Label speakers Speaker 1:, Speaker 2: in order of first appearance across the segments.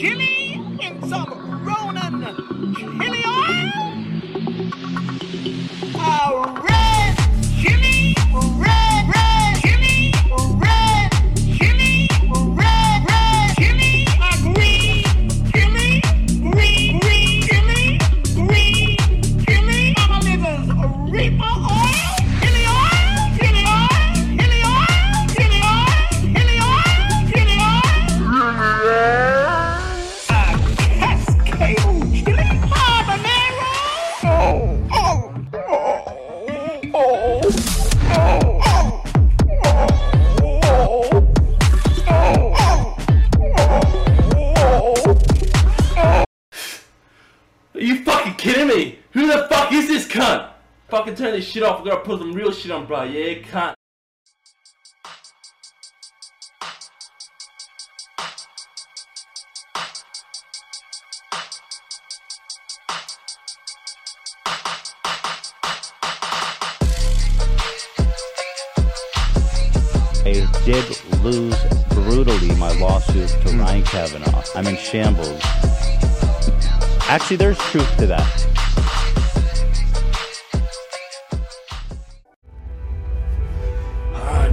Speaker 1: chili and some Ronin chili oil. A red chili, red, red chili, red chili, red, red chili. A green chili, green, green chili, green chili. Mama Liz's Reaper oil. Chili oil, chili oil, chili oil, chili oil, chili oil, chili oil. A cascade chili habanero. Oh, oh, oh, oh, oh, oh, oh, oh.
Speaker 2: Are you fucking kidding me? Who the fuck is this cunt? Fucking turn this shit off. We gotta put some real shit on, bro. Yeah, cunt.
Speaker 3: I did lose brutally my lawsuit to
Speaker 4: Hmm.
Speaker 3: Ryan Kavanaugh. I'm in shambles. Actually, there's truth to that.
Speaker 2: Alright,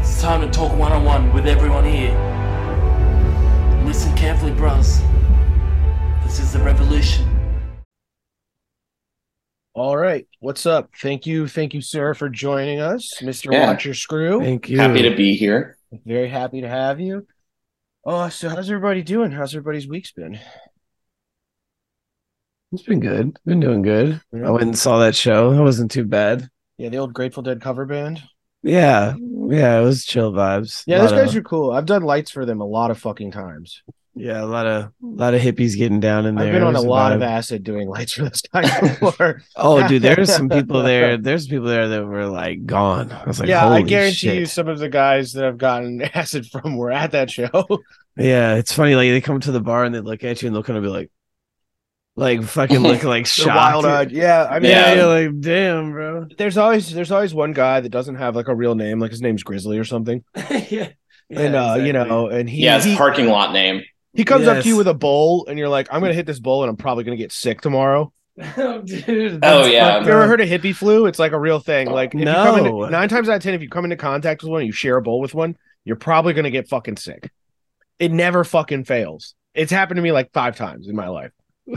Speaker 2: it's time to talk one on one with everyone here. Listen carefully, bros. This is the revolution.
Speaker 5: All right. What's up? Thank you. Thank you, sir, for joining us. Mr.
Speaker 6: Yeah.
Speaker 5: Watcher Screw.
Speaker 7: Thank you.
Speaker 6: Happy to be here.
Speaker 5: Very happy to have you. Oh, so how's everybody doing? How's everybody's weeks been?
Speaker 7: It's been good. Been doing good.
Speaker 5: Yeah.
Speaker 7: I went and saw that show. It wasn't too bad.
Speaker 5: Yeah, the old Grateful Dead cover band.
Speaker 7: Yeah. Yeah. It was chill vibes.
Speaker 5: Yeah, those
Speaker 7: Lot
Speaker 5: guys
Speaker 7: of-
Speaker 5: are cool. I've done lights for them a lot of fucking times.
Speaker 7: Yeah. A lot of, lot of hippies getting down in there.
Speaker 5: I've been
Speaker 7: It
Speaker 5: on a
Speaker 7: was
Speaker 5: lot of
Speaker 7: vibe.
Speaker 5: acid doing lights for this guy before.
Speaker 7: Oh, dude. There's some people there. There's people there that were like gone. I was like,
Speaker 5: yeah, I
Speaker 7: holy
Speaker 5: guarantee
Speaker 7: shit.
Speaker 5: you some of the guys that I've gotten acid from were at that show.
Speaker 7: Yeah. It's funny. Like they come to the bar and they look at you and they'll kind of be like, like fucking look like
Speaker 5: They're
Speaker 7: shocked.
Speaker 5: wild-eyed. Yeah, I mean,
Speaker 7: yeah.
Speaker 6: Yeah.
Speaker 7: You're like, damn, bro.
Speaker 5: there's always there's always one guy that doesn't have like a real name, like his name's Grizzly or something.
Speaker 7: yeah.
Speaker 5: and uh,
Speaker 7: exactly.
Speaker 5: you know, and he
Speaker 6: yeah, it's
Speaker 5: he,
Speaker 6: parking lot name.
Speaker 5: he comes up to you
Speaker 7: Yes.
Speaker 5: with a bowl, and you're like, "I'm gonna hit this bowl, and I'm probably gonna get sick tomorrow."
Speaker 7: oh, dude.
Speaker 6: Oh,
Speaker 7: that's
Speaker 6: yeah.
Speaker 7: fucked
Speaker 5: Have you ever
Speaker 7: up.
Speaker 5: heard of hippie flu? It's like a real thing. Like, if you come into,
Speaker 7: No.
Speaker 5: nine times out of ten, if you come into contact with one, you share a bowl with one, you're probably gonna get fucking sick. It never fucking fails. It's happened to me like five times in my life.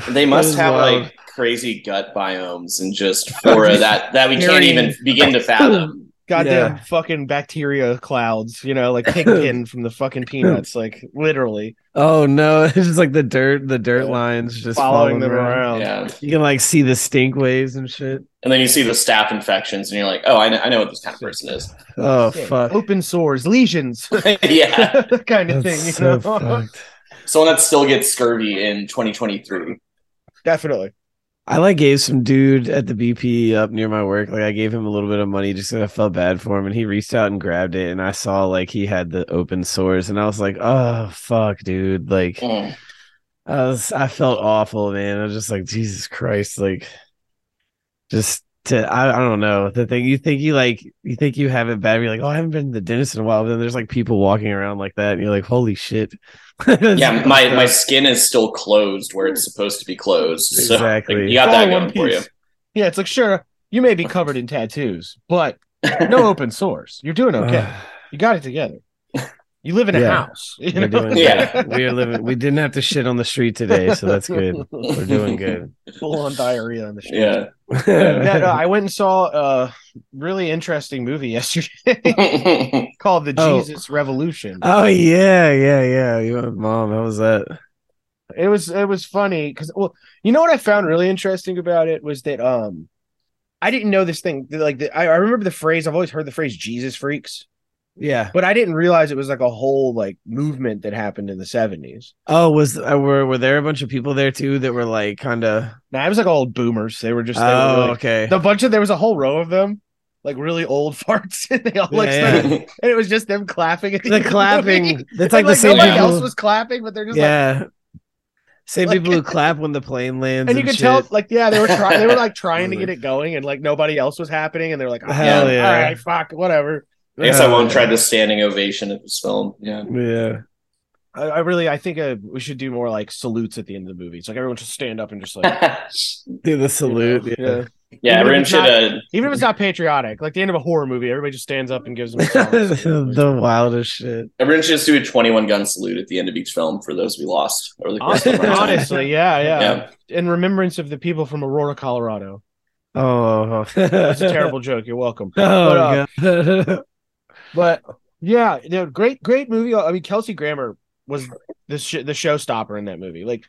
Speaker 6: They must
Speaker 7: is
Speaker 6: have
Speaker 7: wild.
Speaker 6: like crazy gut biomes and just flora that that we can't even begin to fathom.
Speaker 5: Goddamn
Speaker 7: Yeah.
Speaker 5: fucking bacteria clouds, you know, like pigpen from the fucking peanuts, like literally
Speaker 7: Oh no, it's just like the dirt, the dirt
Speaker 5: Yeah.
Speaker 7: lines just
Speaker 5: following them around.
Speaker 6: Yeah,
Speaker 7: You can like see the stink waves and shit.
Speaker 6: and then you see the staph infections, and you're like, oh, I know, I know what this kind of person is.
Speaker 7: Oh
Speaker 5: Sick.
Speaker 7: fuck.
Speaker 5: Open sores, lesions,
Speaker 6: yeah,
Speaker 5: that kind of
Speaker 7: That's
Speaker 5: thing, you
Speaker 7: so
Speaker 5: know.
Speaker 7: fucked.
Speaker 6: someone that still gets scurvy in 2023.
Speaker 5: Definitely.
Speaker 7: I like gave some dude at the BP up near my work. Like I gave him a little bit of money just 'cause I felt bad for him, and he reached out and grabbed it, and I saw like he had the open sores, and I was like, oh fuck, dude. Like
Speaker 6: Mm.
Speaker 7: I was, I felt awful, man. I was just like, Jesus Christ, like, just to, I, I don't know. The thing you think you like, you think you have it bad. You're like, oh, I haven't been to the dentist in a while. But then there's like people walking around like that, and you're like, holy shit.
Speaker 6: Yeah, my my skin is still closed where it's supposed to be closed. So like,
Speaker 7: Exactly.
Speaker 6: you got
Speaker 5: It's all
Speaker 6: that
Speaker 5: in
Speaker 6: going for you.
Speaker 5: piece. Yeah, it's like sure, you may be covered in tattoos, but no open source. You're doing okay. you got it together. You live in a
Speaker 7: Yeah.
Speaker 5: house. you
Speaker 7: we're
Speaker 5: know?
Speaker 7: doing
Speaker 6: Yeah.
Speaker 7: yeah. We are living. We didn't have to shit on the street today, so that's good. We're doing good.
Speaker 5: Full on diarrhea on the street.
Speaker 6: Yeah.
Speaker 5: No, no, I went and saw a really interesting movie yesterday called The
Speaker 7: Oh.
Speaker 5: Jesus Revolution.
Speaker 7: oh yeah, yeah, yeah. You went, mom? How was that?
Speaker 5: It was it was funny because well, you know what I found really interesting about it was that um, I didn't know this thing. Like the, I, I remember the phrase. I've always heard the phrase "Jesus freaks,"
Speaker 7: Yeah.
Speaker 5: but I didn't realize it was like a whole like movement that happened in the seventies.
Speaker 7: Oh, was uh, were were there a bunch of people there too that were like kind of
Speaker 5: Nah, it was like old boomers. They were just they were
Speaker 7: Oh,
Speaker 5: really-
Speaker 7: okay.
Speaker 5: the bunch of there was a whole row of them, like really old farts, and they all like
Speaker 7: Yeah,
Speaker 5: started, and it was just them clapping at the,
Speaker 7: the
Speaker 5: end of
Speaker 7: clapping.
Speaker 5: movie. And,
Speaker 7: That's like the same
Speaker 5: nobody
Speaker 7: people.
Speaker 5: else was clapping, but they're just like.
Speaker 7: yeah. same
Speaker 5: like-
Speaker 7: people who clap when the plane lands.
Speaker 5: And you
Speaker 7: and
Speaker 5: could
Speaker 7: shit.
Speaker 5: tell, like, yeah, they were trying, they were like trying to
Speaker 7: Totally.
Speaker 5: get it going, and like nobody else was happening, and they were like, oh,
Speaker 7: Hell
Speaker 5: yeah,
Speaker 7: yeah.
Speaker 5: all right, fuck, whatever.
Speaker 6: I guess I
Speaker 7: Oh,
Speaker 6: won't try
Speaker 7: yeah.
Speaker 6: the standing ovation at this film. Yeah.
Speaker 7: Yeah.
Speaker 5: I, I really, I think uh, we should do more like salutes at the end of the movie. It's like everyone should stand up and just like
Speaker 7: Do the
Speaker 5: you know,
Speaker 7: salute.
Speaker 6: yeah,
Speaker 7: yeah.
Speaker 5: Even if
Speaker 6: everyone
Speaker 5: it's
Speaker 6: should.
Speaker 5: not-
Speaker 6: Uh,
Speaker 5: Even if it's not patriotic, like the end of a horror movie, everybody just stands up and gives them. A song.
Speaker 7: the wildest shit.
Speaker 6: everyone should just do a twenty-one gun salute at the end of each film for those we lost over the course of
Speaker 5: honestly,
Speaker 6: our time.
Speaker 5: honestly, yeah, yeah,
Speaker 6: Yeah.
Speaker 5: In remembrance of the people from Aurora, Colorado.
Speaker 7: Oh,
Speaker 5: That's a terrible joke. You're welcome.
Speaker 7: Oh,
Speaker 5: uh,
Speaker 7: God.
Speaker 5: But yeah, no, great, great movie. I mean, Kelsey Grammer was the sh- the showstopper in that movie. Like,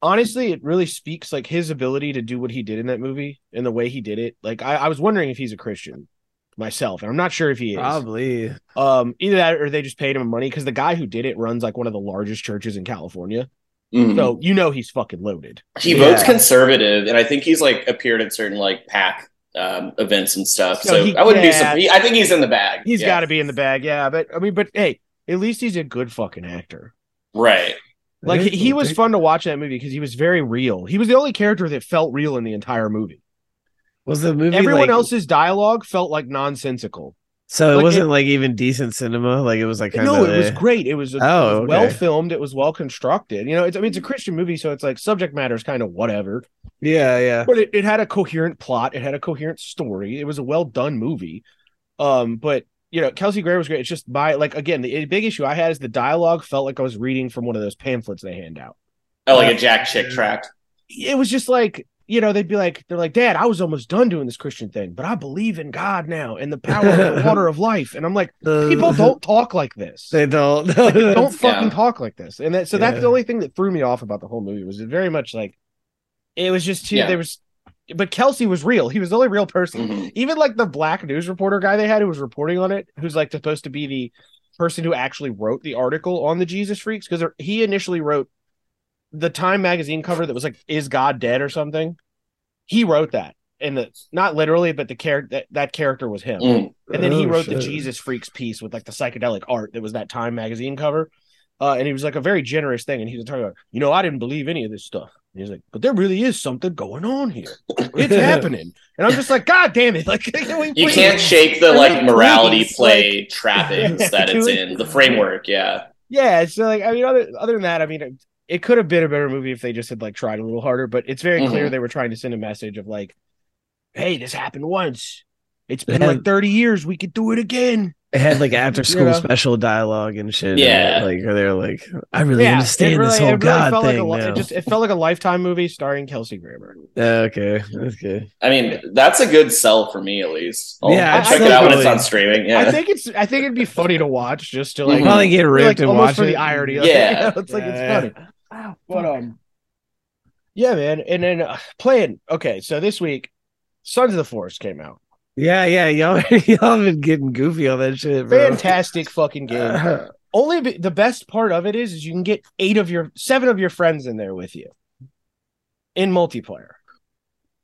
Speaker 5: honestly, it really speaks like his ability to do what he did in that movie and the way he did it. Like, I, I was wondering if he's a Christian myself, and I'm not sure if he is.
Speaker 7: Probably.
Speaker 5: Um, either that or they just paid him money because the guy who did it runs like one of the largest churches in California.
Speaker 6: Mhm.
Speaker 5: So you know he's fucking loaded.
Speaker 6: He
Speaker 7: Yeah.
Speaker 6: votes conservative, and I think he's like appeared at certain like PAC um, events and stuff.
Speaker 5: So
Speaker 6: So,
Speaker 5: he-
Speaker 6: I wouldn't be
Speaker 5: yeah.
Speaker 6: surprised. I think he's in the bag.
Speaker 5: He's
Speaker 6: Yeah.
Speaker 5: got to be in the bag, yeah. But I mean, but hey, at least he's a good fucking actor.
Speaker 6: right.
Speaker 5: Like he, he was
Speaker 7: Big-
Speaker 5: fun to watch in that movie because he was very real. He was the only character that felt real in the entire movie.
Speaker 7: Was the movie
Speaker 5: Everyone
Speaker 7: like,
Speaker 5: else's dialogue felt like nonsensical.
Speaker 7: So it
Speaker 5: like,
Speaker 7: wasn't like even decent cinema. Like it was like kind
Speaker 5: no,
Speaker 7: of.
Speaker 5: it was great. It was,
Speaker 7: eh. Oh, okay.
Speaker 5: well filmed. It was well constructed. You know, it's, I mean, it's a Christian movie, so it's like subject matter is kind of whatever.
Speaker 7: Yeah, yeah.
Speaker 5: but it, it had a coherent plot it had a coherent story it was a well done movie um but you know kelsey gray was great it's just my like again the big issue i had is the dialogue felt like i was reading from one of those pamphlets they hand out
Speaker 6: Oh, like a Jack Chick tract.
Speaker 5: it was just like you know they'd be like they're like dad i was almost done doing this christian thing but i believe in god now and the power of the water of life and i'm like people don't talk like this
Speaker 7: Uh-huh. They don't.
Speaker 5: They don't
Speaker 7: That's-
Speaker 5: fucking
Speaker 6: Yeah.
Speaker 5: talk like this. And that, so that's the
Speaker 7: Yeah.
Speaker 5: only thing that threw me off about the whole movie was it very much like it was just too
Speaker 6: Yeah.
Speaker 5: there was but Kelsey was real. He was the only real person.
Speaker 6: Mhm.
Speaker 5: Even like the black news reporter guy they had who was reporting on it, who's like supposed to be the person who actually wrote the article on the Jesus freaks because he initially wrote the Time magazine cover that was like is God dead or something. He wrote that. And the not literally, but the character that, that character was him.
Speaker 6: Mm.
Speaker 5: And then he
Speaker 7: Oh,
Speaker 5: wrote the
Speaker 7: shit.
Speaker 5: Jesus Freaks piece with like the psychedelic art that was that Time magazine cover. Uh, and he was like a very generous thing. And he was talking about, you know, I didn't believe any of this stuff. And he's like, but there really is something going on here. It's happening. And I'm just like, God damn it. Like, can we
Speaker 6: You
Speaker 5: please-
Speaker 6: can't shake the
Speaker 5: They're
Speaker 6: like
Speaker 5: like
Speaker 6: morality
Speaker 5: please,
Speaker 6: play trappings that
Speaker 5: Can
Speaker 6: it's
Speaker 5: we-
Speaker 6: in the framework. Yeah.
Speaker 5: Yeah. So, like, I mean, other, other than that, I mean, it, it could have been a better movie if they just had like tried a little harder, but it's very clear
Speaker 7: Mm-hmm.
Speaker 5: they were trying to send a message of like, hey, this happened once. It's been
Speaker 7: Yeah.
Speaker 5: like 30 years. We could do it again.
Speaker 7: It had like after school
Speaker 5: know?
Speaker 7: special dialogue and shit.
Speaker 6: Yeah.
Speaker 7: Like they're like, I really
Speaker 5: it
Speaker 7: understand this
Speaker 5: really-
Speaker 7: whole
Speaker 5: it really
Speaker 7: god
Speaker 5: felt like a
Speaker 7: thing.
Speaker 5: li-
Speaker 7: now.
Speaker 5: it just it felt like a lifetime movie starring Kelsey Grammer.
Speaker 7: Yeah, okay, okay.
Speaker 6: I mean, that's a good sell for me at least. I'll,
Speaker 7: Yeah,
Speaker 6: I'll check it out when it's on streaming. Yeah.
Speaker 5: I think it's I think it'd be funny to watch just to like,
Speaker 6: Mhm.
Speaker 7: Probably get
Speaker 5: like
Speaker 7: ripped and
Speaker 5: almost
Speaker 7: watch
Speaker 5: for
Speaker 7: it.
Speaker 5: the irony. Of
Speaker 6: Yeah.
Speaker 5: it. You know, it's like
Speaker 7: Yeah,
Speaker 5: it's funny. But um, yeah, man. And then uh, playing. Okay, so this week, Sons of the Forest came out.
Speaker 7: Yeah, yeah. Y'all, y'all been getting goofy on that shit, bro.
Speaker 5: Fantastic fucking game.
Speaker 7: Uh,
Speaker 5: Only be- the best part of it is is you can get eight of your seven of your friends in there with you in multiplayer,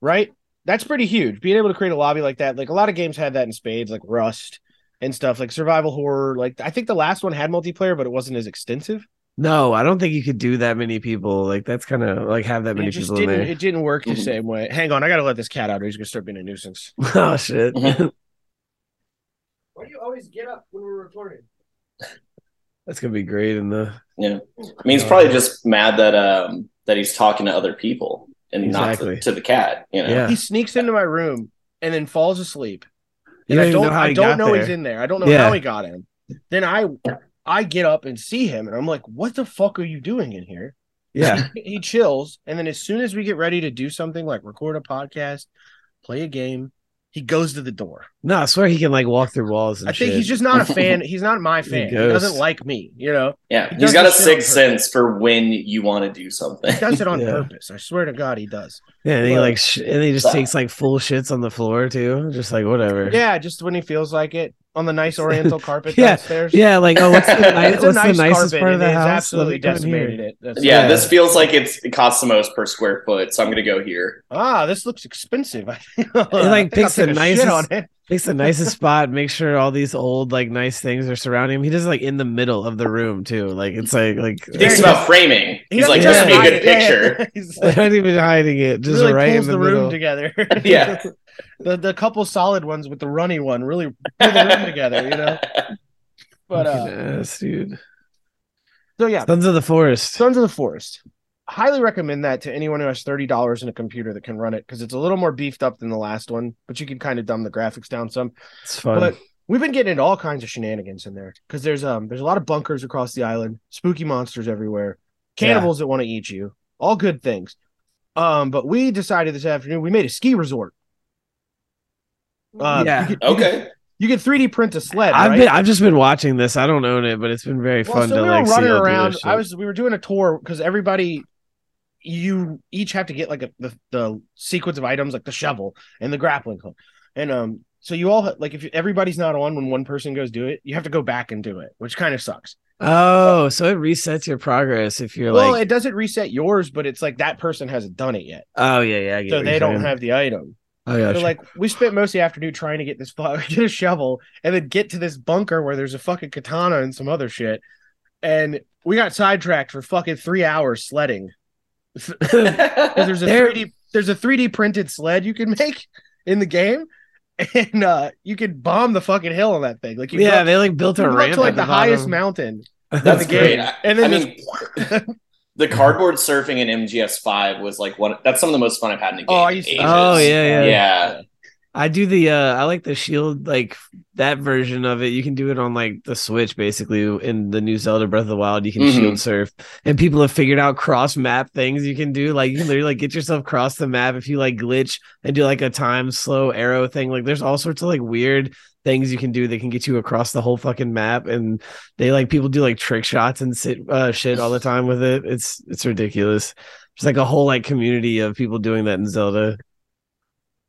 Speaker 5: right? That's pretty huge. Being able to create a lobby like that, like a lot of games had that in spades, like Rust and stuff, like survival horror. Like I think the last one had multiplayer, but it wasn't as extensive.
Speaker 7: no, I don't think you could do that many people. Like that's kind of like have that
Speaker 5: And it
Speaker 7: many
Speaker 5: just
Speaker 7: people in
Speaker 5: didn't.
Speaker 7: there. Mm-hmm.
Speaker 5: It didn't work the
Speaker 6: Mhm.
Speaker 5: same way. Hang on, I gotta let this cat out, or he's gonna start being a nuisance.
Speaker 7: oh shit.
Speaker 6: Mm-hmm.
Speaker 5: Why do you always get up when we're recording?
Speaker 7: That's gonna be great in the
Speaker 6: yeah. I mean, he's probably just mad that um that he's talking to other people and not
Speaker 7: Exactly.
Speaker 6: to, to the cat. You know.
Speaker 7: yeah.
Speaker 5: He sneaks into my room and then falls asleep.
Speaker 7: You
Speaker 5: And I
Speaker 7: don't even
Speaker 5: don't,
Speaker 7: know how
Speaker 5: I
Speaker 7: he
Speaker 5: don't
Speaker 7: got
Speaker 5: know
Speaker 7: there.
Speaker 5: he's in there. I don't know
Speaker 7: Yeah.
Speaker 5: how he got in. Then I I get up and see him and I'm like, what the fuck are you doing in here?
Speaker 7: Yeah,
Speaker 5: He chills. And then as soon as we get ready to do something like record a podcast, play a game, he goes to the door.
Speaker 7: no, I swear he can like walk through walls. And
Speaker 5: I think
Speaker 7: Oh, shit.
Speaker 5: he's just not a fan. He's not my fan. He,
Speaker 7: goes.
Speaker 5: doesn't like me, you know?
Speaker 6: Yeah,
Speaker 5: He
Speaker 6: he's
Speaker 5: does
Speaker 6: got
Speaker 5: the
Speaker 6: a
Speaker 5: shit on
Speaker 6: sixth
Speaker 5: purpose.
Speaker 6: sense for when you want to do something.
Speaker 5: He does it on
Speaker 7: Yeah.
Speaker 5: purpose. I swear to God he does.
Speaker 7: yeah, and he
Speaker 5: Well-
Speaker 7: like sh- and he just takes like full shits on the floor too, just like whatever.
Speaker 5: Yeah, just when he feels like it on the nice oriental carpet
Speaker 7: Yeah.
Speaker 5: downstairs.
Speaker 7: Yeah, like oh, what's the, ni-
Speaker 5: It's
Speaker 7: what's
Speaker 5: a nice
Speaker 7: the nicest
Speaker 5: carpet
Speaker 7: part of
Speaker 5: and
Speaker 7: the
Speaker 5: it's
Speaker 7: house? Let
Speaker 5: absolutely
Speaker 7: me come in here.
Speaker 5: decimated it. That's
Speaker 6: yeah,
Speaker 7: Yeah.
Speaker 6: this feels like it's it costs the most per square foot, so I'm gonna go here.
Speaker 5: ah, this looks expensive. I think- I
Speaker 7: like,
Speaker 5: think I'll
Speaker 7: picks the
Speaker 5: take a shit
Speaker 7: nicest-
Speaker 5: on it.
Speaker 7: Picks the nicest spot. Make sure all these old like nice things are surrounding him. He does like in the middle of the room too. Like it's like like
Speaker 6: He thinks
Speaker 5: he
Speaker 6: about framing.
Speaker 5: He
Speaker 6: he's
Speaker 5: doesn't
Speaker 6: like,
Speaker 5: try to
Speaker 6: this would be
Speaker 5: hide
Speaker 6: a good
Speaker 5: it. Yeah, yeah.
Speaker 6: picture.
Speaker 5: He's
Speaker 7: I'm
Speaker 5: like,
Speaker 7: not even hiding it. Just
Speaker 5: really
Speaker 7: right in
Speaker 5: pulls
Speaker 7: the,
Speaker 5: the,
Speaker 7: middle.
Speaker 5: room together.
Speaker 6: Yeah.
Speaker 5: the the couple solid ones with the runny one really pull the room together. You know, but uh,
Speaker 7: Fucking ass, dude.
Speaker 5: So yeah,
Speaker 7: Sons of the Forest.
Speaker 5: Sons of the Forest. Highly recommend that to anyone who has thirty dollars in a computer that can run it because it's a little more beefed up than the last one, but you can kind of dumb the graphics down some.
Speaker 7: It's fun.
Speaker 5: But we've been getting into all kinds of shenanigans in there because there's um there's a lot of bunkers across the island, spooky monsters everywhere, cannibals that want to eat you, all good things. Um, but we decided this afternoon we made a ski resort. Uh,
Speaker 7: Yeah.
Speaker 5: you could,
Speaker 6: Okay.
Speaker 5: you could 3D print a sled.
Speaker 7: I've
Speaker 5: right?
Speaker 7: been I've just been watching this. I don't own it, but it's been very
Speaker 5: Well,
Speaker 7: fun
Speaker 5: so
Speaker 7: to
Speaker 5: we
Speaker 7: like
Speaker 5: were
Speaker 7: see
Speaker 5: running
Speaker 7: all the
Speaker 5: around.
Speaker 7: other
Speaker 5: I
Speaker 7: shit.
Speaker 5: was we were doing a tour because everybody, you each have to get like a, the the sequence of items like the shovel and the grappling hook, and um. So you all like if everybody's not on when one person goes do it, you have to go back and do it, which kind of sucks.
Speaker 7: Oh, so it resets your progress if you're
Speaker 5: well,
Speaker 7: like
Speaker 5: it doesn't reset yours, but it's like that person hasn't done it yet,
Speaker 7: Oh yeah, yeah. I get
Speaker 5: so
Speaker 7: what you're
Speaker 5: they don't
Speaker 7: saying.
Speaker 5: have the item.
Speaker 7: Oh yeah.
Speaker 5: So
Speaker 7: sure.
Speaker 5: like we spent most of the afternoon trying to get this fu- get a shovel and then get to this bunker where there's a fucking katana and some other shit, and we got sidetracked for fucking three hours sledding. 'Cause there's a
Speaker 7: There-
Speaker 5: 3D there's a 3D printed sled you can make in the game, and uh you can bomb the fucking hill on that thing. Like you
Speaker 7: yeah,
Speaker 5: go,
Speaker 7: they like built
Speaker 5: you
Speaker 7: a
Speaker 5: go up
Speaker 7: ramp
Speaker 5: to like
Speaker 7: at
Speaker 5: the, highest
Speaker 7: bottom.
Speaker 5: mountain,
Speaker 6: That's
Speaker 5: the game.
Speaker 6: great. I,
Speaker 5: and then
Speaker 6: I
Speaker 5: just
Speaker 6: mean, the cardboard surfing in MGS5 was like one. That's some of the most fun I've had in a game.
Speaker 5: Oh, I
Speaker 6: in
Speaker 5: used to-
Speaker 6: ages.
Speaker 7: Oh yeah, yeah,
Speaker 6: Yeah.
Speaker 7: I do the uh I like the shield like that version of it. You can do it on like the Switch basically in the new Zelda Breath of the Wild. You can
Speaker 6: Mhm.
Speaker 7: shield surf. And people have figured out cross map things you can do. Like you can literally like get yourself across the map if you like glitch and do like a time slow arrow thing. Like there's all sorts of like weird things you can do that can get you across the whole fucking map and they like people do like trick shots and sit uh shit all the time with it. It's it's ridiculous. There's like a whole like community of people doing that in Zelda.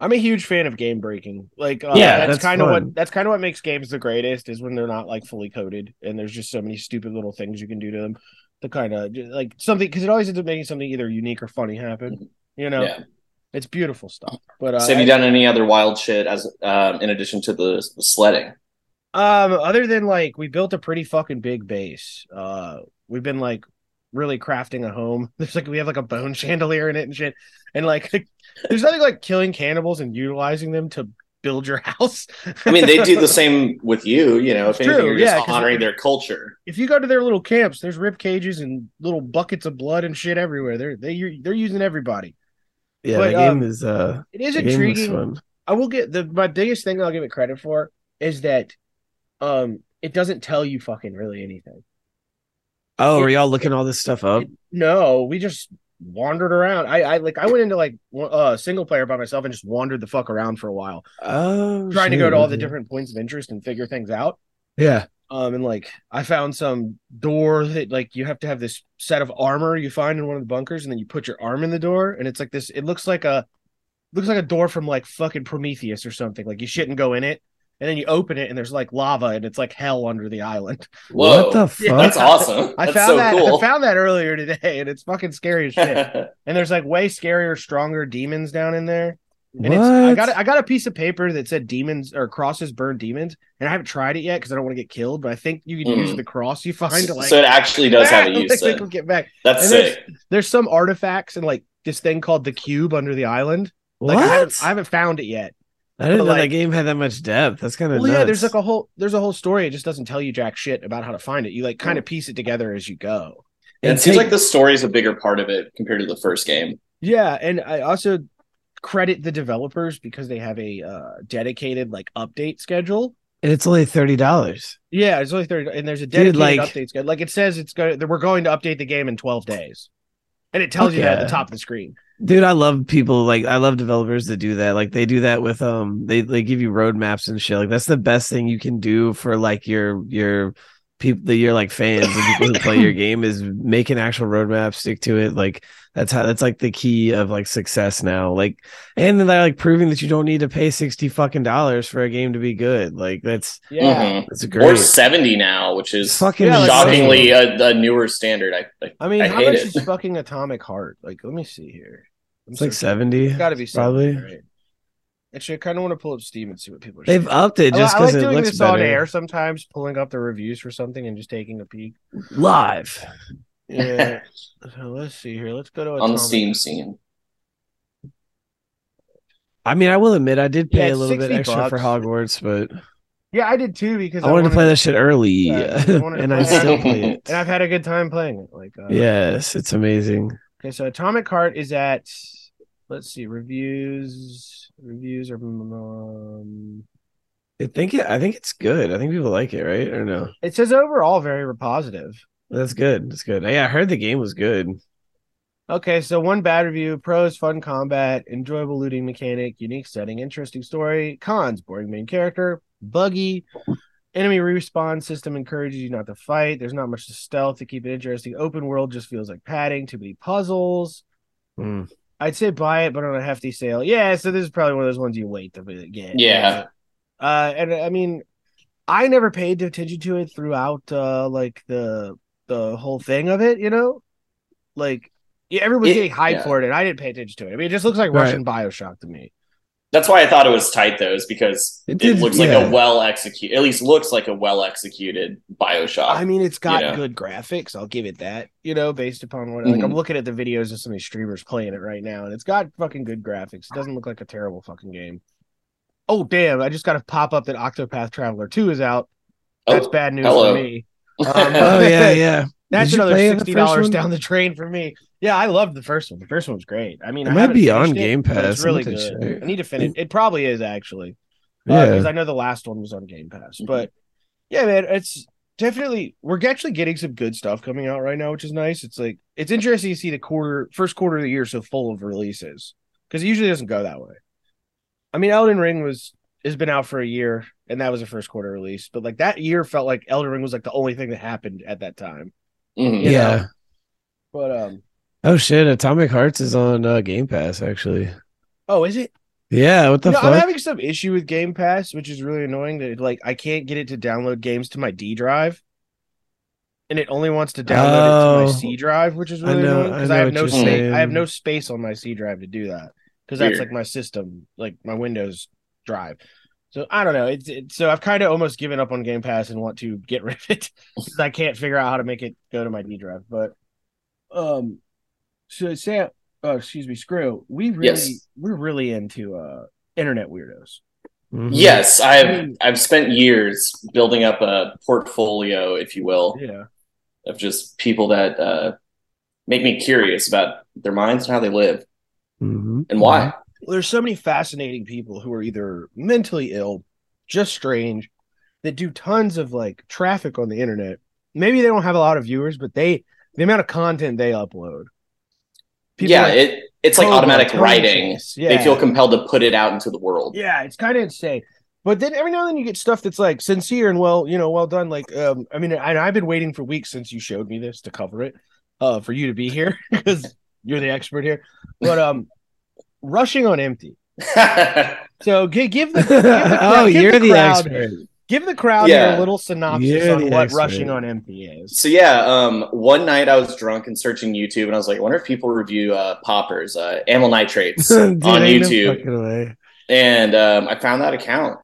Speaker 5: I'm a huge fan of game breaking. Like, uh,
Speaker 7: Yeah,
Speaker 5: that's,
Speaker 7: that's
Speaker 5: kind of
Speaker 7: fun.
Speaker 5: what that's kind of what makes games the greatest is when they're not like fully coded and there's just so many stupid little things you can do to them to kind of like something because it always ends up making something either unique or funny happen. You know,
Speaker 6: Yeah.
Speaker 5: it's beautiful stuff. But uh,
Speaker 6: So have you done any other wild shit as um, in addition to the, the sledding?
Speaker 5: Um, other than like we built a pretty fucking big base. Uh, we've been like really crafting a home. There's like we have like a bone chandelier in it and shit. And like, there's nothing like killing cannibals and utilizing them to build your house.
Speaker 6: I mean, they do the same with you. You know, if
Speaker 5: It's
Speaker 6: anything,
Speaker 5: true,
Speaker 6: you're just
Speaker 5: yeah, 'cause-
Speaker 6: honoring their culture.
Speaker 5: if you go to their little camps, there's rib cages and little buckets of blood and shit everywhere. They're they they're using everybody.
Speaker 7: Yeah,
Speaker 5: But,
Speaker 7: the game
Speaker 5: um,
Speaker 7: is uh
Speaker 5: It is
Speaker 7: The game looks
Speaker 5: intriguing.
Speaker 7: fun.
Speaker 5: I will get the my biggest thing I'll give it credit for is that um it doesn't tell you fucking really anything.
Speaker 7: Oh,
Speaker 5: It-
Speaker 7: are y'all looking all this stuff up?
Speaker 5: No, we just wandered around. I I like I went into like one- uh single player by myself and just wandered the fuck around for a while,
Speaker 7: oh,
Speaker 5: trying to
Speaker 7: shit,
Speaker 5: go to all the
Speaker 7: okay.
Speaker 5: different points of interest and figure things out.
Speaker 7: Yeah.
Speaker 5: Um, and like I found some door that like you have to have this set of armor you find in one of the bunkers, and then you put your arm in the door, and it's like this. It looks like a looks like a door from like fucking Prometheus or something. Like you shouldn't go in it, and then you open it, and there's like lava, and it's like hell under the island.
Speaker 6: Whoa,
Speaker 7: What the fuck?
Speaker 5: Yeah.
Speaker 6: that's awesome.
Speaker 5: I
Speaker 6: that's
Speaker 5: found
Speaker 6: so
Speaker 5: that
Speaker 6: cool.
Speaker 5: I found that earlier today, and it's fucking scary as shit. and there's like way scarier, stronger demons down in there. And it's I
Speaker 7: What?
Speaker 5: got a- I got a piece of paper that said demons or crosses burn demons, and I haven't tried it yet because I don't want to get killed. But I think you can use
Speaker 6: Mm.
Speaker 5: the cross you find to like.
Speaker 6: so it actually does have
Speaker 5: "Ah,"
Speaker 6: a
Speaker 5: like,
Speaker 6: use.
Speaker 5: we
Speaker 6: then.
Speaker 5: can get back.
Speaker 6: That's
Speaker 5: and there's-
Speaker 6: sick.
Speaker 5: There's some artifacts and like this thing called the cube under the island.
Speaker 7: What?
Speaker 5: Like, I, haven't, I
Speaker 7: I,
Speaker 5: haven't found it yet.
Speaker 7: didn't know
Speaker 5: like-
Speaker 7: that game had that much depth. That's kind of
Speaker 5: Well, yeah, there's like a whole there's a whole story. It just doesn't tell you jack shit about how to find it. You like kind of piece it together as you go.
Speaker 6: And it seems like the story is a bigger part of it compared to the first game.
Speaker 5: Yeah, and I also credit the developers because they have a uh, dedicated like update schedule.
Speaker 7: and it's only thirty dollars.
Speaker 5: Yeah, it's only thirty, and there's a dedicated
Speaker 7: like-
Speaker 5: update schedule. Like it says, it's going. We're going to update the game in twelve days, and it tells
Speaker 7: Fuck
Speaker 5: you that at the
Speaker 7: yeah.
Speaker 5: top of the screen.
Speaker 7: Dude, I love people like I love developers that do that. Like they do that with um they they give you roadmaps and shit. Like that's the best thing you can do for like your your people that your like fans and people who play your game is make an actual roadmap, stick to it. Like that's how that's like the key of like success now. Like and then they're like proving that you don't need to pay sixty fucking dollars for a game to be good. Like that's
Speaker 5: Yeah,
Speaker 6: Mhm.
Speaker 7: that's
Speaker 6: Or
Speaker 7: great.
Speaker 6: seventy now, which is
Speaker 7: fucking
Speaker 5: Yeah, like-
Speaker 6: shockingly a, a newer standard. I, I,
Speaker 5: I mean,
Speaker 6: I
Speaker 5: how
Speaker 6: hate
Speaker 5: much
Speaker 6: it.
Speaker 5: is fucking Atomic Heart? Like, let me see here. I'm
Speaker 7: It's like
Speaker 5: searching.
Speaker 7: seventy.
Speaker 5: It's got to be
Speaker 7: probably.
Speaker 5: probably. Right? Actually, I kind of want to pull up Steam and see what people are.
Speaker 7: They've
Speaker 5: saying.
Speaker 7: upped it
Speaker 5: I,
Speaker 7: just
Speaker 5: I like
Speaker 7: because it
Speaker 5: doing
Speaker 7: looks
Speaker 5: this
Speaker 7: better.
Speaker 5: on air sometimes, pulling up the reviews for something and just taking a peek.
Speaker 7: Live.
Speaker 5: Yeah. so let's see here. Let's go to
Speaker 6: on the
Speaker 5: Atomic
Speaker 6: Steam scene.
Speaker 7: I mean, I will admit I did
Speaker 5: Yeah,
Speaker 7: pay a
Speaker 5: it's
Speaker 7: little bit
Speaker 5: 60
Speaker 7: extra for
Speaker 5: bucks.
Speaker 7: Hogwarts, but
Speaker 5: Yeah, I did too because
Speaker 7: I wanted to play that shit early,
Speaker 5: Yeah, I wanted to
Speaker 7: and I
Speaker 5: play that.
Speaker 7: still play it.
Speaker 5: and I've had a good time playing it. Like, uh,
Speaker 7: Yes, it's amazing.
Speaker 5: Okay, so Atomic Heart is at let's see reviews. Reviews are um,
Speaker 7: I think it, I think it's good. I think people like it, right? Or no?
Speaker 5: it says overall very positive.
Speaker 7: That's good. That's good. Yeah, I heard the game was good.
Speaker 5: Okay, so one bad review: pros, fun combat, enjoyable looting mechanic, unique setting, interesting story. Cons: boring main character, buggy. Enemy respawn system encourages you not to fight. There's not much to stealth to keep it interesting. Open world just feels like padding. Too many puzzles.
Speaker 7: Mm.
Speaker 5: I'd say buy it, but on a hefty sale. Yeah, so this is probably one of those ones you wait to really get.
Speaker 6: Yeah.
Speaker 5: Uh, and I mean, I never paid attention to it throughout, uh, like the the whole thing of it. You know, like yeah, everyone's
Speaker 6: It-
Speaker 5: getting hyped
Speaker 6: yeah.
Speaker 5: for it, and I didn't pay attention to it. I mean, it just looks like
Speaker 7: Right.
Speaker 5: Russian Bioshock to me.
Speaker 6: That's why I thought it was tight though, is because
Speaker 7: It
Speaker 6: it,
Speaker 7: did-
Speaker 6: looks like
Speaker 7: yeah.
Speaker 6: a well executed at least looks like a well executed Bioshock.
Speaker 5: I mean, it's got
Speaker 6: Ah, yeah. Mm-hmm.
Speaker 5: good graphics. I'll give it that. You know, based upon what like I'm looking at the videos of some of these streamers playing it right now, and it's got fucking good graphics. It doesn't look like a terrible fucking game. Oh damn! I just got a pop up that Octopath Traveler Two is out. That's
Speaker 6: Oh,
Speaker 5: bad news
Speaker 6: hello.
Speaker 5: for me.
Speaker 7: Oh yeah, yeah.
Speaker 5: That's
Speaker 7: Did you
Speaker 5: another
Speaker 7: play the
Speaker 5: sixty
Speaker 7: first
Speaker 5: dollars
Speaker 7: one?
Speaker 5: down the drain for me. Yeah, I loved the first one. The first one was great. I mean,
Speaker 7: It
Speaker 5: I
Speaker 7: might
Speaker 5: haven't
Speaker 7: be on
Speaker 5: finished it,
Speaker 7: Game
Speaker 5: but It's
Speaker 7: Pass.
Speaker 5: really
Speaker 7: I'm not
Speaker 5: good.
Speaker 7: sure.
Speaker 5: I need to finish. It probably is actually. because I know the last one was on Game Pass.
Speaker 6: Mhm.
Speaker 5: But yeah, man, it's definitely we're actually getting some good stuff coming out right now, which is nice. It's like it's interesting to see the quarter first quarter of the year so full of releases because it usually doesn't go that way. I mean, Elden Ring was has been out for a year, and that was a first quarter release. But like that year felt like Elden Ring was like the only thing that happened at that time.
Speaker 6: Mhm.
Speaker 5: you
Speaker 7: yeah.
Speaker 5: know. But um,
Speaker 7: Oh shit! Atomic Hearts is on uh, Game Pass actually.
Speaker 5: oh, is it?
Speaker 7: Yeah. What the
Speaker 5: You know,
Speaker 7: fuck?
Speaker 5: I'm having some issue with Game Pass, which is really annoying. That like I can't get it to download games to my D drive, and it only wants to download it to
Speaker 7: Oh.
Speaker 5: my C drive, which is
Speaker 7: I
Speaker 5: really
Speaker 7: know-
Speaker 5: annoying because
Speaker 7: I
Speaker 5: I,
Speaker 7: know
Speaker 5: have
Speaker 7: what
Speaker 5: no
Speaker 7: you're
Speaker 5: space.
Speaker 7: saying.
Speaker 5: I have no space on my C drive to do that because that's
Speaker 6: Weird.
Speaker 5: like my system, like my Windows drive. So I don't know. It's it, so I've kind of almost given up on Game Pass and want to get rid of it because I can't figure out how to make it go to my D drive. But um, so Sam, oh excuse me, screw. We really
Speaker 6: Yes.
Speaker 5: we're really into uh internet weirdos. Mm-hmm.
Speaker 7: Mhm.
Speaker 6: Yes,
Speaker 5: I
Speaker 6: I've
Speaker 5: mean-
Speaker 6: I've spent years building up a portfolio, if you will,
Speaker 5: Yeah,
Speaker 6: of just people that uh, make me curious about their minds and how they live
Speaker 7: Mhm.
Speaker 6: and why.
Speaker 5: there's so many fascinating people who are either mentally ill, just strange, that do tons of like traffic on the internet. Maybe they don't have a lot of viewers, but they the amount of content they upload.
Speaker 6: yeah,
Speaker 5: like
Speaker 6: it it's like
Speaker 5: Kobo,
Speaker 6: automatic
Speaker 5: Tony
Speaker 6: writing.
Speaker 5: Chase. Yeah.
Speaker 6: They feel compelled to put it out into the world.
Speaker 5: Yeah, it's kind of insane. But then every now and then you get stuff that's like sincere and well, you know, well done. Like, um, I mean, and I've been waiting for weeks since you showed me this to cover it, uh, for you to be here because you're the expert here. But um, rushing on empty. So gi- give the give the, crowd-
Speaker 7: oh,
Speaker 5: give
Speaker 7: you're the
Speaker 5: crowd,
Speaker 7: expert.
Speaker 5: Give the crowd
Speaker 6: Yeah.
Speaker 5: your little synopsis
Speaker 7: You're
Speaker 5: on
Speaker 7: the
Speaker 5: what
Speaker 7: expert.
Speaker 5: rushing on empty is.
Speaker 6: so yeah, um, one night I was drunk and searching YouTube, and I was like, I wonder if people review uh, poppers, uh, amyl nitrates on
Speaker 7: Dude, ain't no
Speaker 6: YouTube,
Speaker 7: fucking way.
Speaker 6: and um, I found that account.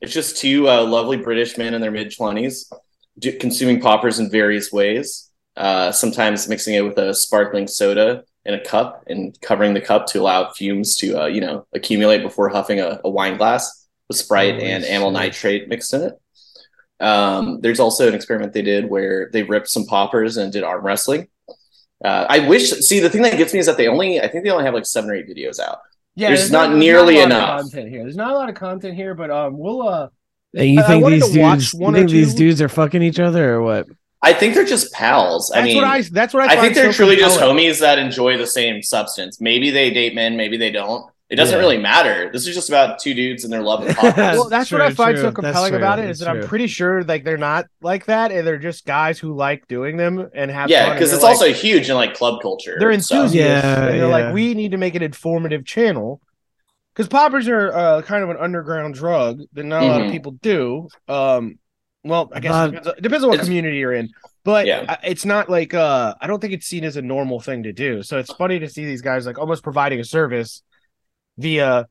Speaker 6: It's just two uh, lovely British men in their mid twenties do- consuming poppers in various ways. Uh, sometimes mixing it with a sparkling soda in a cup and covering the cup to allow fumes to uh, you know accumulate before huffing a, a wine glass with Sprite
Speaker 7: Holy
Speaker 6: and
Speaker 7: shit.
Speaker 6: amyl nitrate mixed in it. Um, there's also an experiment they did where they ripped some poppers and did arm wrestling. Uh, I wish. See, the thing that gets me is that they only, I think they only have like seven or eight videos out.
Speaker 5: Yeah,
Speaker 6: There's not nearly
Speaker 5: a lot of
Speaker 6: enough.
Speaker 5: content here. There's not a lot of content here, but um, we'll uh,
Speaker 7: And you
Speaker 5: I- I
Speaker 7: think
Speaker 5: wanted
Speaker 7: these
Speaker 5: to watch
Speaker 7: dudes? You
Speaker 5: one or
Speaker 7: think these
Speaker 5: two.
Speaker 7: dudes are fucking each other or what?
Speaker 6: I think they're just pals.
Speaker 5: that's
Speaker 6: I mean,
Speaker 5: what I that's what I,
Speaker 6: I think
Speaker 5: find
Speaker 6: they're
Speaker 5: so
Speaker 6: truly just
Speaker 5: compelling.
Speaker 6: homies that enjoy the same substance. Maybe they date men, maybe they don't. It doesn't
Speaker 7: Yeah.
Speaker 6: really matter. This is just about two dudes and their love of poppers.
Speaker 5: Well, that's what
Speaker 7: True,
Speaker 5: I find
Speaker 7: true.
Speaker 5: so
Speaker 7: That's
Speaker 5: compelling
Speaker 7: true.
Speaker 5: about it
Speaker 7: That's
Speaker 5: is that I'm
Speaker 7: true.
Speaker 5: pretty sure like they're not like that, and they're just guys who like doing them and have fun,
Speaker 6: yeah,
Speaker 5: and
Speaker 6: because
Speaker 5: they're
Speaker 6: it's
Speaker 5: like-
Speaker 6: also huge in like club culture.
Speaker 5: they're
Speaker 6: and stuff.
Speaker 5: enthusiasts.
Speaker 7: Yeah,
Speaker 5: and they're
Speaker 7: yeah.
Speaker 5: like, we need to make an informative channel because poppers are uh, kind of an underground drug that not a lot of
Speaker 6: Mhm.
Speaker 5: people do. Um, well, I guess
Speaker 7: Not-
Speaker 5: it depends, it depends on what
Speaker 6: it's-
Speaker 5: community you're in, but
Speaker 6: Yeah.
Speaker 5: I- it's not like uh, I don't think it's seen as a normal thing to do. So it's funny to see these guys like almost providing a service via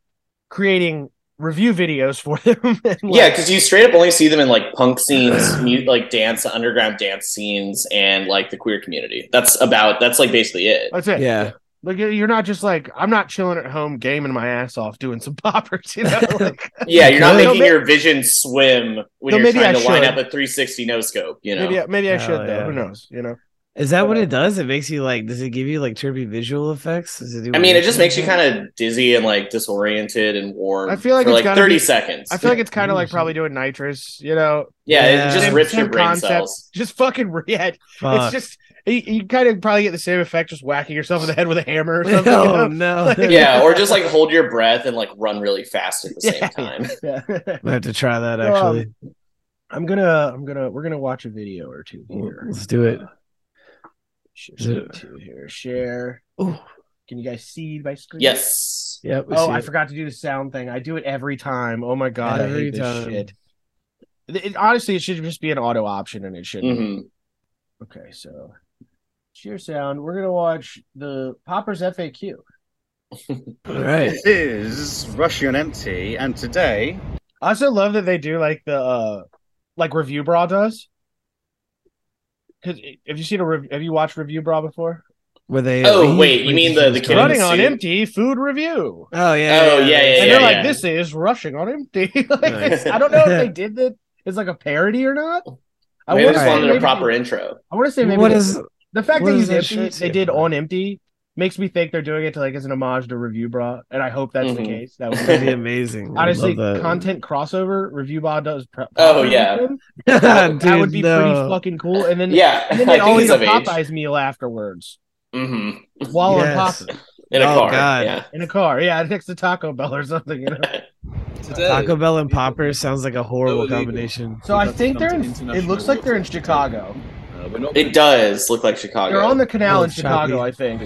Speaker 5: creating review videos for them. and, like,
Speaker 6: Yeah, because you straight up only see them in like punk scenes, mu- like dance, underground dance scenes, and like the queer community. That's about. That's like basically it.
Speaker 5: that's it.
Speaker 7: Yeah.
Speaker 5: Like you- you're not just like I'm not chilling at home, gaming my ass off, doing some poppers. You know, like
Speaker 6: Yeah, you're not
Speaker 5: No,
Speaker 6: making
Speaker 5: may-
Speaker 6: your vision swim when
Speaker 5: No,
Speaker 6: you're
Speaker 5: maybe
Speaker 6: trying
Speaker 5: I
Speaker 6: to line
Speaker 5: should.
Speaker 6: up a 360 no scope. You know,
Speaker 5: maybe I- maybe I
Speaker 7: Hell
Speaker 5: should though.
Speaker 7: yeah.
Speaker 5: Who knows? You know,
Speaker 7: Is that what it does? It makes you like. Does it give you like trippy visual effects? Does it do
Speaker 6: I mean, it just makes you kind of dizzy and like disoriented and warm.
Speaker 5: I feel like
Speaker 6: for
Speaker 5: it's
Speaker 6: like
Speaker 5: gotta
Speaker 6: 30
Speaker 5: be-
Speaker 6: seconds.
Speaker 5: I feel like it's kind of like
Speaker 7: Mhm.
Speaker 5: probably doing nitrous. You know,
Speaker 6: yeah,
Speaker 7: Yeah.
Speaker 6: it just
Speaker 7: Same-
Speaker 6: rips your
Speaker 5: same
Speaker 6: brain
Speaker 5: concept.
Speaker 6: cells.
Speaker 5: just fucking yeah. It's
Speaker 7: Fuck.
Speaker 5: just you, you kind of probably get the same effect just whacking yourself in the head with a hammer or something. you
Speaker 7: oh
Speaker 5: know?
Speaker 7: no!
Speaker 6: Yeah, or just like hold your breath and like run really fast at the same
Speaker 5: Yeah.
Speaker 6: time.
Speaker 5: Yeah.
Speaker 7: I have to try that actually.
Speaker 5: Um, I'm gonna I'm gonna we're gonna watch a video or two here.
Speaker 7: Let's do it.
Speaker 5: Share
Speaker 7: Is it-
Speaker 5: two here. Share.
Speaker 7: Ooh.
Speaker 5: Can you guys see my screen?
Speaker 6: Yes.
Speaker 7: Yep. we
Speaker 5: Oh,
Speaker 7: see
Speaker 5: I
Speaker 7: it.
Speaker 5: forgot to do the sound thing. I do it every time. Oh my god, I
Speaker 7: Every
Speaker 5: hate this
Speaker 7: time.
Speaker 5: shit. It, it- honestly, it should just be an auto option, and it shouldn't.
Speaker 6: hmm
Speaker 7: Mm-hmm.
Speaker 5: Okay, so sheer sound. We're gonna watch the Poppers FAQ.
Speaker 7: All right.
Speaker 4: This is Russian Empty, and today
Speaker 5: I also love that they do like the uh like Review Bra does. Because have you seen a rev- have you watched Review Bra before?
Speaker 7: Were they?
Speaker 6: Oh,
Speaker 7: he-
Speaker 6: wait, you
Speaker 7: he
Speaker 6: mean
Speaker 7: just
Speaker 6: the- the
Speaker 7: was
Speaker 6: kid in
Speaker 7: running?
Speaker 5: Running on
Speaker 6: suit.
Speaker 5: empty food review.
Speaker 7: Oh yeah.
Speaker 6: Oh, yeah, yeah,
Speaker 5: and
Speaker 6: yeah.
Speaker 5: they're like, "This is rushing on empty." Like, it's- I don't know if they did that. It's like a parody or not. I
Speaker 6: Maybe I
Speaker 5: wanna
Speaker 6: just
Speaker 5: say
Speaker 6: wanted a
Speaker 5: maybe-
Speaker 6: proper intro.
Speaker 5: I want to say maybe
Speaker 7: What
Speaker 5: they-
Speaker 7: is?
Speaker 5: the fact
Speaker 7: what
Speaker 5: that
Speaker 7: is
Speaker 5: he's
Speaker 7: that
Speaker 5: empty,
Speaker 7: shirt
Speaker 5: they
Speaker 7: say
Speaker 5: did
Speaker 7: about
Speaker 5: on empty makes me think they're doing it to like as an homage to Review Bra, and I hope that's the
Speaker 6: Mhm.
Speaker 5: case. That would
Speaker 7: That'd
Speaker 5: be
Speaker 7: be amazing. I would
Speaker 5: honestly
Speaker 7: love that.
Speaker 5: content crossover. Review Bra does. Pre-
Speaker 6: Oh, yeah.
Speaker 7: Dude,
Speaker 5: that would be pretty
Speaker 7: no.
Speaker 5: fucking cool. And then
Speaker 6: Yeah,
Speaker 5: and then
Speaker 6: I
Speaker 5: they'd all
Speaker 6: think
Speaker 5: eat
Speaker 6: it's
Speaker 5: a
Speaker 6: of age.
Speaker 5: Popeyes meal afterwards
Speaker 6: hmm
Speaker 5: while
Speaker 7: Yes.
Speaker 5: on Popeyes
Speaker 6: In a
Speaker 7: Oh,
Speaker 6: car.
Speaker 7: God.
Speaker 6: Yeah.
Speaker 5: in a car. Yeah, next to Taco Bell or something. You know.
Speaker 7: Taco
Speaker 4: Uh,
Speaker 7: Bell and poppers sounds like a horrible combination.
Speaker 5: So I think they're. In, it looks like they're in Chicago.
Speaker 6: It does look like Chicago.
Speaker 5: They're on the canal
Speaker 7: Oh,
Speaker 5: in Chicago,
Speaker 7: choppy.
Speaker 5: I think.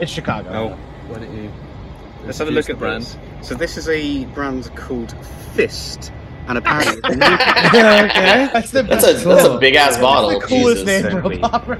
Speaker 5: It's Chicago.
Speaker 4: Oh. Let's have a look at brands. So this is a brand called Fist, and apparently it's new-
Speaker 7: okay.
Speaker 5: That's the
Speaker 6: That's
Speaker 5: best.
Speaker 6: a that's a
Speaker 7: Cool.
Speaker 6: big ass bottle.
Speaker 5: the coolest
Speaker 6: Jesus.
Speaker 5: name for a
Speaker 4: Sweet.
Speaker 5: popper.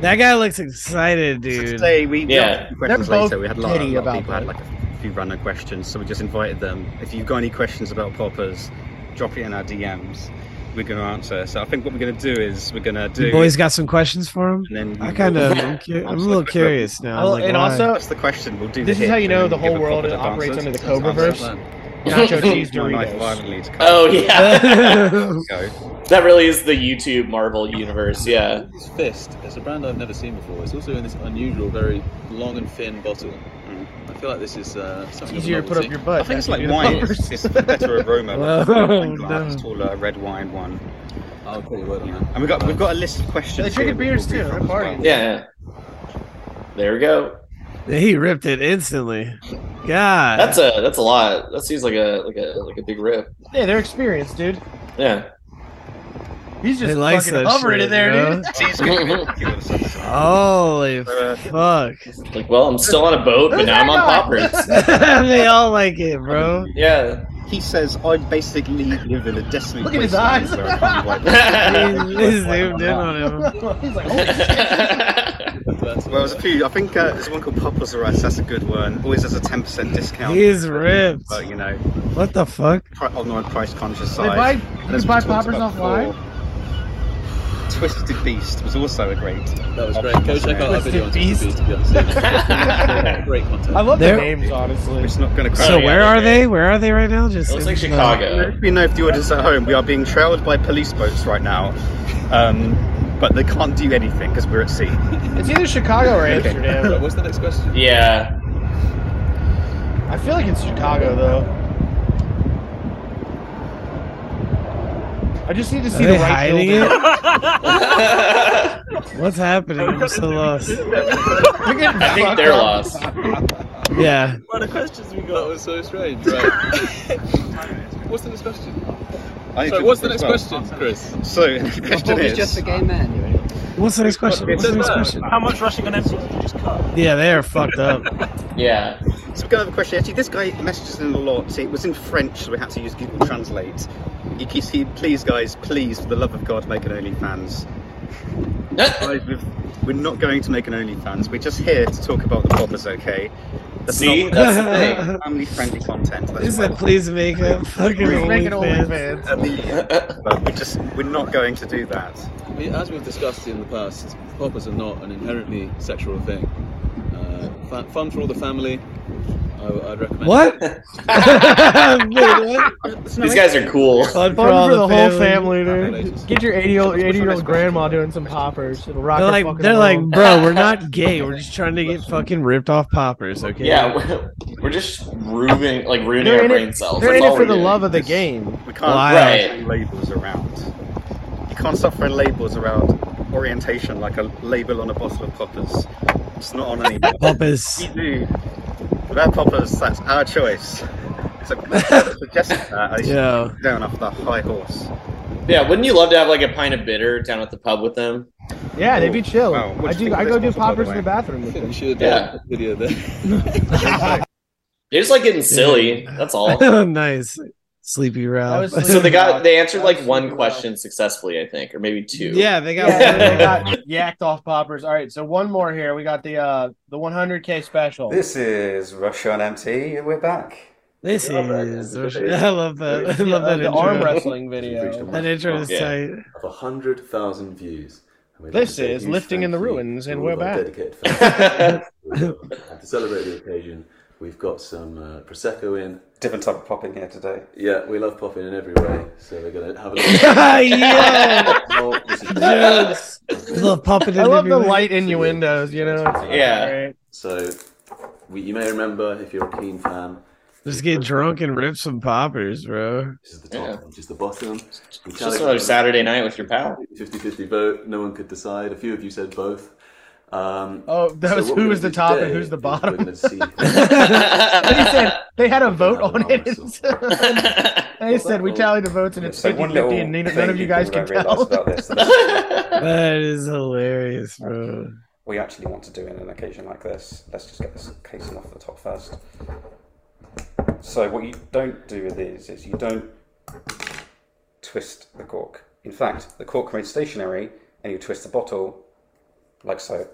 Speaker 7: That guy looks excited,
Speaker 4: so
Speaker 7: dude.
Speaker 4: today we we
Speaker 6: Yeah.
Speaker 4: had a few questions
Speaker 5: They're both
Speaker 4: later. We had a lot, a
Speaker 5: giddy
Speaker 4: lot of
Speaker 5: about
Speaker 4: people had
Speaker 5: that.
Speaker 4: like a few random questions, so we just invited them. If you've got any questions about poppers, drop it in our DMs. We're going to answer. So I think what we're going to do is we're going to do.
Speaker 7: You boys got some questions for him?
Speaker 4: and then
Speaker 7: I kind of, I'm, cu- I'm a little curious now.
Speaker 5: Well,
Speaker 7: like,
Speaker 5: and
Speaker 7: why?
Speaker 5: also-
Speaker 4: That's the question. We'll do.
Speaker 5: This
Speaker 4: the
Speaker 5: is how
Speaker 4: hit
Speaker 5: you know
Speaker 4: and
Speaker 5: the
Speaker 4: then give
Speaker 5: whole
Speaker 4: a
Speaker 5: world
Speaker 4: proper
Speaker 5: operates
Speaker 4: answer.
Speaker 5: under the
Speaker 4: That's
Speaker 5: Cobra verse.
Speaker 4: our
Speaker 5: Nacho cheese
Speaker 4: plan. My knife
Speaker 5: Doritos.
Speaker 4: violently to cut.
Speaker 6: Oh yeah.
Speaker 4: Go.
Speaker 6: that really is the YouTube Marvel universe. Yeah.
Speaker 8: It's Fist. It's a brand I've never seen before. It's also in this unusual, very long and thin bottle.
Speaker 4: Mm.
Speaker 8: I feel like this is uh,
Speaker 5: It's
Speaker 8: something of a
Speaker 5: easier to put up
Speaker 8: novelty.
Speaker 5: your
Speaker 4: I
Speaker 5: butt.
Speaker 4: think it's
Speaker 5: than
Speaker 4: like
Speaker 5: to
Speaker 4: wine.
Speaker 5: do the
Speaker 4: It's,
Speaker 5: poppers.
Speaker 4: it's the better aroma.
Speaker 7: Oh,
Speaker 4: Wine glass,
Speaker 7: no.
Speaker 4: taller uh, red wine one.
Speaker 8: I'll call you word on
Speaker 4: Yeah.
Speaker 8: that.
Speaker 4: And we got we've got a list of questions.
Speaker 5: They drink
Speaker 4: here
Speaker 5: at beers
Speaker 4: that we'll
Speaker 5: too, they're
Speaker 4: read from as
Speaker 5: partying.
Speaker 4: well.
Speaker 6: Yeah. There we go.
Speaker 7: he ripped it instantly. God,
Speaker 6: That's a that's a lot. That seems like a like a like a big rip.
Speaker 5: Yeah, they're experienced, dude.
Speaker 6: Yeah.
Speaker 5: He's
Speaker 7: He
Speaker 5: just
Speaker 7: likes
Speaker 5: fucking
Speaker 7: that
Speaker 5: hovering
Speaker 7: shit,
Speaker 5: in there,
Speaker 7: bro.
Speaker 5: dude.
Speaker 4: Jeez, give me a few of those.
Speaker 7: holy
Speaker 4: Uh,
Speaker 7: fuck!
Speaker 6: Like, well, I'm still on a boat, but now I'm on poppers.
Speaker 7: they all like it, bro.
Speaker 6: Yeah.
Speaker 4: He says I basically live in a desolate
Speaker 5: Look at his
Speaker 4: wasteland
Speaker 5: eyes.
Speaker 4: where I can't wipe
Speaker 7: He
Speaker 4: my-
Speaker 7: he zoomed in on him.
Speaker 5: He's like, holy
Speaker 6: yeah.
Speaker 4: Well, there's a few. I think uh, there's one called Poppers are Rice. That's a good one. Always has a 10% discount.
Speaker 7: He's ripped.
Speaker 4: But you know,
Speaker 7: What the fuck?
Speaker 4: pri- on the price conscious
Speaker 5: They
Speaker 4: side.
Speaker 5: buy,
Speaker 4: And
Speaker 5: you can
Speaker 4: as we
Speaker 5: buy
Speaker 4: talked
Speaker 5: poppers
Speaker 4: about
Speaker 5: offline.
Speaker 4: before, Twisted Beast was also a great.
Speaker 8: That was great. Go check out our video on
Speaker 5: Beast.
Speaker 8: Twisted Beast, to be honest. Yeah, great
Speaker 5: I
Speaker 8: content.
Speaker 5: love
Speaker 7: They're-
Speaker 5: the names, honestly.
Speaker 4: It's not going to crash.
Speaker 7: So
Speaker 6: yeah,
Speaker 7: where
Speaker 6: they're
Speaker 7: are they?
Speaker 6: great.
Speaker 7: Where are they right now? Just
Speaker 6: It looks
Speaker 7: in,
Speaker 6: like
Speaker 7: uh,
Speaker 6: Chicago.
Speaker 4: Let me know if the audience at home. We are being trailed by police boats right now, um, but they can't do anything because we're at sea.
Speaker 5: It's either Chicago or
Speaker 8: Right,
Speaker 5: Amsterdam.
Speaker 8: What's the next question?
Speaker 6: Yeah.
Speaker 5: I feel like it's Chicago though. I just need to see
Speaker 7: Are
Speaker 5: the
Speaker 7: they
Speaker 5: right
Speaker 7: hiding
Speaker 5: building.
Speaker 7: it? What's happening? I'm so lost.
Speaker 6: I think they're lost.
Speaker 7: Yeah.
Speaker 8: What the questions we got? That was so strange. Right. What's the next question?
Speaker 4: I
Speaker 8: So
Speaker 4: think
Speaker 8: what's the
Speaker 4: as
Speaker 8: next
Speaker 4: well.
Speaker 8: question, Chris?
Speaker 4: So the question is,
Speaker 7: What's the next question? What's the next question?
Speaker 9: How much rushing on empty?
Speaker 7: Yeah, they are fucked up.
Speaker 6: Yeah.
Speaker 4: so we're going to have a question. Actually, this guy messages in a lot. It was in French, so we had to use Google Translate. He keeps he, please, guys, please, for the love of God, make an OnlyFans. Guys, we've, we're not going to make an OnlyFans. We're just here to talk about the poppers, okay?
Speaker 6: See,
Speaker 4: not
Speaker 6: that's the
Speaker 4: family-friendly content. That's
Speaker 7: They
Speaker 4: why-
Speaker 7: said, please make a fucking
Speaker 5: Please make an
Speaker 7: OnlyFans.
Speaker 5: OnlyFans.
Speaker 4: A million.
Speaker 6: thing.
Speaker 4: But we're just we're not going to do that.
Speaker 10: we- as we've discussed in the past, poppers are not an inherently sexual thing. Uh, fa- fun for all the family. I, would recommend.
Speaker 7: What? Wait, what?
Speaker 6: These guys are cool.
Speaker 7: Fun
Speaker 5: Fun for, the, whole family,
Speaker 10: Populations.
Speaker 5: dude. Get your 80 old,
Speaker 10: Which one
Speaker 5: 80 year
Speaker 10: is
Speaker 5: old
Speaker 10: best?
Speaker 5: grandma doing some poppers. It'll rock
Speaker 7: They're
Speaker 5: her
Speaker 7: like,
Speaker 5: fucking
Speaker 7: they're like,
Speaker 5: world.
Speaker 7: bro, we're not gay. We're just trying to get fucking ripped off poppers, okay?
Speaker 6: Yeah, we're, we're just ruining like ruining
Speaker 5: They're
Speaker 6: our
Speaker 5: in
Speaker 6: brain
Speaker 5: it,
Speaker 6: cells.
Speaker 5: they're
Speaker 6: That's
Speaker 5: in it
Speaker 6: all
Speaker 5: Oh, for
Speaker 6: we're
Speaker 5: the
Speaker 6: doing.
Speaker 5: love of the game.
Speaker 11: We can't
Speaker 7: Right.
Speaker 11: throw labels around. You can't start throwing labels around orientation like a label on a bottle of poppers. It's not on any.
Speaker 7: Poppers.
Speaker 11: we do. Without poppers, that's our choice. So whoever suggested that, I should
Speaker 7: Yo.
Speaker 11: go down off the high horse.
Speaker 6: Yeah, wouldn't you love to have like a pint of bitter down at the pub with them?
Speaker 5: Yeah, they'd be chill.
Speaker 11: Wow, what
Speaker 5: I
Speaker 11: do you think
Speaker 5: do.
Speaker 11: of
Speaker 5: I
Speaker 11: this
Speaker 5: go do
Speaker 11: muscle, by the
Speaker 5: poppers in
Speaker 11: way?
Speaker 5: the bathroom with
Speaker 10: We
Speaker 5: them.
Speaker 10: should have
Speaker 6: Yeah.
Speaker 10: done a video there.
Speaker 6: They're just like getting silly. That's all.
Speaker 7: nice. Sleepy Ralph.
Speaker 5: was
Speaker 6: So they got they answered like
Speaker 5: Absolutely
Speaker 6: one
Speaker 5: not.
Speaker 6: question successfully, I think, or maybe two.
Speaker 7: yeah, they got
Speaker 5: Yeah, they
Speaker 6: Yeah.
Speaker 5: got yacked off poppers. All right, so one more here. We got the uh the 100k special.
Speaker 4: This is Russia on MT. We're back.
Speaker 7: This
Speaker 6: Yeah, right.
Speaker 7: is. I love that. I
Speaker 5: the,
Speaker 7: love
Speaker 5: uh,
Speaker 7: that
Speaker 5: the
Speaker 7: intro.
Speaker 5: arm wrestling
Speaker 12: Reached
Speaker 5: video.
Speaker 12: the
Speaker 7: That intro is
Speaker 6: Yeah.
Speaker 7: tight.
Speaker 12: of 100,000 views. And we'd
Speaker 5: This
Speaker 12: like to say a
Speaker 5: is
Speaker 12: huge
Speaker 5: Lifting
Speaker 12: thank
Speaker 5: in the
Speaker 12: you
Speaker 5: Ruins,
Speaker 12: to
Speaker 5: and
Speaker 12: all
Speaker 5: we're
Speaker 12: of our
Speaker 5: back.
Speaker 12: dedicated fans. and to celebrate the occasion, we've got some uh, Prosecco in.
Speaker 4: Different type of popping here today.
Speaker 12: Yeah, we love popping in every way, so we're going to have a little
Speaker 7: yeah.
Speaker 12: Oh, this is-
Speaker 7: Yes. Love popping in
Speaker 5: I love the
Speaker 7: everywhere.
Speaker 5: light innuendos. You know. It's
Speaker 6: Yeah.
Speaker 5: great.
Speaker 12: So, we, you may remember if you're a keen fan,
Speaker 7: Just get drunk and rip some poppers, bro.
Speaker 12: this is the top,
Speaker 6: Yeah.
Speaker 12: which is the bottom. We
Speaker 6: It's just another Saturday night with your pal.
Speaker 12: 50 50 vote, no one could decide. A few of you said both. Um,
Speaker 5: Oh, that was who was the top and who's the bottom. They said they had a vote on it. they said we tallied the votes and it's
Speaker 4: So
Speaker 5: 50
Speaker 4: one
Speaker 5: 50
Speaker 4: little
Speaker 5: and neither-
Speaker 4: thing
Speaker 5: none of you guys
Speaker 4: people
Speaker 5: can
Speaker 4: don't realise
Speaker 5: tell.
Speaker 4: about this that
Speaker 7: That is hilarious, bro.
Speaker 4: we actually want to do in an occasion like this. Let's just get this casing off the top first. So what you don't do with these is you don't twist the cork. In fact, the cork remains stationary, and you twist the bottle like so.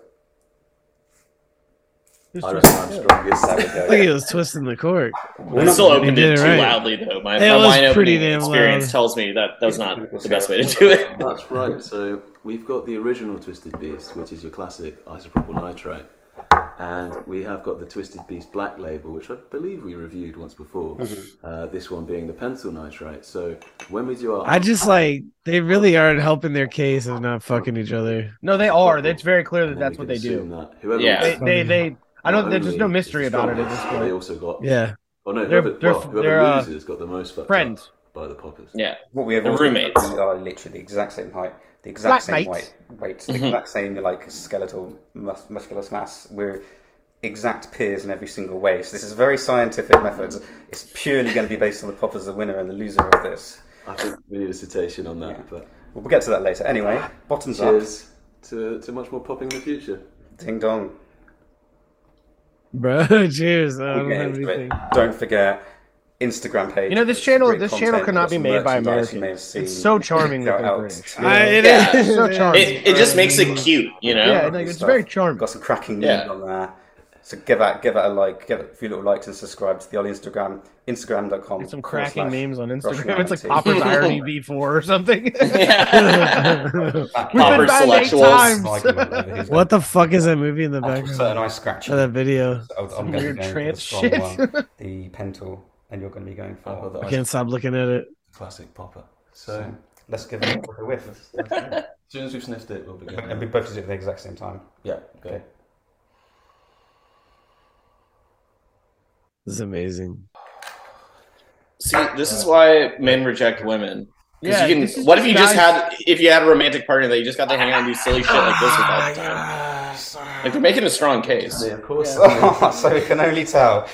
Speaker 12: I reckon I'm strongest.
Speaker 4: There we
Speaker 7: I think
Speaker 4: go.
Speaker 7: he was twisting the cork.
Speaker 6: We still opened
Speaker 7: did
Speaker 6: it
Speaker 7: it
Speaker 6: too
Speaker 7: right.
Speaker 6: loudly though. My,
Speaker 7: It
Speaker 6: my
Speaker 7: was
Speaker 6: wine
Speaker 7: pretty
Speaker 6: opening
Speaker 7: damn
Speaker 6: experience
Speaker 7: loud.
Speaker 6: tells me that that was not the best way to do it.
Speaker 12: That's right. So we've got the original Twisted Beast, which is your classic isopropyl nitrite, and we have got the Twisted Beast Black Label, which I believe we reviewed once before.
Speaker 5: Mm-hmm.
Speaker 12: Uh, this one being the pencil nitrite. So when we do our,
Speaker 7: I just like they really aren't helping their case and not fucking each other.
Speaker 5: No, they are. It's very clear that
Speaker 12: then
Speaker 5: that's
Speaker 12: we
Speaker 5: what
Speaker 12: can
Speaker 5: they do.
Speaker 12: assume That whoever
Speaker 6: Yeah.
Speaker 5: They, they, they. I
Speaker 12: not
Speaker 5: don't. There's just
Speaker 12: only
Speaker 5: no
Speaker 12: is
Speaker 5: mystery
Speaker 12: the
Speaker 5: about it at this
Speaker 12: strongest, They
Speaker 5: point.
Speaker 12: also got
Speaker 7: Yeah.
Speaker 12: Oh no,
Speaker 5: They're-
Speaker 12: whoever,
Speaker 5: they're-
Speaker 12: well, whoever
Speaker 5: they're, uh,
Speaker 12: loses got the most fucked
Speaker 5: friends.
Speaker 12: up by the poppers.
Speaker 6: Yeah.
Speaker 4: What we have
Speaker 6: They're
Speaker 4: also done
Speaker 6: roommates.
Speaker 4: is they are literally the exact same height, the exact
Speaker 5: Flatmates.
Speaker 4: same weight, weight, the exact same like skeletal mus- muscular mass. We're exact peers in every single way. So this is very scientific methods. It's purely going to be based on the poppers, the winner and the loser of this.
Speaker 12: I think we need a citation on that.
Speaker 4: Yeah.
Speaker 12: But
Speaker 4: We'll get to that later. Anyway, bottoms
Speaker 12: cheers to, to much more popping in the future.
Speaker 4: up, ding dong.
Speaker 7: Bro, cheers. I don't
Speaker 4: We'll get
Speaker 7: have
Speaker 4: into it.
Speaker 7: anything.
Speaker 4: Don't forget Instagram page.
Speaker 5: You know, this
Speaker 4: It's
Speaker 5: channel-
Speaker 4: great
Speaker 5: this
Speaker 4: content.
Speaker 5: channel
Speaker 4: We've
Speaker 5: cannot
Speaker 4: got
Speaker 5: be
Speaker 4: some
Speaker 5: made by
Speaker 4: merchandise you may
Speaker 5: Americans.
Speaker 4: have
Speaker 5: It's
Speaker 4: seen.
Speaker 5: so charming
Speaker 4: They're
Speaker 5: that they're
Speaker 4: out.
Speaker 5: British.
Speaker 7: I, it
Speaker 6: Yeah.
Speaker 7: is-
Speaker 5: So charming.
Speaker 6: It, it just makes it cute, you know.
Speaker 5: Yeah, like, it's
Speaker 4: stuff.
Speaker 5: very charming.
Speaker 4: Got some cracking news
Speaker 6: Yeah.
Speaker 4: on there. So give that give it a like, give it a few little likes and subscribe to the old Instagram, instagram.com.
Speaker 5: Some
Speaker 4: forward
Speaker 5: cracking
Speaker 4: slash
Speaker 5: names on
Speaker 4: Russian
Speaker 5: Instagram. It's like
Speaker 4: MT.
Speaker 5: Popper's IRDB4 or something.
Speaker 6: Yeah. Popper
Speaker 5: banned eight
Speaker 6: intellectuals.
Speaker 5: times.
Speaker 7: What the fuck is that movie in the background?
Speaker 4: So a nice scratch.
Speaker 7: Oh, that video.
Speaker 4: I'm gonna be
Speaker 5: weird
Speaker 4: going for
Speaker 5: trance
Speaker 4: the strong
Speaker 5: shit.
Speaker 4: one, the pental, and you're going to be going for.
Speaker 12: Oh,
Speaker 7: I
Speaker 12: that
Speaker 7: can't stop looking at it.
Speaker 12: classic popper. So
Speaker 4: So let's give it a whiff.
Speaker 12: as soon as we've sniffed it, we'll begin.
Speaker 4: and we both did it at the exact same time.
Speaker 12: yeah, go.
Speaker 4: Okay.
Speaker 7: This is amazing.
Speaker 6: See, this is why men reject women. 'Cause
Speaker 5: Yeah,
Speaker 6: you
Speaker 5: this
Speaker 6: can,
Speaker 5: is
Speaker 6: what if you just
Speaker 5: guys-
Speaker 6: had if you had a romantic partner that you just got to hang out and do silly shit like this with all the time? Like they're making a strong case.
Speaker 12: Yeah, of course.
Speaker 4: Oh, so we can only tell.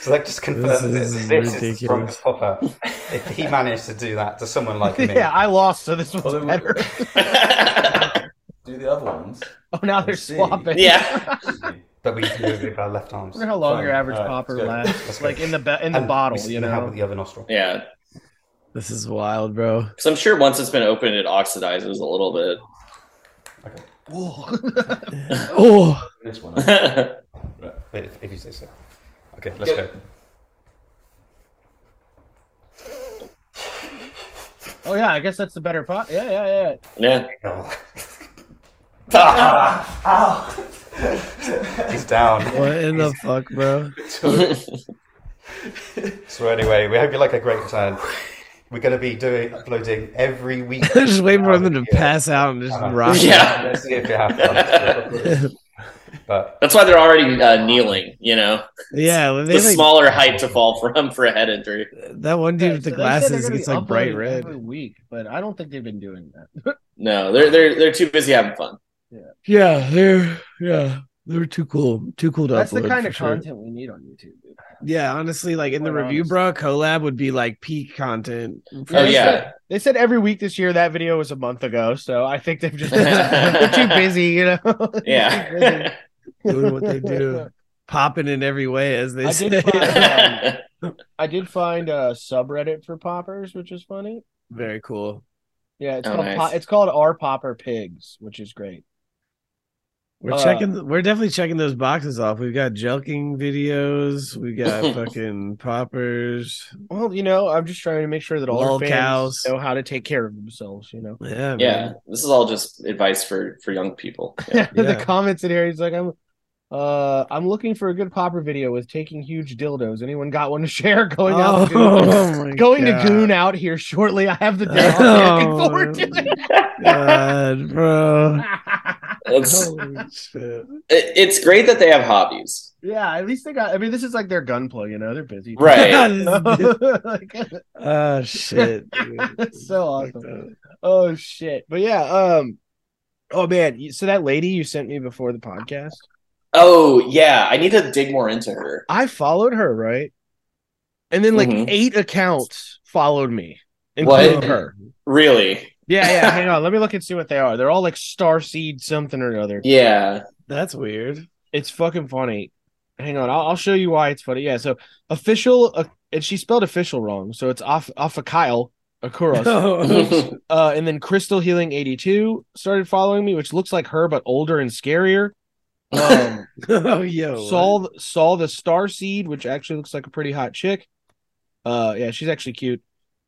Speaker 4: So that just confirms that
Speaker 7: This
Speaker 4: this
Speaker 7: is
Speaker 4: is,
Speaker 7: ridiculous.
Speaker 4: the strongest popper. If he managed to do that to someone like me,
Speaker 5: yeah, I lost, so this
Speaker 12: Well,
Speaker 5: was
Speaker 12: then
Speaker 5: better.
Speaker 12: Do the other ones.
Speaker 5: Oh, now they're
Speaker 12: see.
Speaker 5: swapping.
Speaker 6: yeah.
Speaker 4: but we do it with our left arms.
Speaker 5: I wonder how long
Speaker 12: Fine.
Speaker 5: your average
Speaker 12: All right,
Speaker 5: popper
Speaker 12: let's go.
Speaker 5: lasts.
Speaker 4: go.
Speaker 5: Like in the be- in the
Speaker 4: And
Speaker 5: bottle,
Speaker 4: we
Speaker 5: you
Speaker 4: see how
Speaker 5: know.
Speaker 4: with the other nostril.
Speaker 6: Yeah.
Speaker 7: This is wild, bro.
Speaker 6: Because I'm sure once it's been opened, it oxidizes a little bit.
Speaker 7: Oh,
Speaker 12: This one.
Speaker 4: If, if you say so. Okay, let's go.
Speaker 5: Oh yeah, I guess that's the better pot. Yeah, yeah, yeah.
Speaker 6: Yeah.
Speaker 9: He's down.
Speaker 7: What in the fuck, bro?
Speaker 9: So anyway, we hope you like a great time. We're going to be doing uploading every week.
Speaker 7: just waiting for them to
Speaker 9: Yeah.
Speaker 7: pass out and just
Speaker 9: Uh-huh.
Speaker 7: rock.
Speaker 6: Yeah.
Speaker 9: Let's see if you have fun. but
Speaker 6: That's why they're already uh, kneeling, you know?
Speaker 7: Yeah,
Speaker 6: The
Speaker 7: they like,
Speaker 6: smaller height to fall from for a head injury.
Speaker 7: that one dude
Speaker 5: Yeah,
Speaker 7: with
Speaker 5: so they said they're
Speaker 7: the glasses
Speaker 5: gonna be
Speaker 7: gets like bright
Speaker 5: uploading
Speaker 7: red.
Speaker 5: every week, but I don't think they've been doing that.
Speaker 6: No, they're they're they're too busy having fun.
Speaker 7: Yeah, they're yeah, they're too cool, too cool to
Speaker 5: That's
Speaker 7: upload.
Speaker 5: the kind
Speaker 7: for
Speaker 5: of
Speaker 7: sure.
Speaker 5: content we need on YouTube. Dude.
Speaker 7: Yeah, honestly, like in the
Speaker 5: Quite
Speaker 7: review,
Speaker 5: honest.
Speaker 7: bro, collab would be like peak content.
Speaker 6: Oh
Speaker 5: they
Speaker 6: yeah.
Speaker 5: said- they said every week this year. That video was a month ago, so I think they've just they're too busy, you know. They're too busy.
Speaker 6: Yeah.
Speaker 7: doing what they do, popping in every way, as they
Speaker 5: I
Speaker 7: say.
Speaker 5: did find- I did find a subreddit for poppers, which is funny.
Speaker 7: Very cool.
Speaker 5: Yeah, it's
Speaker 6: Oh,
Speaker 5: called
Speaker 6: nice.
Speaker 5: po- it's called our popper pigs, which is great.
Speaker 7: We're
Speaker 5: Uh,
Speaker 7: checking. We're definitely checking those boxes off. We've got jelking videos. We got fucking poppers.
Speaker 5: Well, you know, I'm just trying to make sure that all
Speaker 7: Lol
Speaker 5: our fans
Speaker 7: cows.
Speaker 5: know how to take care of themselves. You know,
Speaker 7: Yeah,
Speaker 6: yeah. This is all just advice for for young people. Yeah.
Speaker 5: the
Speaker 7: Yeah.
Speaker 5: comments in here, he's like, I'm. Uh, I'm looking for a good popper video with taking huge dildos. Anyone got one to share? Going out, to goon.
Speaker 7: Oh, my
Speaker 5: going
Speaker 7: God.
Speaker 5: to goon out here shortly. I have the day off.
Speaker 7: Oh,
Speaker 5: looking forward to it.
Speaker 7: God,
Speaker 6: Oh.
Speaker 7: bro.
Speaker 6: It's,
Speaker 7: Holy shit.
Speaker 6: it- it's great that they have hobbies.
Speaker 5: yeah, at least they got. I mean, this is like their gunplay. You know, they're busy.
Speaker 6: Right.
Speaker 5: Like,
Speaker 7: oh shit. dude.
Speaker 5: That's so awesome. oh shit. But yeah. Um. Oh man. you- So that lady you sent me before the podcast,
Speaker 6: Oh yeah. I need to dig more into her.
Speaker 5: I followed her right, and then like
Speaker 6: Mhm.
Speaker 5: eight accounts followed me,
Speaker 6: What?
Speaker 5: including her.
Speaker 6: Really.
Speaker 5: Yeah, yeah. hang on. Let me look and see what they are. They're all like starseed something or other.
Speaker 6: Yeah.
Speaker 7: That's weird.
Speaker 5: It's fucking funny. Hang on, I'll, I'll show you why it's funny. Yeah, so official, uh, and she spelled official wrong, so it's off off a Kyle Akuros. uh, and then Crystal Healing eighty two started following me, which looks like her but older and scarier. Um,
Speaker 7: oh yo.
Speaker 5: saw th- saw the Star Seed, which actually looks like a pretty hot chick. Uh, yeah, she's actually cute.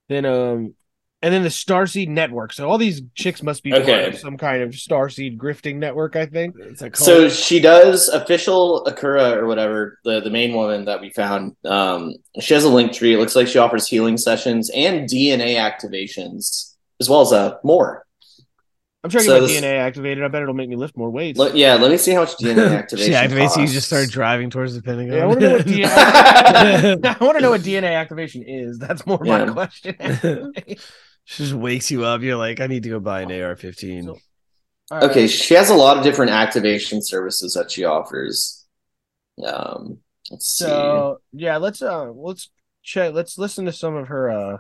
Speaker 5: Then um, and then the Star Seed Network. So all these chicks must be part
Speaker 6: Okay.
Speaker 5: of some kind of Star Seed grifting network, I think.
Speaker 7: It's a cult.
Speaker 6: so she does official Akura or whatever the the main woman that we found. Um, she has a link tree. It looks like she offers healing sessions and DNA activations as well as uh more.
Speaker 5: I'm trying to
Speaker 6: So
Speaker 5: get my
Speaker 6: this-
Speaker 5: DNA activated. I bet it'll make me lift more weights.
Speaker 6: Let- yeah, let me see how much DNA activation.
Speaker 7: she activates you, you
Speaker 6: costs.
Speaker 7: just start driving towards the Pentagon.
Speaker 5: Yeah, I want to know what DNA. I want to know what DNA activation is. That's more my
Speaker 6: Yeah.
Speaker 5: question.
Speaker 7: she just wakes you up. You're like, I need to go buy an AR 15.
Speaker 5: So- All right.
Speaker 6: okay, she has a lot of different activation services that she offers. Um, let's
Speaker 5: So yeah, let's uh let's check. Let's listen to some of her uh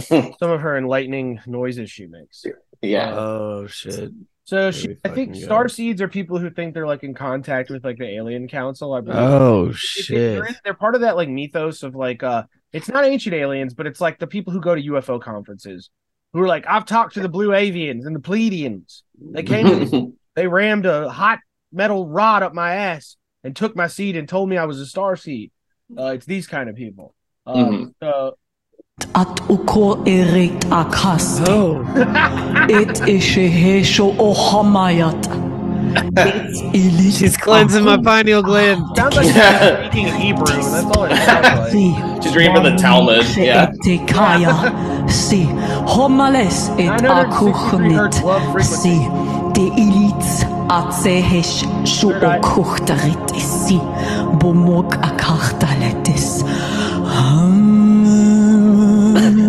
Speaker 5: some of her enlightening noises she makes.
Speaker 6: see. Yeah.
Speaker 7: Oh, shit.
Speaker 5: So
Speaker 7: Very
Speaker 5: she, I think
Speaker 7: fucking good.
Speaker 5: star seeds are people who think they're like in contact with like the alien council. I believe.
Speaker 7: Oh,
Speaker 5: If they're
Speaker 7: shit.
Speaker 5: in- they're part of that like mythos of like uh it's not ancient aliens, but it's like the people who go to UFO conferences who are like, I've talked to the blue avians and the Pleiadians. They came to They rammed a hot metal rod up my ass and took my seed and told me I was a star seed. Uh, it's these kind of people.
Speaker 6: Mm-hmm.
Speaker 5: Um, so-
Speaker 1: At ukor erect akas,
Speaker 7: Oh,
Speaker 1: et eshehecho ohamayat.
Speaker 7: she's cleansing my pineal gland.
Speaker 5: sounds like they're speaking Hebrew. That's all it sounds like.
Speaker 6: She's reading from the Talmud. Yeah.
Speaker 1: Tekaya, si, homales et
Speaker 5: 963 hertz
Speaker 1: akuchunit,
Speaker 5: love frequency.
Speaker 1: si, de ilits atsehesh shu
Speaker 5: Third eye.
Speaker 1: okuchtarit si, bomok akachtaletis. Hum.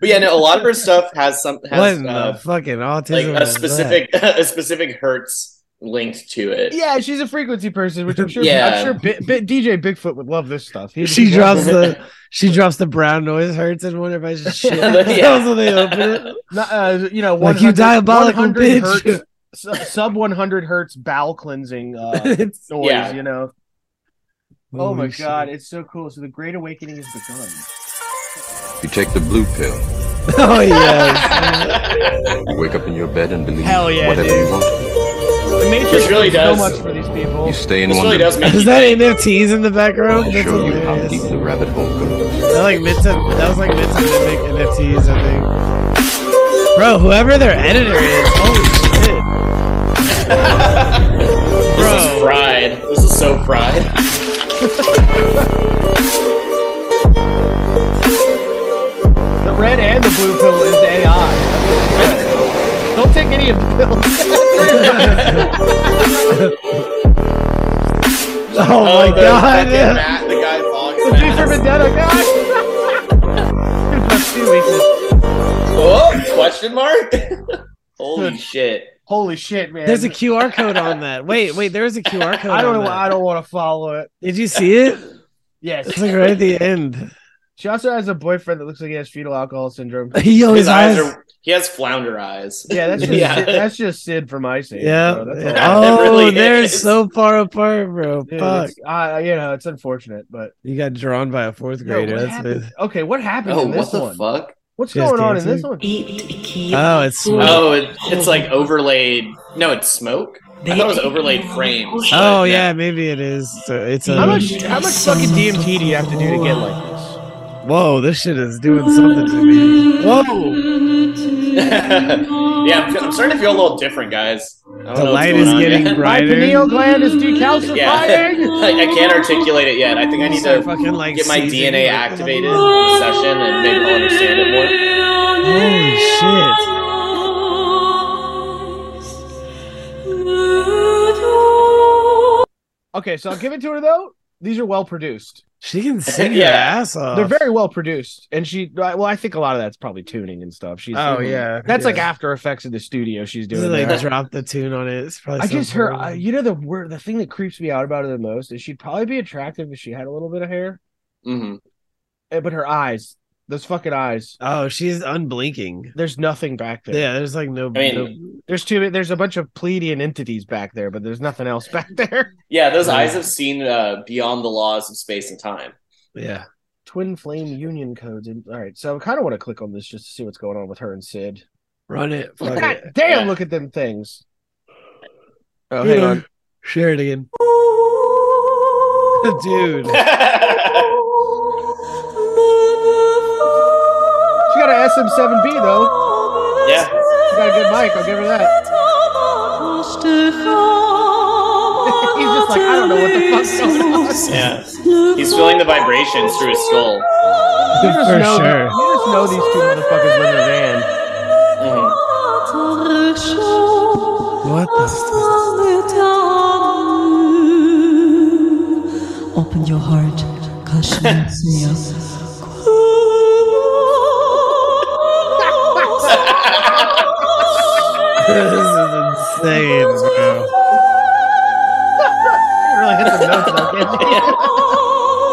Speaker 6: But yeah, no, a lot of her stuff has some
Speaker 7: What
Speaker 6: has
Speaker 7: in the
Speaker 6: uh,
Speaker 7: fucking
Speaker 6: like
Speaker 7: autism?
Speaker 6: a
Speaker 7: is that?
Speaker 6: specific a specific hertz linked to it.
Speaker 5: Yeah, she's a frequency person, which I'm sure.
Speaker 6: Yeah.
Speaker 5: I'm sure Bi- Bi- DJ Bigfoot would love this stuff. He-
Speaker 7: She
Speaker 5: he-
Speaker 7: drops the she drops the brown noise hurts and one everybody's just shit.
Speaker 6: Yeah.
Speaker 7: themselves when they open it.
Speaker 5: Not, uh, you know,
Speaker 7: Like, you
Speaker 5: 100
Speaker 7: diabolical
Speaker 5: 100
Speaker 7: bitch.
Speaker 5: hertz- su- sub 100 hertz bowel cleansing uh,
Speaker 7: It's-
Speaker 5: noise.
Speaker 6: Yeah.
Speaker 5: You know. Oh my
Speaker 7: Holy shit.
Speaker 5: god, it's so cool. So the Great Awakening has begun.
Speaker 13: You take the blue pill,
Speaker 7: Oh yes.
Speaker 13: you wake up in your bed and believe
Speaker 7: Hell yeah,
Speaker 13: whatever you want.
Speaker 5: The Matrix
Speaker 6: This really
Speaker 5: did so
Speaker 6: does.
Speaker 5: much for these people.
Speaker 13: You stay in
Speaker 6: This
Speaker 13: one
Speaker 6: really does make
Speaker 7: Is that NFTs in the background? That's
Speaker 13: show you how
Speaker 7: hilarious.
Speaker 13: deep the rabbit hole goes.
Speaker 7: That like meant to, that was like meant to mimic NFTs, I think. Bro, whoever their editor is, holy shit.
Speaker 6: This is fried. This is so fried.
Speaker 7: Oh
Speaker 5: The red and the blue pill is AI. Don't take any of the pills.
Speaker 7: Oh, my
Speaker 6: the
Speaker 7: god.
Speaker 6: fucking
Speaker 7: Yeah.
Speaker 6: Matt, the guy following
Speaker 5: Be for
Speaker 6: Matt.
Speaker 5: vendetta, God. That's two weakness.
Speaker 6: Oh, question mark? Holy shit.
Speaker 5: Holy shit, man.
Speaker 7: There's a QR code on that. Wait, wait, there is a QR code.
Speaker 5: I don't
Speaker 7: on
Speaker 5: know.
Speaker 7: that.
Speaker 5: I don't want to follow it.
Speaker 7: Did you see it?
Speaker 5: Yes.
Speaker 7: It's like right at the end.
Speaker 5: She also has a boyfriend that looks like he has fetal alcohol syndrome.
Speaker 7: Yo,
Speaker 6: His eyes are. He has flounder eyes.
Speaker 5: Yeah, that's just
Speaker 6: Yeah.
Speaker 5: Sid, that's just Sid from Ice Age.
Speaker 7: Yeah.
Speaker 5: bro. That's all.
Speaker 6: Yeah,
Speaker 7: Oh,
Speaker 6: it really
Speaker 7: they're
Speaker 6: is.
Speaker 7: so far apart, bro.
Speaker 5: Dude,
Speaker 7: Fuck.
Speaker 5: it's- I- you know, it's unfortunate, but
Speaker 7: You got drawn by a fourth
Speaker 5: Yo,
Speaker 7: grader.
Speaker 5: what
Speaker 7: That's
Speaker 5: happened-
Speaker 7: it.
Speaker 5: okay. What happened
Speaker 6: Oh,
Speaker 5: in this
Speaker 6: what the
Speaker 5: one?
Speaker 6: fuck?
Speaker 5: What's
Speaker 7: Just
Speaker 5: going on in
Speaker 7: dancing?
Speaker 5: this one?
Speaker 7: Oh, it's smoke.
Speaker 6: Oh, it, it's like overlaid. No, it's smoke. I thought it was overlaid frames. but
Speaker 7: Oh,
Speaker 6: no.
Speaker 7: yeah, maybe it is. So it's um,
Speaker 5: How
Speaker 7: a,
Speaker 5: much how much fucking DMT do you have to do to get like this?
Speaker 7: whoa, this shit is doing something to me. Whoa,
Speaker 6: yeah, I'm, I'm starting to feel a little different, guys. I don't know
Speaker 7: the
Speaker 6: what's
Speaker 7: light
Speaker 6: going
Speaker 7: is
Speaker 6: on
Speaker 7: getting
Speaker 6: yet.
Speaker 5: My pineal
Speaker 7: brighter.
Speaker 5: gland is decalcifying.
Speaker 6: Yeah, I, I can't articulate it yet. I think I need
Speaker 7: Start
Speaker 6: to
Speaker 7: fucking, like,
Speaker 6: get my
Speaker 7: seizing,
Speaker 6: DNA
Speaker 7: like-
Speaker 6: activated in the session and maybe I'll understand it more.
Speaker 7: Holy shit.
Speaker 5: Okay, so I'll give it to her though. These are well produced.
Speaker 7: She can sing
Speaker 6: Yeah.
Speaker 7: her ass off.
Speaker 5: They're very well produced, and she. Well, I think a lot of that's probably tuning and stuff. She's
Speaker 7: Oh, yeah.
Speaker 5: that's like
Speaker 7: Yeah.
Speaker 5: after effects of the studio she's
Speaker 7: Just,
Speaker 5: doing.
Speaker 7: like
Speaker 5: there.
Speaker 7: drop the tune on it. It's probably
Speaker 5: I just
Speaker 7: something-
Speaker 5: her. I- You know the word. The thing that creeps me out about her the most is she'd probably be attractive if she had a little bit of hair,
Speaker 6: hmm
Speaker 5: eh, but her eyes, those fucking eyes.
Speaker 7: Oh, she's unblinking.
Speaker 5: There's nothing back there.
Speaker 7: Yeah, there's like no.
Speaker 6: I mean,
Speaker 7: no-
Speaker 5: There's two. There's a bunch of Pleiadian entities back there, but there's nothing else back there.
Speaker 6: Yeah, those eyes have seen uh, beyond the laws of space and time.
Speaker 7: yeah.
Speaker 5: Twin flame union codes. And, all right, so I kind of want to click on this just to see what's going on with her and Sid.
Speaker 7: Run it. Fuck
Speaker 5: God
Speaker 7: it.
Speaker 5: damn!
Speaker 6: Yeah.
Speaker 5: Look at them things.
Speaker 7: Oh, hang on. Share it again. Dude.
Speaker 5: She got an SM7B though.
Speaker 6: yeah.
Speaker 5: She got a good mic. I'll give her that. He's just like, I don't know what the fuck's going on.
Speaker 6: Yeah. He's feeling the vibrations through his skull.
Speaker 5: You just
Speaker 7: For
Speaker 5: know,
Speaker 7: sure.
Speaker 5: You just know these two motherfuckers live in a van.
Speaker 6: Mhm.
Speaker 7: What the?
Speaker 1: Open your heart,
Speaker 7: this is insane, bro.
Speaker 5: You really hit the notes though, can't you?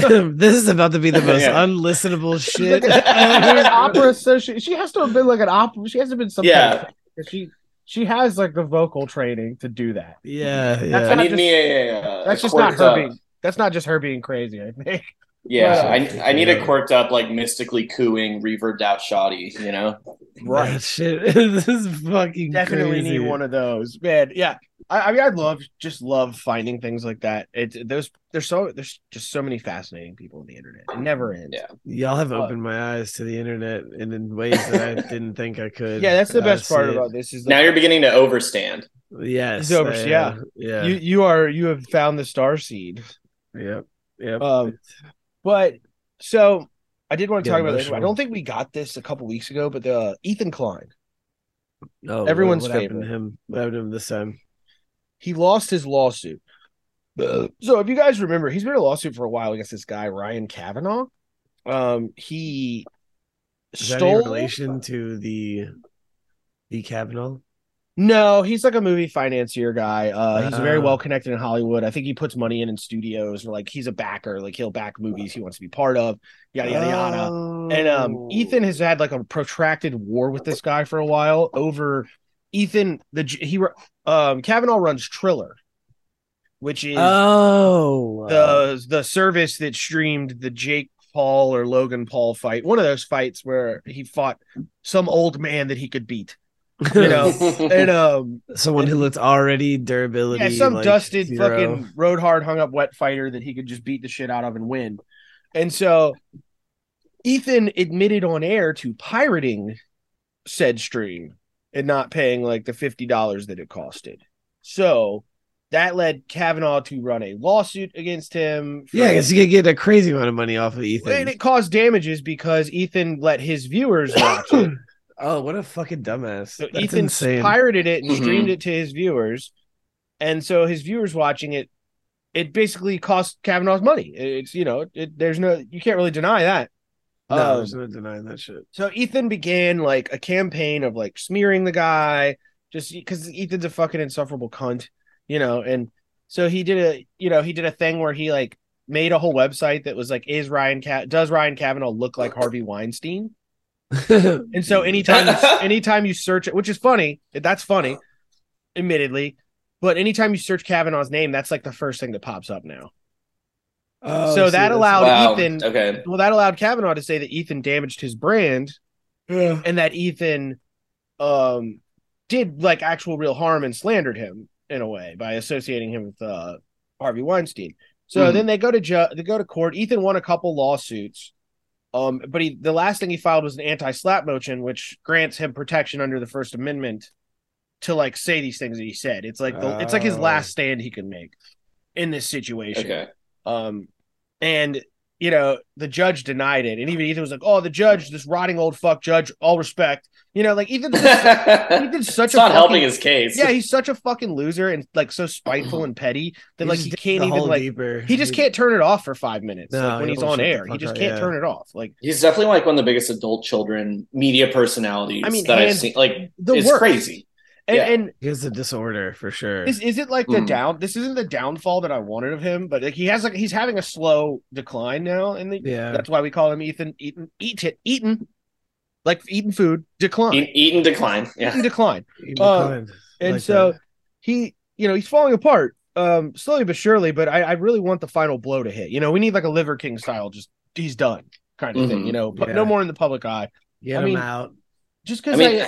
Speaker 7: this is about to be the most
Speaker 6: Yeah.
Speaker 7: unlistenable shit.
Speaker 5: an opera associate. She has to have been like an opera. She has to have been some.
Speaker 6: Yeah.
Speaker 5: kind of- she she has like the vocal training to do that.
Speaker 7: yeah,
Speaker 6: I
Speaker 7: yeah.
Speaker 6: need
Speaker 5: just-
Speaker 6: me a. a- a
Speaker 5: That's just not
Speaker 6: quirked
Speaker 5: her
Speaker 6: up-
Speaker 5: being. That's not just her being crazy. I think.
Speaker 6: Yeah,
Speaker 7: Right.
Speaker 6: I, I need a quirked up, like mystically cooing, reverbed out shoddy, you know?
Speaker 7: That shit. this is fucking
Speaker 5: Definitely
Speaker 7: crazy.
Speaker 5: need one of those, man. Yeah. I, I mean, I love just love finding things like that. It's there's there's so there's just so many fascinating people on the internet. It never ends.
Speaker 6: Yeah.
Speaker 7: Y'all have opened my eyes to the internet and in ways that I didn't think I could.
Speaker 5: Yeah, that's the
Speaker 7: I
Speaker 5: best
Speaker 7: see
Speaker 5: part
Speaker 7: it.
Speaker 5: about this is
Speaker 6: Now
Speaker 5: that
Speaker 6: you're beginning to overstand.
Speaker 7: Yes.
Speaker 5: It's over-
Speaker 7: I am.
Speaker 5: yeah.
Speaker 7: Yeah.
Speaker 5: you you are you have found the star seed.
Speaker 7: yep. Yep.
Speaker 5: Um, but so I did want to
Speaker 7: Get
Speaker 5: talk about this. I
Speaker 7: emotional.
Speaker 5: don't think we got this a couple weeks ago, but uh, Ethan Klein
Speaker 7: no,
Speaker 5: everyone's
Speaker 7: Oh, what happened to him? What happened to him this time?
Speaker 5: he lost his lawsuit. Uh, So if you guys remember, he's been in a lawsuit for a while against this guy Ryan Kavanaugh. Um, he
Speaker 7: Is that any
Speaker 5: stole.
Speaker 7: relation to the the Kavanaugh?
Speaker 5: No, he's like a movie financier guy. Uh, he's very
Speaker 7: Ah.
Speaker 5: well connected in Hollywood. I think he puts money in in studios. Or like he's a backer. Like he'll back movies he wants to be part of. Yada yada yada. And um, Ethan has had like a protracted war with this guy for a while over Ethan. The j- he ru- um Kavanaugh runs Triller, which is
Speaker 7: Oh.
Speaker 5: the the service that streamed the Jake Paul or Logan Paul fight, one of those fights where he fought some old man that he could beat.
Speaker 7: Oh.
Speaker 5: You know, and um,
Speaker 7: someone who looked already durability.
Speaker 5: yeah, some
Speaker 7: like,
Speaker 5: dusted
Speaker 7: zero.
Speaker 5: fucking road hard, hung up wet fighter that he could just beat the shit out of and win. And so Ethan admitted on air to pirating said stream and not paying like the $50 that it costed. So that led Kavanaugh to run a lawsuit against him. for-
Speaker 7: Yeah, because you could get a crazy amount of money off of Ethan.
Speaker 5: and it caused damages because Ethan let his viewers watch it.
Speaker 7: oh, what a fucking dumbass!
Speaker 5: So
Speaker 7: That's
Speaker 5: Ethan
Speaker 7: insane.
Speaker 5: pirated it and
Speaker 6: Mhm.
Speaker 5: streamed it to his viewers, and so his viewers watching it, it basically cost Kavanaugh's money. It's you know, it, there's no you can't really deny that.
Speaker 7: no,
Speaker 5: Um,
Speaker 7: there's no denying that shit.
Speaker 5: so Ethan began like a campaign of like smearing the guy, just because Ethan's a fucking insufferable cunt, you know. And so he did a, you know, he did a thing where he like made a whole website that was like, is Ryan Ca- does Ryan Kavanaugh look like Harvey Weinstein? And so anytime you, anytime you search it, which is funny, that's funny, admittedly, but anytime you search Kavanaugh's name, that's like the first thing that pops up now.
Speaker 7: Oh,
Speaker 5: so
Speaker 7: see,
Speaker 5: that
Speaker 7: that's-
Speaker 5: allowed
Speaker 6: Wow.
Speaker 5: Ethan.
Speaker 6: Okay.
Speaker 5: Well, that allowed Kavanaugh to say that Ethan damaged his brand
Speaker 7: Yeah.
Speaker 5: and that Ethan um did like actual real harm and slandered him in a way by associating him with uh Harvey Weinstein. So
Speaker 7: Hmm.
Speaker 6: Mhm.
Speaker 5: then they go to ju- they go to court. Ethan won a couple lawsuits. Um but he the last thing he filed was an anti-slap motion which grants him protection under the first amendment to like say these things that he said. It's like the, it's like his
Speaker 7: Oh.
Speaker 5: last stand he can make in this situation.
Speaker 6: Okay.
Speaker 5: Um, and you know, the judge denied it, and even Ethan was like, "Oh, the judge, this rotting old fuck judge. All respect." You know, like Ethan,
Speaker 6: it's
Speaker 5: Ethan's such a
Speaker 6: not
Speaker 5: fucking,
Speaker 6: helping his case.
Speaker 5: Yeah, he's such a fucking loser and like so spiteful and petty that like he
Speaker 7: just digs
Speaker 5: can't
Speaker 7: the
Speaker 5: even
Speaker 7: hole
Speaker 5: like
Speaker 7: deeper.
Speaker 5: he just can't turn it off for five minutes
Speaker 7: No,
Speaker 5: like, when
Speaker 7: he
Speaker 5: he's
Speaker 7: won't
Speaker 5: on
Speaker 7: shut the
Speaker 5: air. He
Speaker 7: fuck
Speaker 5: just
Speaker 7: up,
Speaker 5: can't
Speaker 7: yeah.
Speaker 5: turn it off. Like
Speaker 6: He's definitely like one of the biggest adult children media personalities
Speaker 5: I mean,
Speaker 6: that I've
Speaker 5: hands-
Speaker 6: seen. Like,
Speaker 5: the
Speaker 6: it's
Speaker 5: worst.
Speaker 6: crazy.
Speaker 5: and,
Speaker 6: Yeah.
Speaker 5: and
Speaker 7: He has a disorder for sure.
Speaker 5: this isn't like the
Speaker 6: Mm.
Speaker 5: down. This isn't the downfall that I wanted of him, but like he has like he's having a slow decline now, and the,
Speaker 7: yeah.
Speaker 5: that's why we call him Ethan. Eaton, eat it, eaten, like eating food decline.
Speaker 6: Eat, E-, eat and decline.
Speaker 5: Eaton
Speaker 6: Yeah.
Speaker 5: decline.
Speaker 7: He
Speaker 5: uh,
Speaker 7: declined.
Speaker 5: and
Speaker 7: Like uh,
Speaker 5: so
Speaker 7: that.
Speaker 5: he you know he's falling apart um slowly but surely but I, I really want the final blow to hit you know we need like a liver king style just he's done kind of thing
Speaker 6: Mhm.
Speaker 5: you know but
Speaker 7: Yeah.
Speaker 5: no more in the public eye
Speaker 7: get
Speaker 5: I
Speaker 7: him
Speaker 5: mean-
Speaker 7: out.
Speaker 5: just
Speaker 6: I
Speaker 5: because I,
Speaker 6: mean,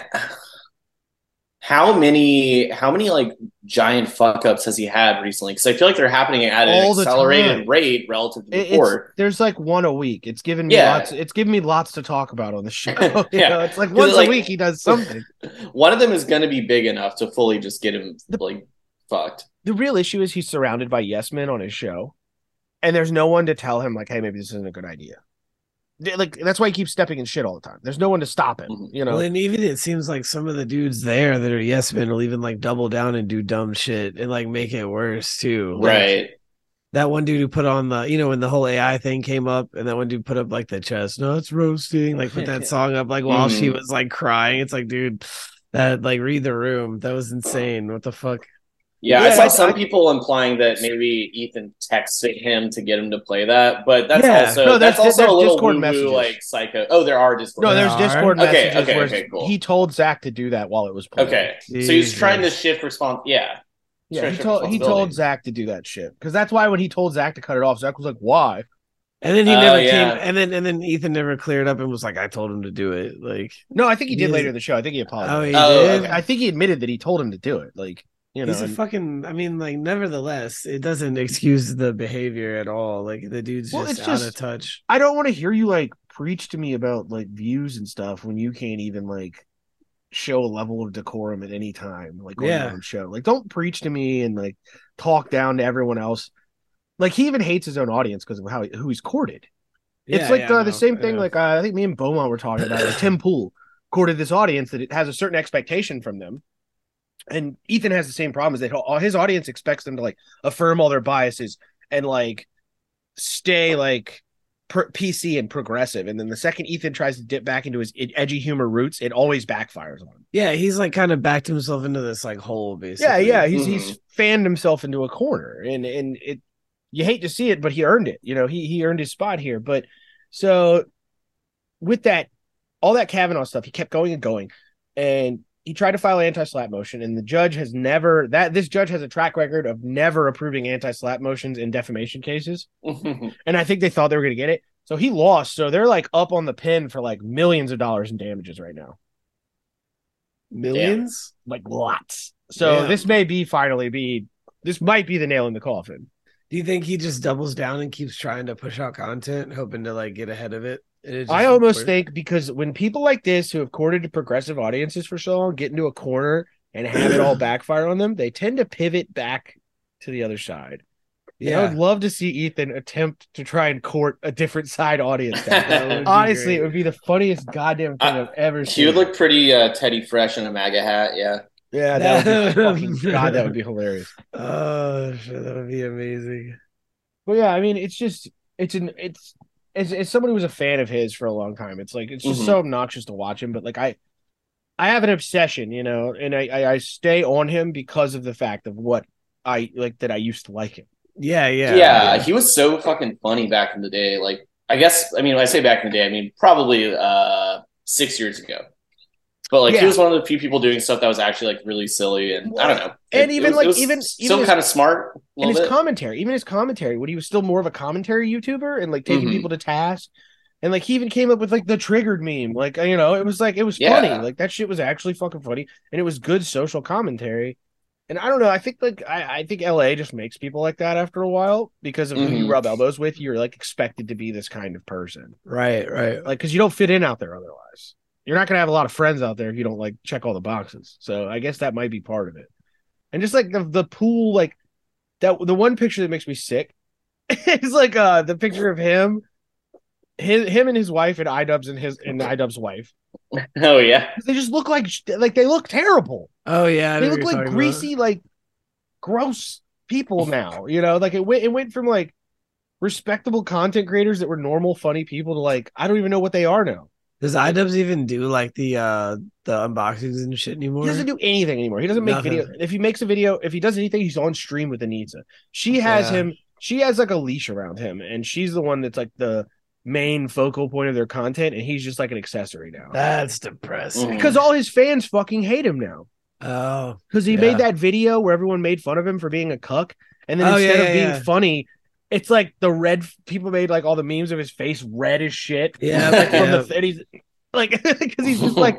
Speaker 6: how many how many like giant fuck ups has he had recently? Because I feel like they're happening at an
Speaker 5: All the
Speaker 6: accelerated
Speaker 5: time.
Speaker 6: rate relative to
Speaker 5: it- it's,
Speaker 6: before.
Speaker 5: there's like one a week it's given me
Speaker 6: Yeah.
Speaker 5: lots it's given me lots to talk about on the show you
Speaker 6: Yeah.
Speaker 5: know, it's like
Speaker 6: 'Cause
Speaker 5: once
Speaker 6: like-
Speaker 5: a week he does something
Speaker 6: One of them is going to be big enough to fully just get him
Speaker 5: The-
Speaker 6: like fucked.
Speaker 5: the real issue is he's surrounded by yes men on his show and there's no one to tell him like hey maybe this isn't a good idea They- like that's why he keeps stepping in shit all the time there's no one to stop him
Speaker 6: Mhm.
Speaker 5: you know
Speaker 7: Mm-hmm. Well, and even it seems like some of the dudes there that are yes men will even like double down and do dumb shit and like make it worse too. Like,
Speaker 6: Right.
Speaker 7: that one dude who put on the you know when the whole AI thing came up and that one dude put up like the chestnuts roasting like put that song up like while she
Speaker 5: Mm-hmm.
Speaker 6: Mhm.
Speaker 7: was like crying it's like dude that like read the room that was insane what the fuck
Speaker 6: Yeah,
Speaker 5: Yeah,
Speaker 6: I saw
Speaker 5: I-
Speaker 6: some people implying that maybe Ethan texted him to get him to play that, but that's
Speaker 7: Yeah.
Speaker 6: also
Speaker 5: No, there's-
Speaker 6: that's also
Speaker 5: there's
Speaker 6: a little
Speaker 5: Discord
Speaker 6: woo-woo,
Speaker 5: messages.
Speaker 6: like psycho. Oh, there are Discord.
Speaker 5: No,
Speaker 7: There
Speaker 5: there's
Speaker 7: are?
Speaker 5: Discord
Speaker 6: Okay,
Speaker 5: messages
Speaker 6: okay,
Speaker 5: where
Speaker 6: okay, cool.
Speaker 5: he told Zach to do that while it was playing.
Speaker 6: okay. So he's trying to
Speaker 7: Jesus.
Speaker 6: shift response. Yeah,
Speaker 5: Yeah,
Speaker 6: Sure,
Speaker 5: he
Speaker 6: sure,
Speaker 5: told he told
Speaker 6: responsibility.
Speaker 5: Zach to do that shit because that's why when he told Zach to cut it off, Zach was like, "Why?"
Speaker 7: and then he
Speaker 6: Oh,
Speaker 7: never
Speaker 6: yeah.
Speaker 7: came and then and then Ethan never cleared up and was like I told him to do it like
Speaker 5: No, I think he
Speaker 7: He
Speaker 5: did
Speaker 7: is-
Speaker 5: later in the show. I think he
Speaker 7: oh
Speaker 5: apologized.
Speaker 7: he
Speaker 6: Oh,
Speaker 7: did
Speaker 6: okay.
Speaker 5: I think he admitted that he told him to do it. Like you know,
Speaker 7: he's a
Speaker 5: and-
Speaker 7: fucking I mean like nevertheless it doesn't excuse the behavior at all like the dude's
Speaker 5: Well,
Speaker 7: just
Speaker 5: it's
Speaker 7: out of
Speaker 5: just-
Speaker 7: touch
Speaker 5: I don't want to hear you like preach to me about like views and stuff when you can't even like show a level of decorum at any time, like on
Speaker 7: Yeah.
Speaker 5: your own show. Like, don't preach to me and like talk down to everyone else. Like he even hates his own audience because of how who he's courted. it's
Speaker 7: Yeah,
Speaker 5: like
Speaker 7: yeah,
Speaker 5: the,
Speaker 7: I know,
Speaker 5: the same
Speaker 7: I
Speaker 5: thing.
Speaker 7: know.
Speaker 5: Like uh, I think me and Beaumont were talking about. Like, Tim Pool courted this audience that it has a certain expectation from them, and Ethan has the same problem. Is that he'll- all his audience expects them to like affirm all their biases and like stay like pr- PC and progressive. And then the second Ethan tries to dip back into his ed- edgy humor roots, it always backfires on him.
Speaker 7: yeah he's like kind of backed himself into this like hole basically
Speaker 5: Yeah, yeah, he's
Speaker 6: Mhm.
Speaker 5: he's fanned himself into a corner, and and it you hate to see it, but he earned it. You know, he he earned his spot here. But so with that, all that Kavanaugh stuff, he kept going and going, and he tried to file an anti-slap motion, and the judge has never that this judge has a track record of never approving anti-slap motions in defamation cases, and I think they thought they were going to get it. So he lost. So they're like up on the pin for like millions of dollars in damages right now.
Speaker 7: Millions?
Speaker 5: Like lots. So
Speaker 7: Damn.
Speaker 5: this may be finally be this might be the nail in the coffin.
Speaker 7: Do you think he just doubles down and keeps trying to push out content, hoping to like get ahead of it? And it
Speaker 5: I
Speaker 7: just
Speaker 5: almost
Speaker 7: works?
Speaker 5: think because when people like this who have courted progressive audiences for so long get into a corner and have it all backfire on them, they tend to pivot back to the other side. Yeah. I
Speaker 7: yeah,
Speaker 5: would love to see Ethan attempt to try and court a different side audience. now.
Speaker 7: that would be
Speaker 5: Honestly,
Speaker 7: great.
Speaker 5: it would be the funniest goddamn thing
Speaker 6: Uh,
Speaker 5: I've ever
Speaker 6: She
Speaker 5: seen.
Speaker 6: would look pretty uh, Teddy Fresh in a MAGA hat. Yeah.
Speaker 5: yeah, that would be
Speaker 7: That-
Speaker 5: fucking, God, that would be hilarious.
Speaker 7: oh, shit, that would be amazing.
Speaker 5: But yeah, I mean, it's just it's an it's as as somebody who was a fan of his for a long time, it's like it's just so obnoxious to watch him. But like I, I have an obsession, you know, and I, I I stay on him because of the fact of what I like that I used to like him.
Speaker 7: Yeah, yeah,
Speaker 6: yeah, He was so fucking funny back in the day. Like, I guess I mean, when I say back in the day, I mean probably uh, six years ago. But like,
Speaker 5: Yeah.
Speaker 6: he was one of the few people doing stuff that was actually like really silly, and I don't know.
Speaker 5: And even,
Speaker 6: was-
Speaker 5: like,
Speaker 6: was
Speaker 5: even-
Speaker 6: still
Speaker 5: even his-
Speaker 6: kind of smart. A
Speaker 5: and
Speaker 6: little
Speaker 5: his
Speaker 6: bit.
Speaker 5: commentary, even his commentary, when he was still more of a commentary YouTuber and like taking
Speaker 6: Mhm.
Speaker 5: people to task, and like he even came up with like the triggered meme, like you know, it was like it was
Speaker 6: Yeah.
Speaker 5: funny, like that shit was actually fucking funny, and it was good social commentary. And I don't know, I think like I, I think LA just makes people like that after a while because of who
Speaker 6: Mhm.
Speaker 7: Mm-hmm.
Speaker 5: you rub elbows with, you're like expected to be this kind of person,
Speaker 7: right, right.
Speaker 5: like because you don't fit in out there otherwise. You're not gonna have a lot of friends out there if you don't like check all the boxes. So I guess that might be part of it. And just like the the pool, like that the one picture that makes me sick is like uh the picture of him, his him and his wife and Idubs and his and Idubs wife.
Speaker 6: Oh yeah,
Speaker 5: They just look like sh- like they look terrible.
Speaker 7: Oh yeah, I
Speaker 5: They
Speaker 7: know what
Speaker 5: look
Speaker 7: you're
Speaker 5: like
Speaker 7: talking
Speaker 5: greasy, like gross people now. You know, like it went it went from like respectable content creators that were normal, funny people to like I don't even know what they are now.
Speaker 7: about. Does iDubbbz even do like the uh the unboxings and shit anymore?
Speaker 5: He doesn't do anything anymore. He doesn't make
Speaker 7: Nothing.
Speaker 5: video. If he makes a video, if he does anything, he's on stream with Anita. She has
Speaker 7: Yeah.
Speaker 5: him. She has like a leash around him, and she's the one that's like the main focal point of their content, and he's just like an accessory now.
Speaker 7: That's
Speaker 6: Mm-hmm.
Speaker 7: depressing.
Speaker 5: Because all his fans fucking hate him now.
Speaker 7: Oh,
Speaker 5: Because he
Speaker 7: Yeah.
Speaker 5: made that video where everyone made fun of him for being a cuck, and then
Speaker 7: Oh,
Speaker 5: instead
Speaker 7: yeah,
Speaker 5: of
Speaker 7: yeah,
Speaker 5: being
Speaker 7: yeah.
Speaker 5: funny, it's like the red people made like all the memes of his face red as shit
Speaker 7: yeah.
Speaker 5: like
Speaker 7: yeah.
Speaker 5: from the and he's like because he's just like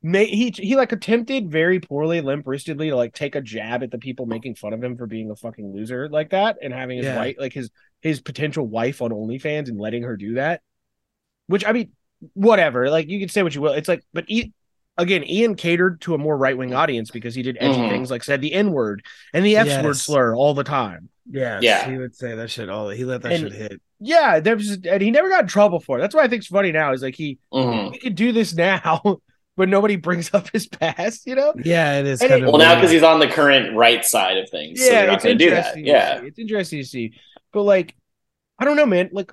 Speaker 5: ma- he he like attempted very poorly limp wristedly to like take a jab at the people making fun of him for being a fucking loser like that and having his
Speaker 7: Yeah.
Speaker 5: wife like his his potential wife on OnlyFans and letting her do that, which I mean whatever like you can say what you will it's like but e- again Ian catered to a more right wing audience because he did edgy
Speaker 6: Mhm.
Speaker 5: things like said the n word and the f word
Speaker 7: Mm-hmm. Yes.
Speaker 5: slur all the time.
Speaker 7: Yes,
Speaker 6: Yeah.
Speaker 7: he would say that shit all. He let that
Speaker 5: And-
Speaker 7: shit hit.
Speaker 5: Yeah, there was, and he never got in trouble for it. That's why I think it's funny now. Is like he
Speaker 6: Mhm.
Speaker 5: we could do this now, but nobody brings up his past, you know?
Speaker 7: Yeah, it is
Speaker 5: And
Speaker 7: kind
Speaker 5: it-
Speaker 7: of
Speaker 6: Well, now
Speaker 7: weird.
Speaker 6: because he's on the current right side of things, so they're not going to do that.
Speaker 5: to
Speaker 6: Yeah.
Speaker 5: see. It's interesting to see. But like, I don't know, man. Like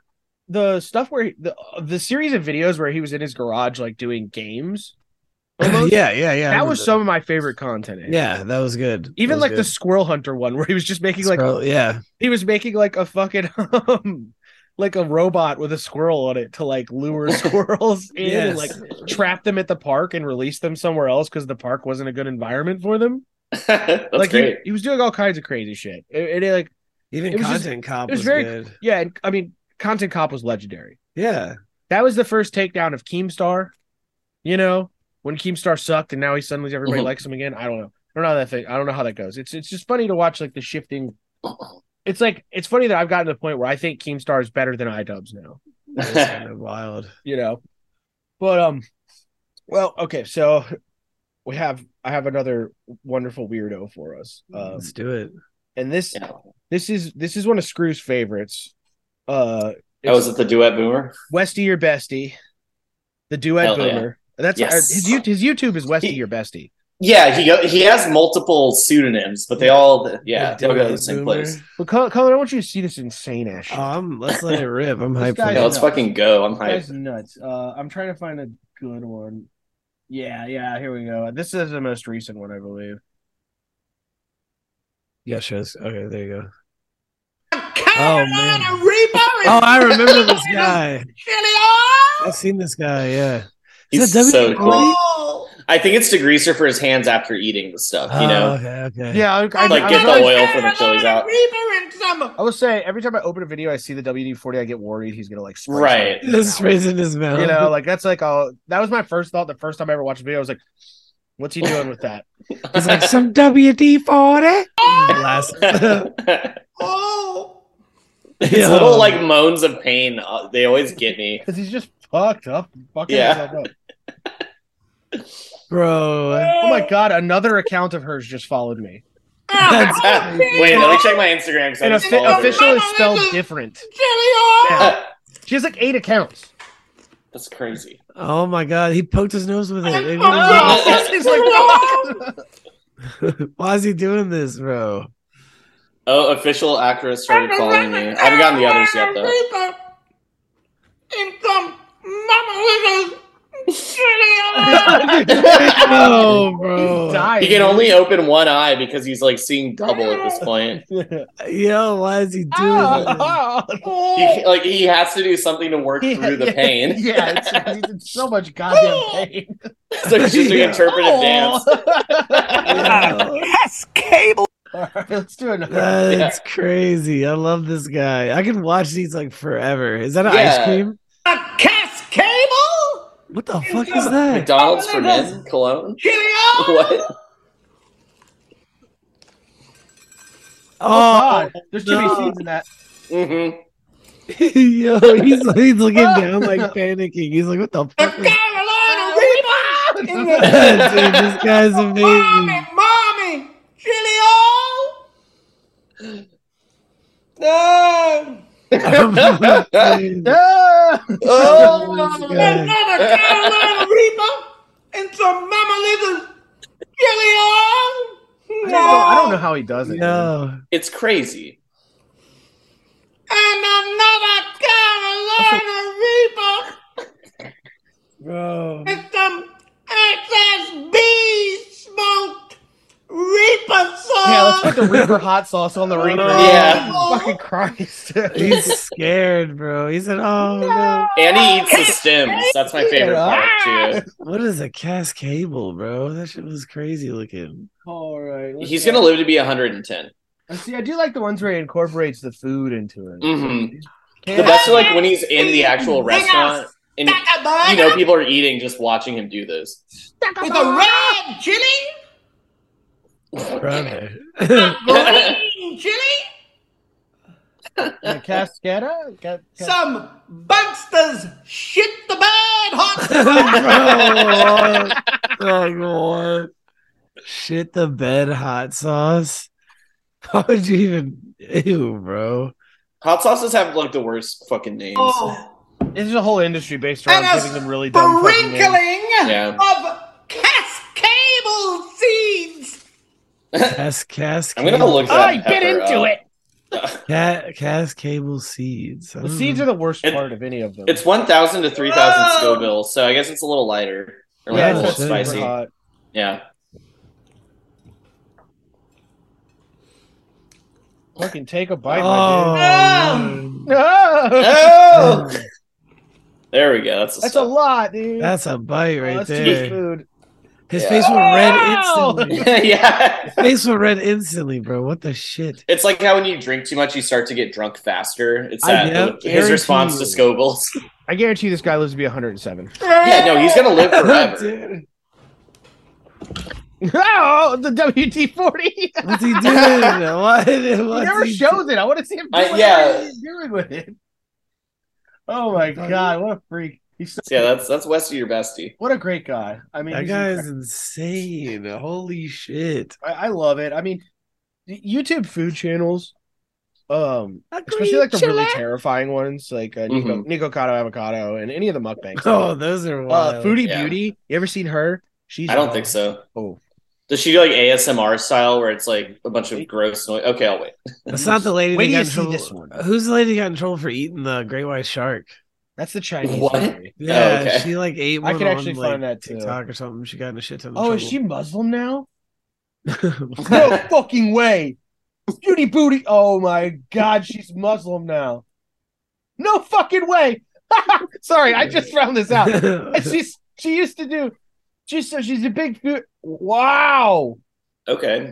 Speaker 5: the stuff where he- the the series of videos where he was in his garage like doing games. almost,
Speaker 7: yeah, yeah, yeah. I
Speaker 5: That was
Speaker 7: remember.
Speaker 5: some of my favorite content.
Speaker 7: Yeah, that was good.
Speaker 5: Even
Speaker 7: That was
Speaker 5: like the
Speaker 7: good.
Speaker 5: squirrel hunter one where he was just making like
Speaker 7: Scroll- yeah,
Speaker 5: he was making like a fucking um like a robot with a squirrel on it to like lure squirrels in and
Speaker 7: Yes.
Speaker 5: like trap them at the park and release them somewhere else because the park wasn't a good environment for them.
Speaker 6: That's
Speaker 5: like he-
Speaker 6: great.
Speaker 5: He, was doing all kinds of crazy shit. It, it, like
Speaker 7: even
Speaker 5: It was just-
Speaker 7: content cop
Speaker 5: it
Speaker 7: was,
Speaker 5: was very-
Speaker 7: good.
Speaker 5: yeah, and, I mean, Content Cop was legendary.
Speaker 7: Yeah,
Speaker 5: That was the first takedown of Keemstar. You know, when Keemstar sucked and now he suddenly everybody
Speaker 6: Mhm.
Speaker 5: likes him again. I don't know. I don't know how that thing. I don't know how that goes. It's it's just funny to watch like the shifting. It's like it's funny that I've gotten to the point where I think Keemstar is better than iDubbbz now.
Speaker 7: that was kind of wild.
Speaker 5: you know. But um, well, okay, so we have I have another wonderful weirdo for us, um,
Speaker 7: Let's do it.
Speaker 5: and this
Speaker 6: Yeah.
Speaker 5: this is this is one of Screw's favorites. Uh,
Speaker 6: Oh, was it the duet boomer?
Speaker 5: Westy your bestie, the duet
Speaker 6: Hell yeah.
Speaker 5: boomer. That's uh,
Speaker 6: Yes.
Speaker 5: his YouTube. His YouTube is Westy
Speaker 6: He-
Speaker 5: your bestie.
Speaker 6: Yeah, he go, he has multiple pseudonyms, but they all yeah they all go to the
Speaker 7: Dude,
Speaker 6: same
Speaker 7: boomer.
Speaker 6: place.
Speaker 5: But Colin, Colin, I want you to see this insane ass
Speaker 6: Uh,
Speaker 5: shit.
Speaker 7: Oh, I'm, let's let it rip. I'm
Speaker 5: This
Speaker 7: hyped.
Speaker 5: guy-
Speaker 7: For
Speaker 6: Yeah,
Speaker 7: that.
Speaker 6: let's fucking go. I'm hyped.
Speaker 5: That's nuts. Uh, I'm trying to find a good one. Yeah, yeah. Here we go. This is the most recent one, I believe.
Speaker 7: Yeah, sure. let's- Okay, there you go.
Speaker 1: Carolina
Speaker 7: Oh, man.
Speaker 1: Reaper is
Speaker 7: Oh, I remember this
Speaker 1: fucking
Speaker 7: guy.
Speaker 1: Chili oil.
Speaker 7: I've seen this guy. Yeah,
Speaker 6: He's
Speaker 7: Is that
Speaker 6: so
Speaker 7: WWE?
Speaker 6: cool.
Speaker 1: Oh,
Speaker 6: I think it's degreaser for his hands after eating the stuff. You know,
Speaker 7: Oh, okay.
Speaker 5: Yeah, I, I,
Speaker 6: like
Speaker 5: I,
Speaker 6: get
Speaker 5: I,
Speaker 6: the oil from the chilies out.
Speaker 5: I will say every time I open a video, I see the WD forty. I get worried he's gonna like spray
Speaker 6: Right.
Speaker 5: something in his
Speaker 7: This sprays in his mouth.
Speaker 5: mouth. You know, like that's like all. That was my first thought. The first time I ever watched a video, I was like, "What's he doing with that?"
Speaker 7: He's like some WD forty. Last,
Speaker 6: His little like moans of pain. uh, They always get me.
Speaker 5: Because he's just fucked up. Fucking
Speaker 6: Yeah.
Speaker 5: himself up.
Speaker 7: bro.
Speaker 5: Oh my god! Another account of hers just followed me,
Speaker 7: That's
Speaker 1: Oh,
Speaker 6: Wait, let me check my Instagram. 'cause I
Speaker 5: and
Speaker 6: just
Speaker 5: offi-
Speaker 6: followed her.
Speaker 5: official is spelled different. Yeah. She has like eight accounts.
Speaker 6: That's crazy.
Speaker 7: oh my god. He poked his nose with it.
Speaker 5: It's like-
Speaker 7: Why is he doing this, bro?
Speaker 6: Oh, official actress started following me. I haven't gotten the others yet though.
Speaker 7: no, Oh, bro.
Speaker 5: Dying.
Speaker 6: He can only open one eye because he's like seeing double at this point.
Speaker 7: Yo, why is he doing
Speaker 6: Oh.
Speaker 7: this?
Speaker 5: Oh.
Speaker 6: He, like he has to do something to work through the
Speaker 5: yeah,
Speaker 6: pain.
Speaker 5: Yeah, it's, he's in so much goddamn pain.
Speaker 6: so he's just doing interpretive dance.
Speaker 5: All right, let's do another.
Speaker 7: That's crazy. I love this guy. I can watch these like forever. Is that an ice
Speaker 6: Yeah.
Speaker 7: cream?
Speaker 1: A cascable?
Speaker 7: What the fuck is that?
Speaker 6: McDonald's for men, cologne.
Speaker 1: Cheerio?
Speaker 6: What?
Speaker 7: Oh,
Speaker 5: God, there's too many scenes in that.
Speaker 6: Mm-hmm.
Speaker 7: yo, he's, he's looking down like panicking. He's like, what the
Speaker 1: A
Speaker 7: fuck? Is-
Speaker 1: Carolina Reaper? In the
Speaker 7: Dude, this guy's
Speaker 1: mommy,
Speaker 7: amazing.
Speaker 1: mommy, Cheerio? No!
Speaker 7: Dude,
Speaker 1: Oh,
Speaker 7: my God.
Speaker 1: another Carolina Reaper and some mama livers. Cheerio?
Speaker 5: I don't,
Speaker 1: No,
Speaker 5: know, I don't know how he does it. man.
Speaker 7: Yo,
Speaker 6: It's crazy.
Speaker 1: And another Carolina Reaper
Speaker 7: bro.
Speaker 1: and some XSB smoked Reaper sauce.
Speaker 5: Yeah, let's put the Reaper hot sauce on the
Speaker 6: Oh,
Speaker 5: Reaper.
Speaker 6: Yeah.
Speaker 5: Fucking Christ.
Speaker 7: He's scared, bro. He said, oh, no.
Speaker 6: And he eats the stems. That's my favorite part too.
Speaker 7: What is a cast cable, bro? That shit was crazy looking.
Speaker 5: All right. let's
Speaker 6: He's
Speaker 5: go.
Speaker 6: gonna live to be 110.
Speaker 5: Uh, See, I do like the ones where he incorporates the food into it.
Speaker 6: Mhm.
Speaker 5: Yeah.
Speaker 6: The best are like when he's in the actual restaurant and
Speaker 1: Like a
Speaker 6: you
Speaker 1: burger
Speaker 6: know people are eating just watching him do this.
Speaker 1: with a red chili,
Speaker 7: Brother.
Speaker 1: green chili,
Speaker 5: Yeah, Cascada? Ca- ca-
Speaker 1: some bunksters shit the bed hot
Speaker 7: bro, what? Like, what? Shit the bed hot sauce. How would you even ew, bro?
Speaker 6: Hot sauces have like the worst fucking names.
Speaker 5: Oh.
Speaker 1: sauce
Speaker 5: This is a whole industry based around
Speaker 1: And a
Speaker 5: giving them really dumb fucking names.
Speaker 1: sprinkling
Speaker 6: Yeah.
Speaker 1: of cascable seeds.
Speaker 7: Cast cast
Speaker 6: I'm gonna look that.
Speaker 5: Alright, get
Speaker 6: pepper
Speaker 5: into
Speaker 6: up.
Speaker 5: it.
Speaker 7: cat cast cable seeds. Mm.
Speaker 5: The seeds are the worst
Speaker 6: It-
Speaker 5: part of any of them.
Speaker 6: It's 1,000 to 3,000 Scoville, so I guess it's a little lighter or like
Speaker 5: yeah,
Speaker 6: a
Speaker 5: it's
Speaker 6: little
Speaker 5: not Oh, super
Speaker 6: spicy.
Speaker 5: hot.
Speaker 6: Yeah.
Speaker 5: Fucking take a bite,
Speaker 7: oh,
Speaker 1: dude.
Speaker 7: man.
Speaker 5: my dude. No!
Speaker 6: Oh! there we go. That's a,
Speaker 5: That's a lot, dude.
Speaker 7: that's a bite
Speaker 5: Oh,
Speaker 7: right
Speaker 5: that's too much
Speaker 7: there.
Speaker 5: food.
Speaker 7: His
Speaker 6: Yeah.
Speaker 7: face went red
Speaker 5: Wow!
Speaker 7: instantly.
Speaker 6: yeah.
Speaker 7: Face went red instantly, bro. What the shit?
Speaker 6: It's like how when you drink too much, you start to get drunk faster. It's
Speaker 7: I
Speaker 6: that
Speaker 7: know,
Speaker 6: his
Speaker 7: guarantee
Speaker 6: response to
Speaker 7: you.
Speaker 6: Scovilles.
Speaker 5: I guarantee this guy lives to be 107.
Speaker 6: yeah, no, he's gonna live forever.
Speaker 7: Dude,
Speaker 5: oh, the WD 40.
Speaker 7: What's he doing? What?
Speaker 5: He
Speaker 7: what's
Speaker 5: never
Speaker 7: he
Speaker 5: shows it. I want to see him do
Speaker 6: I-
Speaker 5: whatever
Speaker 6: yeah.
Speaker 5: he's doing with it. Oh my god, what a freak! He's so,
Speaker 6: Yeah, that's that's West of your bestie.
Speaker 5: what a great guy. I mean,
Speaker 7: That
Speaker 5: he's
Speaker 7: guy is
Speaker 5: incredible.
Speaker 7: insane. Holy shit.
Speaker 5: I, I love it. I mean, y- YouTube food channels, um, especially like the really terrifying ones, like uh, Nico,
Speaker 6: Mhm.
Speaker 5: Nico Cotto Avocado and any of the mukbangs.
Speaker 7: Oh, those are
Speaker 5: uh,
Speaker 7: wild.
Speaker 5: Foodie
Speaker 6: Yeah.
Speaker 5: Beauty. You ever seen her? She's
Speaker 6: I don't think so.
Speaker 5: Oh,
Speaker 6: Does she do like ASMR style where it's like a bunch of gross noise? Okay, I'll wait.
Speaker 7: That's not the lady.
Speaker 5: Wait
Speaker 7: that
Speaker 5: till
Speaker 7: got
Speaker 5: you
Speaker 7: in
Speaker 5: see
Speaker 7: trouble-
Speaker 5: this one.
Speaker 7: Who's the lady that got in trouble for eating the great white
Speaker 5: Oh,
Speaker 7: shark?
Speaker 5: that's the Chinese.
Speaker 6: What?
Speaker 5: lady.
Speaker 7: Yeah,
Speaker 6: okay.
Speaker 7: she like ate.
Speaker 5: I
Speaker 7: One
Speaker 5: could actually
Speaker 7: on,
Speaker 5: find
Speaker 7: like,
Speaker 5: that too.
Speaker 7: TikTok or something. She got in a shit ton. Of
Speaker 5: Oh, is she
Speaker 7: trouble.
Speaker 5: Muslim now? No fucking way. Beauty booty. Oh my god, she's Muslim now. No fucking way. Sorry, I just found this out. And she's she used to do Just so she's a big food. Wow.
Speaker 6: Okay.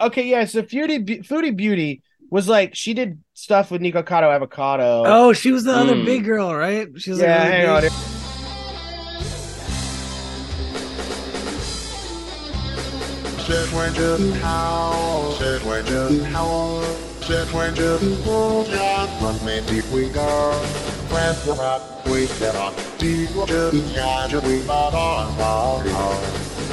Speaker 5: Okay, yeah. So Foodie, Be- Foodie Beauty was like she did stuff with Nico Cotto Avocado.
Speaker 7: Oh, she was the other
Speaker 5: Mm.
Speaker 7: big girl, right? She was
Speaker 5: Yeah,
Speaker 7: like,
Speaker 5: hang on.
Speaker 1: Set wages, how? Set wages, how? Set wages, just run me deep we go. Press the rock, we get on. Deep wages, yeah, just we bought on.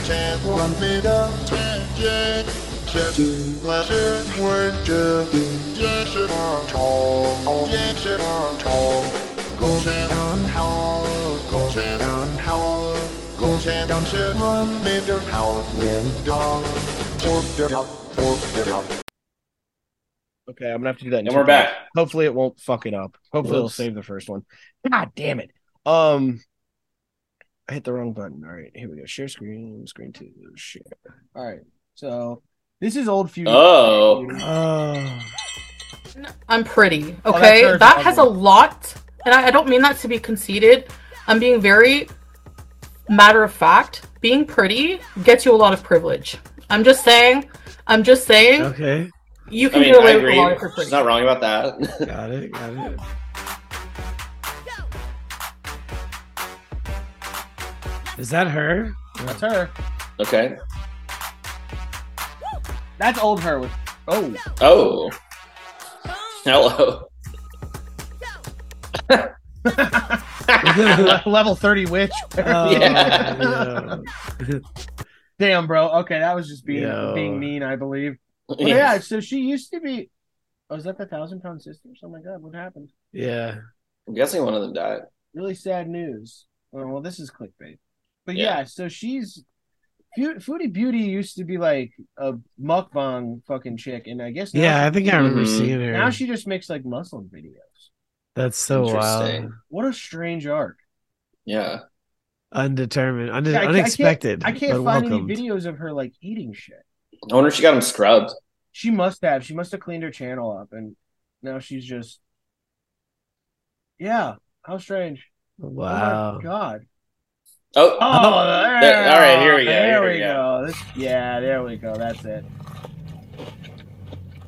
Speaker 1: Just run me the tangent. Just let it wages. Just it on tall. Just it on tall. Go set on how? Go set on how? Go set on set run me the how? Dog, forked it up, forked it up.
Speaker 5: Okay, I'm gonna have to do that. in
Speaker 6: And
Speaker 5: two
Speaker 6: we're back.
Speaker 5: parts. Hopefully, it won't fuck it up. Hopefully, it'll
Speaker 6: Whoops.
Speaker 5: save the first one. God damn it! Um, I hit the wrong button. All right, here we go. Share screen. Screen two. Share. All right. So this is old feud.
Speaker 6: Oh.
Speaker 14: I'm pretty.
Speaker 5: Oh, that's
Speaker 14: Okay,
Speaker 5: her
Speaker 14: that
Speaker 5: dog
Speaker 14: has a lot, and I, I don't mean that to be conceited. I'm being very matter of fact. Being pretty gets you a lot of privilege. I'm just saying. I'm just saying.
Speaker 7: Okay.
Speaker 14: You
Speaker 6: I
Speaker 14: can
Speaker 6: mean,
Speaker 14: get
Speaker 6: I
Speaker 14: away with a lot
Speaker 6: agree.
Speaker 14: of privilege.
Speaker 6: She's not wrong about that.
Speaker 7: got it. Got it. Is that her?
Speaker 5: That's her.
Speaker 6: Okay.
Speaker 5: That's old her. With oh
Speaker 6: Oh. Hello.
Speaker 5: level thirty witch.
Speaker 7: Oh, Um,
Speaker 6: Yeah.
Speaker 5: Damn, bro. Okay, that was just being
Speaker 7: Yo.
Speaker 5: being mean, I believe. But
Speaker 7: Yeah.
Speaker 5: yeah, so she used to be. Oh, is that the thousand pound sisters? Oh my god, what happened?
Speaker 7: Yeah.
Speaker 6: I'm guessing one of them died.
Speaker 5: Really sad news. Oh, well, this is clickbait. But yeah,
Speaker 6: Yeah.
Speaker 5: so she's Fu- Foodie Beauty used to be like a mukbang fucking chick, and I guess now
Speaker 7: Yeah,
Speaker 5: she-
Speaker 7: I think I remember seeing her.
Speaker 5: Now she just makes like Muslim videos.
Speaker 7: That's so wild.
Speaker 6: Interesting.
Speaker 5: What a strange arc.
Speaker 6: Yeah.
Speaker 7: Undetermined. Unde-
Speaker 5: Yeah, I- I can't-
Speaker 7: unexpected.
Speaker 5: I can't,
Speaker 7: but
Speaker 5: find
Speaker 7: welcomed.
Speaker 5: any videos of her like eating shit.
Speaker 6: I wonder if she got him scrubbed.
Speaker 5: She must have. She must have cleaned her channel up, and now she's just. Yeah, how strange!
Speaker 7: Wow.
Speaker 5: Oh my god!
Speaker 6: Oh,
Speaker 5: Oh,
Speaker 6: There- all right, here we go.
Speaker 5: There
Speaker 6: here
Speaker 5: we go. This- yeah, there we go. That's it.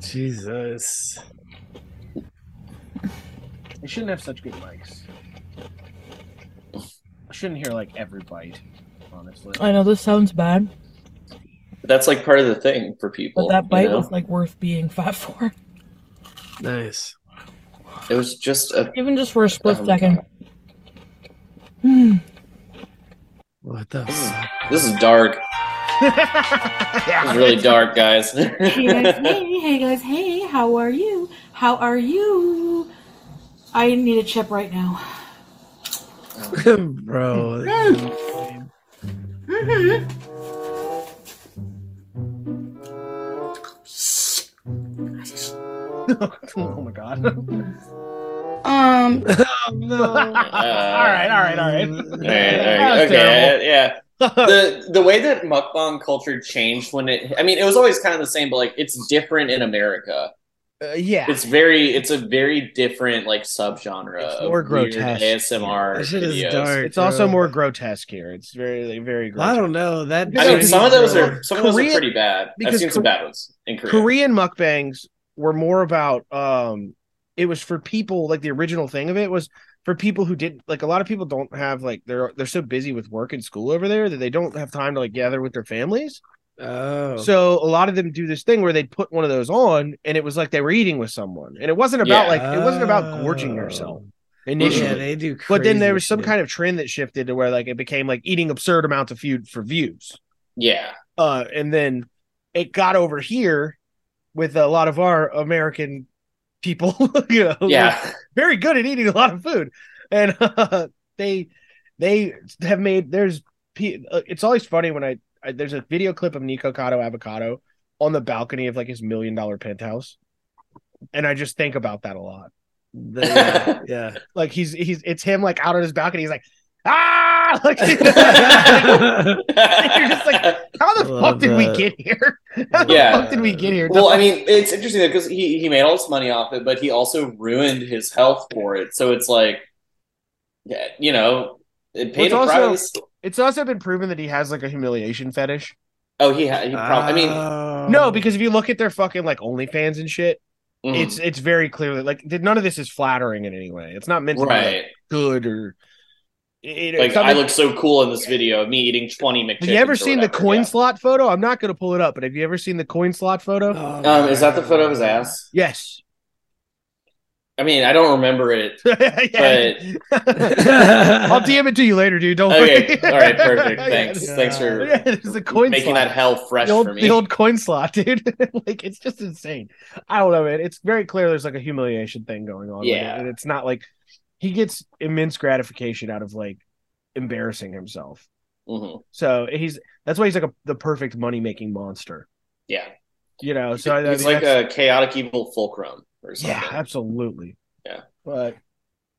Speaker 7: Jesus.
Speaker 5: I shouldn't have such good mics. I shouldn't hear like every bite, honestly.
Speaker 14: I know this sounds bad,
Speaker 6: That's like part of the thing for people.
Speaker 14: but that bite
Speaker 6: you know?
Speaker 14: was like worth being fat for,
Speaker 7: Nice.
Speaker 6: It was just a.
Speaker 14: even just for a split
Speaker 6: Oh my
Speaker 14: second.
Speaker 7: What the fuck?
Speaker 6: This is dark. This is really dark, guys.
Speaker 14: hey guys, hey, hey guys, hey, how are you? How are you? I need a chip right now.
Speaker 7: Bro.
Speaker 5: oh my god.
Speaker 14: Um.
Speaker 5: all right, all right, all right.
Speaker 6: Uh, All right, all right,
Speaker 5: That was terrible.
Speaker 6: okay, yeah. the the way that mukbang culture changed when it, I mean, it was always kind of the same, but like it's different in America.
Speaker 5: Uh, yeah.
Speaker 6: It's very, it's a very different like subgenre of
Speaker 7: more
Speaker 6: weird
Speaker 7: grotesque.
Speaker 6: ASMR
Speaker 7: That shit is
Speaker 6: videos.
Speaker 7: dark.
Speaker 5: It's also
Speaker 7: bro.
Speaker 5: more grotesque here. It's very, very grotesque.
Speaker 7: I don't know. That
Speaker 6: I mean,
Speaker 5: Because-
Speaker 6: some of those are some of those
Speaker 5: Korea-
Speaker 6: are pretty bad. I've
Speaker 5: because
Speaker 6: seen some
Speaker 5: Korea-
Speaker 6: bad ones in Korea.
Speaker 5: Korean mukbangs were more about um it was for people like the original thing of it was for people who did like a lot of people don't have like they're they're so busy with work and school over there that they don't have time to like gather with their families.
Speaker 7: Oh.
Speaker 5: So a lot of them do this thing where they'd put one of those on and it was like they were eating with someone. And it wasn't about
Speaker 6: Yeah.
Speaker 5: like it wasn't about gorging yourself initially.
Speaker 7: Oh. Yeah, they do. Crazy
Speaker 5: but then there was some
Speaker 7: shit.
Speaker 5: kind of trend that shifted to where like it became like eating absurd amounts of food for views
Speaker 6: Yeah,
Speaker 5: uh, and then it got over here with a lot of our American people, you know, who are
Speaker 6: yeah.
Speaker 5: very good at eating a lot of food, and uh, they they have made there's pe- uh, it's always funny when I, I there's a video clip of Nico Cotto Avocado on the balcony of like his million dollar penthouse, and I just think about that a lot.
Speaker 7: The- yeah.
Speaker 5: Like he's he's it's him like out on his balcony, he's like ah, like
Speaker 7: yeah.
Speaker 5: You're just like, how the
Speaker 7: Love
Speaker 5: fuck did we
Speaker 7: that.
Speaker 5: get here? How the
Speaker 6: Yeah.
Speaker 5: fuck did we get here?
Speaker 6: Well, I mean, it's interesting because he he made all his money off it, but he also ruined his health for it. So it's like, yeah, you know, it paid a
Speaker 5: Well, it's also-
Speaker 6: price.
Speaker 5: It's also been proven that he has like a humiliation fetish.
Speaker 6: Oh, he, ha- he probably. I
Speaker 5: Uh,
Speaker 6: mean,
Speaker 7: Oh.
Speaker 5: no, because if you look at their fucking like OnlyFans and shit,
Speaker 6: Mhm.
Speaker 5: it's it's very clearly like th- none of this is flattering in any way. It's not meant to be
Speaker 6: right?
Speaker 5: like, good or. It, it-
Speaker 6: Like I
Speaker 5: something-
Speaker 6: look so cool in this video of me eating twenty McChickens.
Speaker 5: Have you ever
Speaker 6: or
Speaker 5: seen the
Speaker 6: whatever.
Speaker 5: coin slot photo? I'm not going to pull it up, but have you ever seen the coin slot photo?
Speaker 7: Oh.
Speaker 6: Um, is that the photo of his ass?
Speaker 5: yes.
Speaker 6: I mean, I don't remember it,
Speaker 5: Yeah.
Speaker 6: but
Speaker 5: I'll DM it to you later, dude. Don't
Speaker 6: okay,
Speaker 5: worry.
Speaker 6: all right, perfect.
Speaker 5: Yeah,
Speaker 6: Thanks,
Speaker 5: this-
Speaker 6: thanks for
Speaker 5: yeah, this is a coin slot.
Speaker 6: making that hell fresh
Speaker 5: the old,
Speaker 6: for me.
Speaker 5: the old coin slot, dude. like it's just insane. I don't know, man. It's very clear there's like a humiliation thing going on. with it,
Speaker 6: Yeah.
Speaker 5: and it's not like he gets immense gratification out of like embarrassing himself.
Speaker 6: Mhm.
Speaker 5: So he's that's why he's like a, the perfect money making monster.
Speaker 6: Yeah,
Speaker 5: You know, so I- I
Speaker 6: he's
Speaker 5: mean,
Speaker 6: like
Speaker 5: that's-
Speaker 6: a chaotic evil fulcrum or something.
Speaker 5: yeah, absolutely.
Speaker 6: Yeah.
Speaker 5: But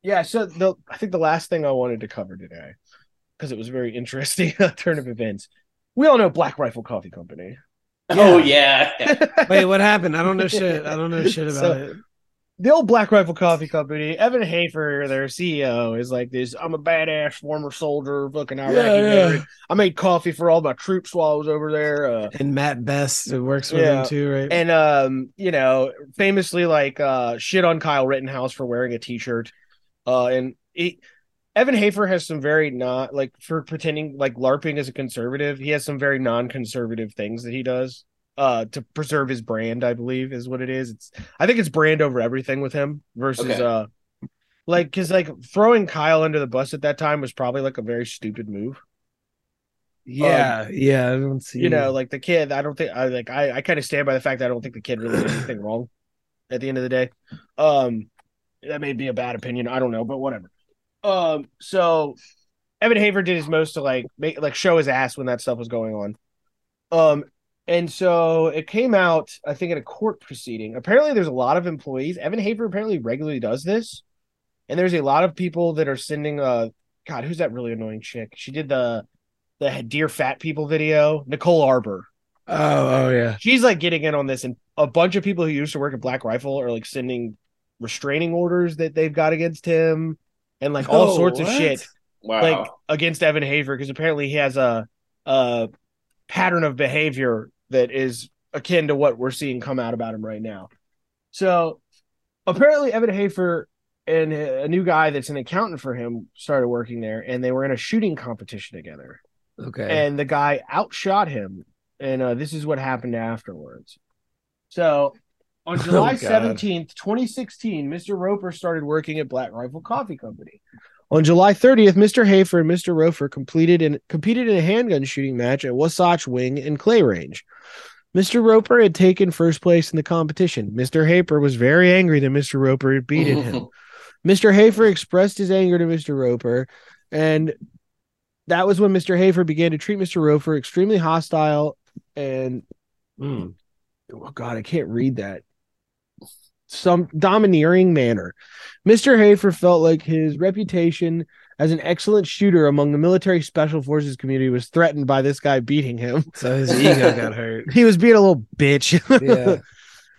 Speaker 5: yeah, so the I think the last thing I wanted to cover today, because it was a very interesting turn of events. We all know Black Rifle Coffee Company.
Speaker 6: Oh yeah.
Speaker 7: Wait, what happened? I don't know shit. I don't know shit about
Speaker 5: So-
Speaker 7: it.
Speaker 5: the old Black Rifle Coffee Company, Evan Hafer, their CEO, is like this I'm a badass former soldier, fucking Iraqi
Speaker 7: Yeah, yeah.
Speaker 5: veteran. I made coffee for all my troops while I was over there. Uh,
Speaker 7: And Matt Best it works with
Speaker 5: Yeah.
Speaker 7: him too, right?
Speaker 5: and um, you know, famously like uh shit on Kyle Rittenhouse for wearing a t-shirt. Uh and he, Evan Hafer has some very not like for pretending like LARPing as a conservative, he has some very non-conservative things that he does uh to preserve his brand, I believe is what it is. It's I think it's brand over everything with him versus
Speaker 6: Okay.
Speaker 5: uh like cuz like throwing Kyle under the bus at that time was probably like a very stupid move
Speaker 7: yeah, yeah. I don't see.
Speaker 5: you know, like the kid, I don't think I like I, I kind of stand by the fact that I don't think the kid really did anything wrong at the end of the day. Um that may be a bad opinion, I don't know, but whatever. Um so Evan Haver did his most to like make like show his ass when that stuff was going on. Um and so it came out, I think, in a court proceeding. Apparently, there's a lot of employees. Evan Hafer apparently regularly does this, and there's a lot of people that are sending. Uh, God, who's that really annoying chick? She did the the dear fat people video. Nicole Arbor.
Speaker 7: oh, oh yeah.
Speaker 5: She's like getting in on this, and a bunch of people who used to work at Black Rifle are like sending restraining orders that they've got against him, and like all
Speaker 7: Oh,
Speaker 5: sorts of
Speaker 7: what?
Speaker 5: shit
Speaker 6: Wow.
Speaker 5: like against Evan Haver because apparently he has a a pattern of behavior that is akin to what we're seeing come out about him right now. So apparently Evan Hafer and a a new guy that's an accountant for him started working there and they were in a shooting competition together
Speaker 7: Okay.
Speaker 5: and the guy outshot him and uh, this is what happened afterwards. So on
Speaker 7: Oh,
Speaker 5: July
Speaker 7: God.
Speaker 5: 17th, 2016, Mr. Roper started working at Black Rifle Coffee Company. On July 30th, Mr. Hafer and Mr. Rofer completed and competed in a handgun shooting match at Wasatch Wing and Clay Range. Mr. Roper had taken first place in the competition. Mr. Hafer was very angry that Mr. Roper had beaten him. Mr. Hafer expressed his anger to Mr. Roper, and that was when Mr. Hafer began to treat Mr. Roper extremely hostile. And
Speaker 7: Mm.
Speaker 5: oh god, I can't read that. Some domineering manner. Mr. Hafer felt like his reputation as an excellent shooter among the military special forces community was threatened by this guy beating him.
Speaker 7: So his ego got hurt.
Speaker 5: He was being a little bitch.
Speaker 7: Yeah.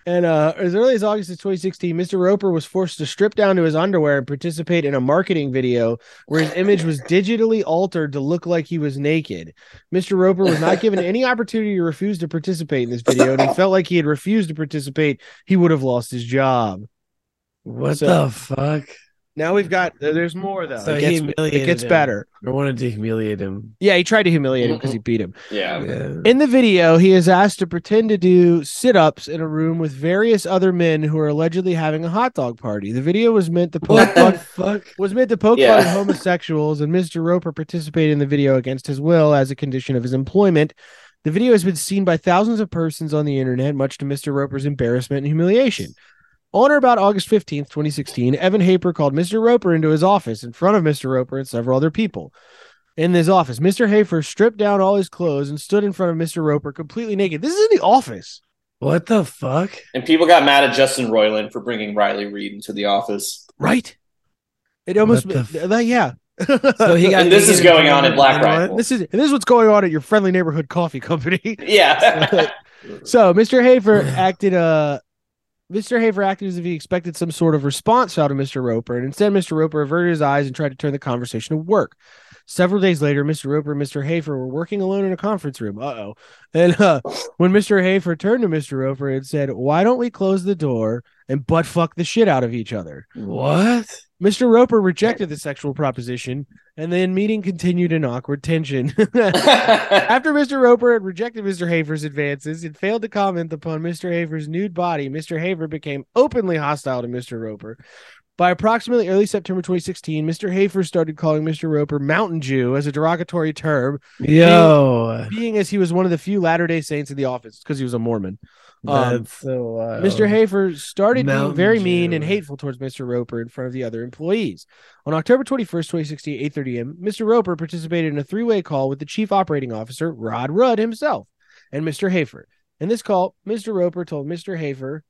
Speaker 5: And uh, as early as August of 2016, Mr. Roper was forced to strip down to his underwear and participate in a marketing video where his image was digitally altered to look like he was naked. Mr. Roper was not given any opportunity to refuse to participate in this video, and he felt like he had refused to participate, he would have lost his job.
Speaker 7: What
Speaker 5: So-
Speaker 7: the fuck?
Speaker 5: Now we've got there's more though.
Speaker 7: So
Speaker 5: it
Speaker 7: he
Speaker 5: gets,
Speaker 7: humiliated
Speaker 5: it gets
Speaker 7: him.
Speaker 5: better.
Speaker 7: I wanted to humiliate him.
Speaker 5: Yeah, he tried to humiliate him because he beat him.
Speaker 6: yeah.
Speaker 7: Yeah.
Speaker 5: In the video, he is asked to pretend to do sit ups in a room with various other men who are allegedly having a hot dog party. The video was meant to poke
Speaker 7: What the
Speaker 5: fun,
Speaker 7: fuck?
Speaker 5: was meant to poke
Speaker 6: Yeah.
Speaker 5: fun at homosexuals, and Mr. Roper participated in the video against his will as a condition of his employment. The video has been seen by thousands of persons on the internet, much to Mr. Roper's embarrassment and humiliation. On or about August 15th, 2016, Evan Haper called Mr. Roper into his office in front of Mr. Roper and several other people. In his office, Mr. Hafer stripped down all his clothes and stood in front of Mr. Roper completely naked. This is in the office.
Speaker 7: What the fuck?
Speaker 6: And people got mad at Justin Roiland for bringing Riley Reed into the office.
Speaker 5: Right. It almost
Speaker 7: What the
Speaker 5: like, yeah.
Speaker 7: So he got
Speaker 6: And this is
Speaker 7: beaten
Speaker 6: going on in Black
Speaker 7: and what?
Speaker 6: Rifle.
Speaker 5: uh, this is this is what's going on at your friendly neighborhood coffee company.
Speaker 6: Yeah.
Speaker 5: so Mr. Hafer acted uh Mr. Hafer acted as if he expected some sort of response out of Mr. Roper, and instead Mr. Roper averted his eyes and tried to turn the conversation to work. Several days later, Mr. Roper and Mr. Hafer were working alone in a conference room. Uh oh. And uh, when Mr. Hafer turned to Mr. Roper and said, Why don't we close the door and butt fuck the shit out of each other?
Speaker 7: What?
Speaker 5: Mr. Roper rejected the sexual proposition, and then meeting continued in awkward tension. After Mr. Roper had rejected Mr. Hafer's advances and failed to comment upon Mr. Hafer's nude body, Mr. Hafer became openly hostile to Mr. Roper. By approximately early September 2016, Mr. Hafer started calling Mr. Roper Mountain Jew as a derogatory term.
Speaker 7: Yo.
Speaker 5: Being, being as he was one of the few Latter day Saints in the office because he was a Mormon. Um,
Speaker 7: That's so wild.
Speaker 5: Mr. Hafer started being
Speaker 7: Mountain
Speaker 5: very mean and hateful towards Mr. Roper in front of the other employees. On October 21st, 2016, 8:30 a.m., Mr. Roper participated in a three-way call with the chief operating officer, Rod Rudd himself, and Mr. Hafer. In this call, Mr. Roper told Mr. Hafer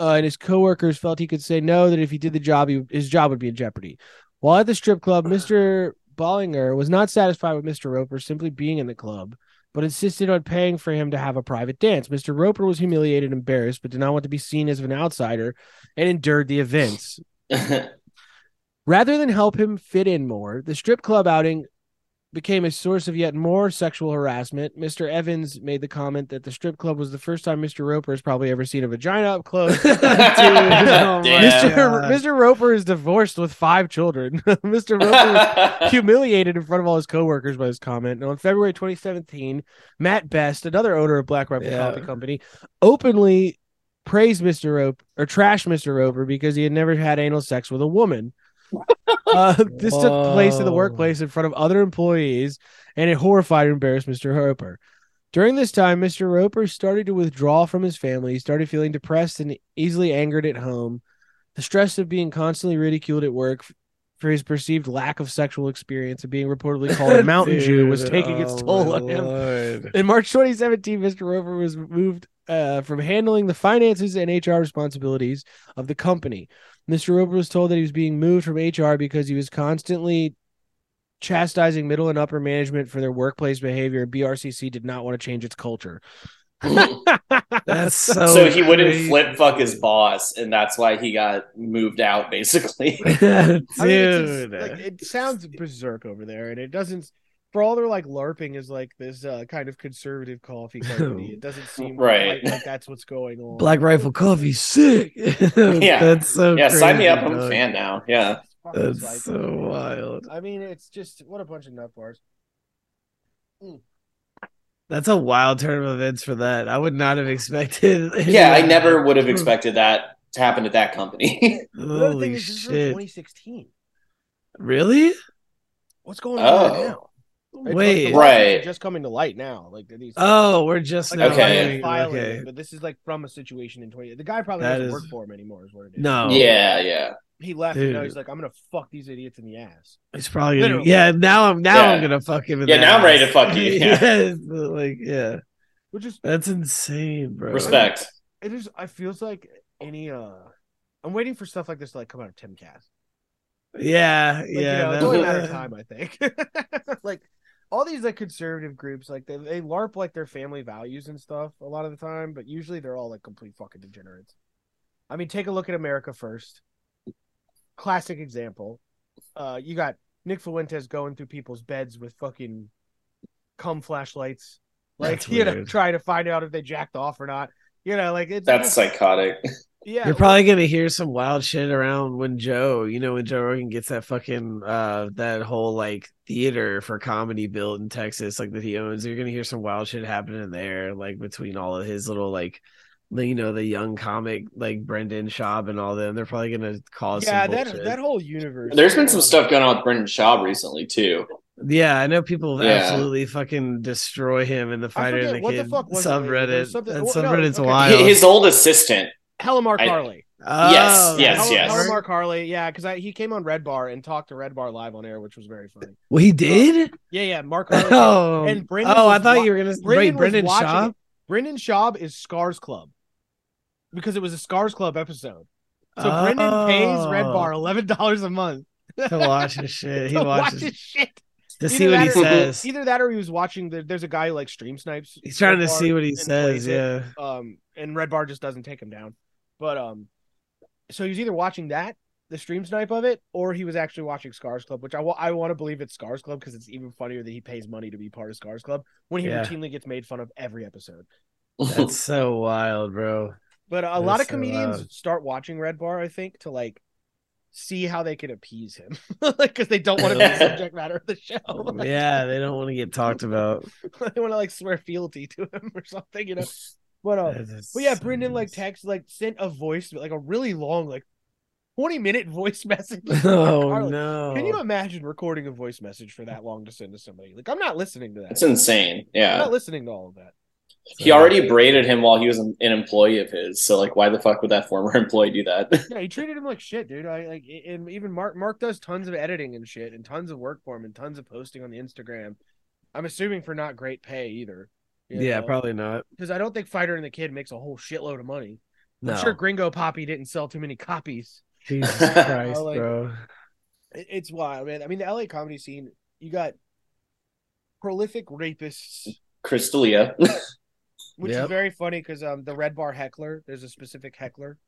Speaker 5: uh, and his coworkers felt he could say no that if he did the job, he, his job would be in jeopardy. While at the strip club, Mr. Bollinger was not satisfied with Mr. Roper simply being in the club, but insisted on paying for him to have a private dance. Mr. Roper was humiliated and embarrassed, but did not want to be seen as an outsider and endured the events. Rather than help him fit in more, the strip club outing became a source of yet more sexual harassment. Mr. Evans made the comment that the strip club was the first time Mr. Roper has probably ever seen a vagina up close.
Speaker 6: Oh,
Speaker 5: Dude,
Speaker 7: Damn.
Speaker 5: Mr. Mr. Roper is divorced with five children. Mr. Roper was humiliated in front of all his coworkers by his comment. And on February 2017, Matt Best, another owner of Black Rifle
Speaker 7: Yeah.
Speaker 5: Coffee Company, openly praised Mr. Roper or trashed Mr. Roper because he had never had anal sex with a woman. Uh, this took place in the
Speaker 7: Whoa.
Speaker 5: workplace in front of other employees, and it horrified and embarrassed Mr. Roper. During this time, Mr. Roper started to withdraw from his family. He started feeling depressed and easily angered at home. The stress of being constantly ridiculed at work f- for his perceived lack of sexual experience and being reportedly called a Mountain Jew was
Speaker 7: Dude,
Speaker 5: taking its
Speaker 7: oh
Speaker 5: toll
Speaker 7: my
Speaker 5: on him.
Speaker 7: Lord.
Speaker 5: In March 2017, Mr. Rover was moved uh, from handling the finances and HR responsibilities of the company. Mr. Rover was told that he was being moved from HR because he was constantly chastising middle and upper management for their workplace behavior, and BRCC did not want to change its culture.
Speaker 7: That's so.
Speaker 6: so he wouldn't
Speaker 7: crazy.
Speaker 6: flip fuck his boss, and that's why he got moved out, basically.
Speaker 7: Dude.
Speaker 5: I mean, it's just, like, it sounds berserk over there, and it doesn't. For all their like LARPing is like this uh, kind of conservative coffee company. It doesn't seem
Speaker 6: Right.
Speaker 5: quite like that's what's going on.
Speaker 7: Black Rifle Coffee, sick.
Speaker 6: yeah,
Speaker 7: That's so.
Speaker 6: Yeah, sign me
Speaker 7: crazy,
Speaker 6: up. I'm a
Speaker 7: dog.
Speaker 6: fan now. Yeah,
Speaker 5: Fucking
Speaker 7: That's
Speaker 5: psycho.
Speaker 7: so uh, wild.
Speaker 5: I mean, it's just what a bunch of nut bars.
Speaker 7: That's a wild turn of events for that. I would not have expected. any
Speaker 6: yeah. I
Speaker 7: of
Speaker 6: never
Speaker 7: that.
Speaker 6: would have expected that to happen at that company.
Speaker 5: The other thing
Speaker 7: Holy
Speaker 5: is, this is from
Speaker 7: shit!
Speaker 5: 2016.
Speaker 7: Really?
Speaker 5: What's going
Speaker 6: Oh.
Speaker 5: on now? It's like the
Speaker 7: Wait.
Speaker 5: lawsuits are
Speaker 6: Right.
Speaker 5: just coming to light now. Like these.
Speaker 7: Oh, we're just
Speaker 5: like,
Speaker 7: now.
Speaker 5: I'm not
Speaker 6: Okay.
Speaker 5: even
Speaker 7: hearing-
Speaker 5: filing it,
Speaker 7: Okay.
Speaker 5: But this is like from a situation in 20. The guy probably
Speaker 7: That
Speaker 5: doesn't
Speaker 7: is-
Speaker 5: work for him anymore. Is what it is.
Speaker 7: No.
Speaker 6: Yeah, yeah.
Speaker 5: He left, and now
Speaker 7: Dude.
Speaker 5: he's like, I'm gonna fuck these idiots in the ass.
Speaker 7: It's probably gonna,
Speaker 5: Literally.
Speaker 7: yeah. Now I'm now I'm
Speaker 6: Yeah.
Speaker 7: gonna fuck him. in
Speaker 6: Yeah,
Speaker 7: the
Speaker 6: now I'm ready
Speaker 7: ass.
Speaker 6: to fuck you, yeah.
Speaker 7: Yes, like yeah,
Speaker 5: Which is
Speaker 7: that's insane, bro.
Speaker 6: Respect.
Speaker 5: it is. It feels like any. uh I'm waiting for stuff like this to like come out of Timcast.
Speaker 7: Yeah,
Speaker 5: Like,
Speaker 7: yeah.
Speaker 5: you know,
Speaker 7: that-
Speaker 5: it's only a matter of time, I think. like all these like conservative groups, like they, they LARP like their family values and stuff a lot of the time, but usually they're all like complete fucking degenerates. I mean, take a look at America first. Classic example. Uh, you got Nick Fuentes going through people's beds with fucking cum flashlights, like
Speaker 7: That's
Speaker 5: you know,
Speaker 7: weird.
Speaker 5: trying to find out if they jacked off or not. You know, like it's
Speaker 6: That's psychotic.
Speaker 5: yeah,
Speaker 7: You're probably gonna hear some wild shit around when Joe, you know, when Joe Rogan gets that fucking uh that whole like theater for comedy built in Texas, like that he owns. You're gonna hear some wild shit happening there, like between all of his little like the- you know, the young comic like Brendan Schaub and all them. They're probably gonna cause
Speaker 5: yeah.
Speaker 7: some
Speaker 5: That
Speaker 7: bullshit.
Speaker 5: that whole universe.
Speaker 6: There's been some stuff going on with Brendan Schaub recently too.
Speaker 7: Yeah, I know people
Speaker 6: Yeah.
Speaker 7: absolutely fucking destroy him in the
Speaker 5: I
Speaker 7: fighter and
Speaker 5: forget,
Speaker 7: the
Speaker 5: what the
Speaker 7: kid
Speaker 5: fuck was it? There was
Speaker 7: subreddit.
Speaker 5: something-
Speaker 7: That
Speaker 5: well, no,
Speaker 7: subreddit's
Speaker 5: okay.
Speaker 7: wild.
Speaker 6: Hi- His old assistant.
Speaker 5: Hellamar
Speaker 6: I-
Speaker 5: Carly.
Speaker 7: Oh,
Speaker 6: Yes,
Speaker 5: Hel-
Speaker 6: yes.
Speaker 5: Hellmark Harley, yeah, because he came on Red Bar and talked to Red Bar live on air, which was very funny.
Speaker 7: Well, he did.
Speaker 5: Yeah, yeah, Mark Harley.
Speaker 7: Oh,
Speaker 5: And Brendan
Speaker 7: oh,
Speaker 5: was
Speaker 7: I thought
Speaker 5: wa-
Speaker 7: you were gonna wait,
Speaker 5: was
Speaker 7: Brendan
Speaker 5: watching
Speaker 7: Shaw.
Speaker 5: it. Brendan Schaub is Scars Club because it was a Scars Club episode. So Brendan pays Red
Speaker 7: Oh.
Speaker 5: Bar eleven dollars a month
Speaker 7: to watch his shit. He
Speaker 5: to watch
Speaker 7: watches
Speaker 5: his shit.
Speaker 7: to
Speaker 5: Either
Speaker 7: see what he
Speaker 5: that or-
Speaker 7: says.
Speaker 5: Either that, or he was watching. The, there's a guy who like stream snipes.
Speaker 7: He's trying
Speaker 5: Red
Speaker 7: to see
Speaker 5: Bar
Speaker 7: what he
Speaker 5: and
Speaker 7: says.
Speaker 5: plays it.
Speaker 7: Yeah,
Speaker 5: um, and Red Bar just doesn't take him down. But um, so he was either watching that the stream snipe of it, or he was actually watching Scars Club, which I wa- I want to believe it's Scars Club because it's even funnier that he pays money to be part of Scars Club when he
Speaker 7: Yeah.
Speaker 5: routinely gets made fun of every episode.
Speaker 7: That's so wild, bro.
Speaker 5: But a
Speaker 7: That
Speaker 5: lot
Speaker 7: is
Speaker 5: of
Speaker 7: so
Speaker 5: comedians
Speaker 7: wild.
Speaker 5: start watching Red Bar, I think, to like see how they can appease him, like because they don't want to be the subject matter of the show. Like,
Speaker 7: yeah, they don't want to get talked about.
Speaker 5: they want to like swear fealty to him or something, you know. But uh,
Speaker 7: That is
Speaker 5: but yeah, Brendan like text like sent a voice like a really long like twenty minute voice message. to
Speaker 7: Oh,
Speaker 5: Carly.
Speaker 7: no.
Speaker 5: Can you imagine recording a voice message for that long to send to somebody? Like I'm not listening to that.
Speaker 6: It's insane, yeah.
Speaker 5: I'm not listening to all of that.
Speaker 6: He already braided him while he was an an employee of his. So like, why the fuck would that former employee do that?
Speaker 5: Yeah, he treated him like shit, dude. I like i- and even Mark Mark does tons of editing and shit and tons of work for him and tons of posting on the Instagram. I'm assuming for not great pay either.
Speaker 7: Yeah, probably not.
Speaker 5: Because I don't think Fighter and the Kid makes a whole shitload of money.
Speaker 7: No.
Speaker 5: I'm sure Gringo Poppy didn't sell too many copies.
Speaker 7: Jesus
Speaker 5: You know,
Speaker 7: Christ,
Speaker 5: like,
Speaker 7: bro.
Speaker 5: it- It's wild, man. I mean, the LA comedy scene, you got prolific rapists,
Speaker 6: Crystalia.
Speaker 5: which
Speaker 6: Yep.
Speaker 5: is very funny because um, the Red Bar heckler, there's a specific heckler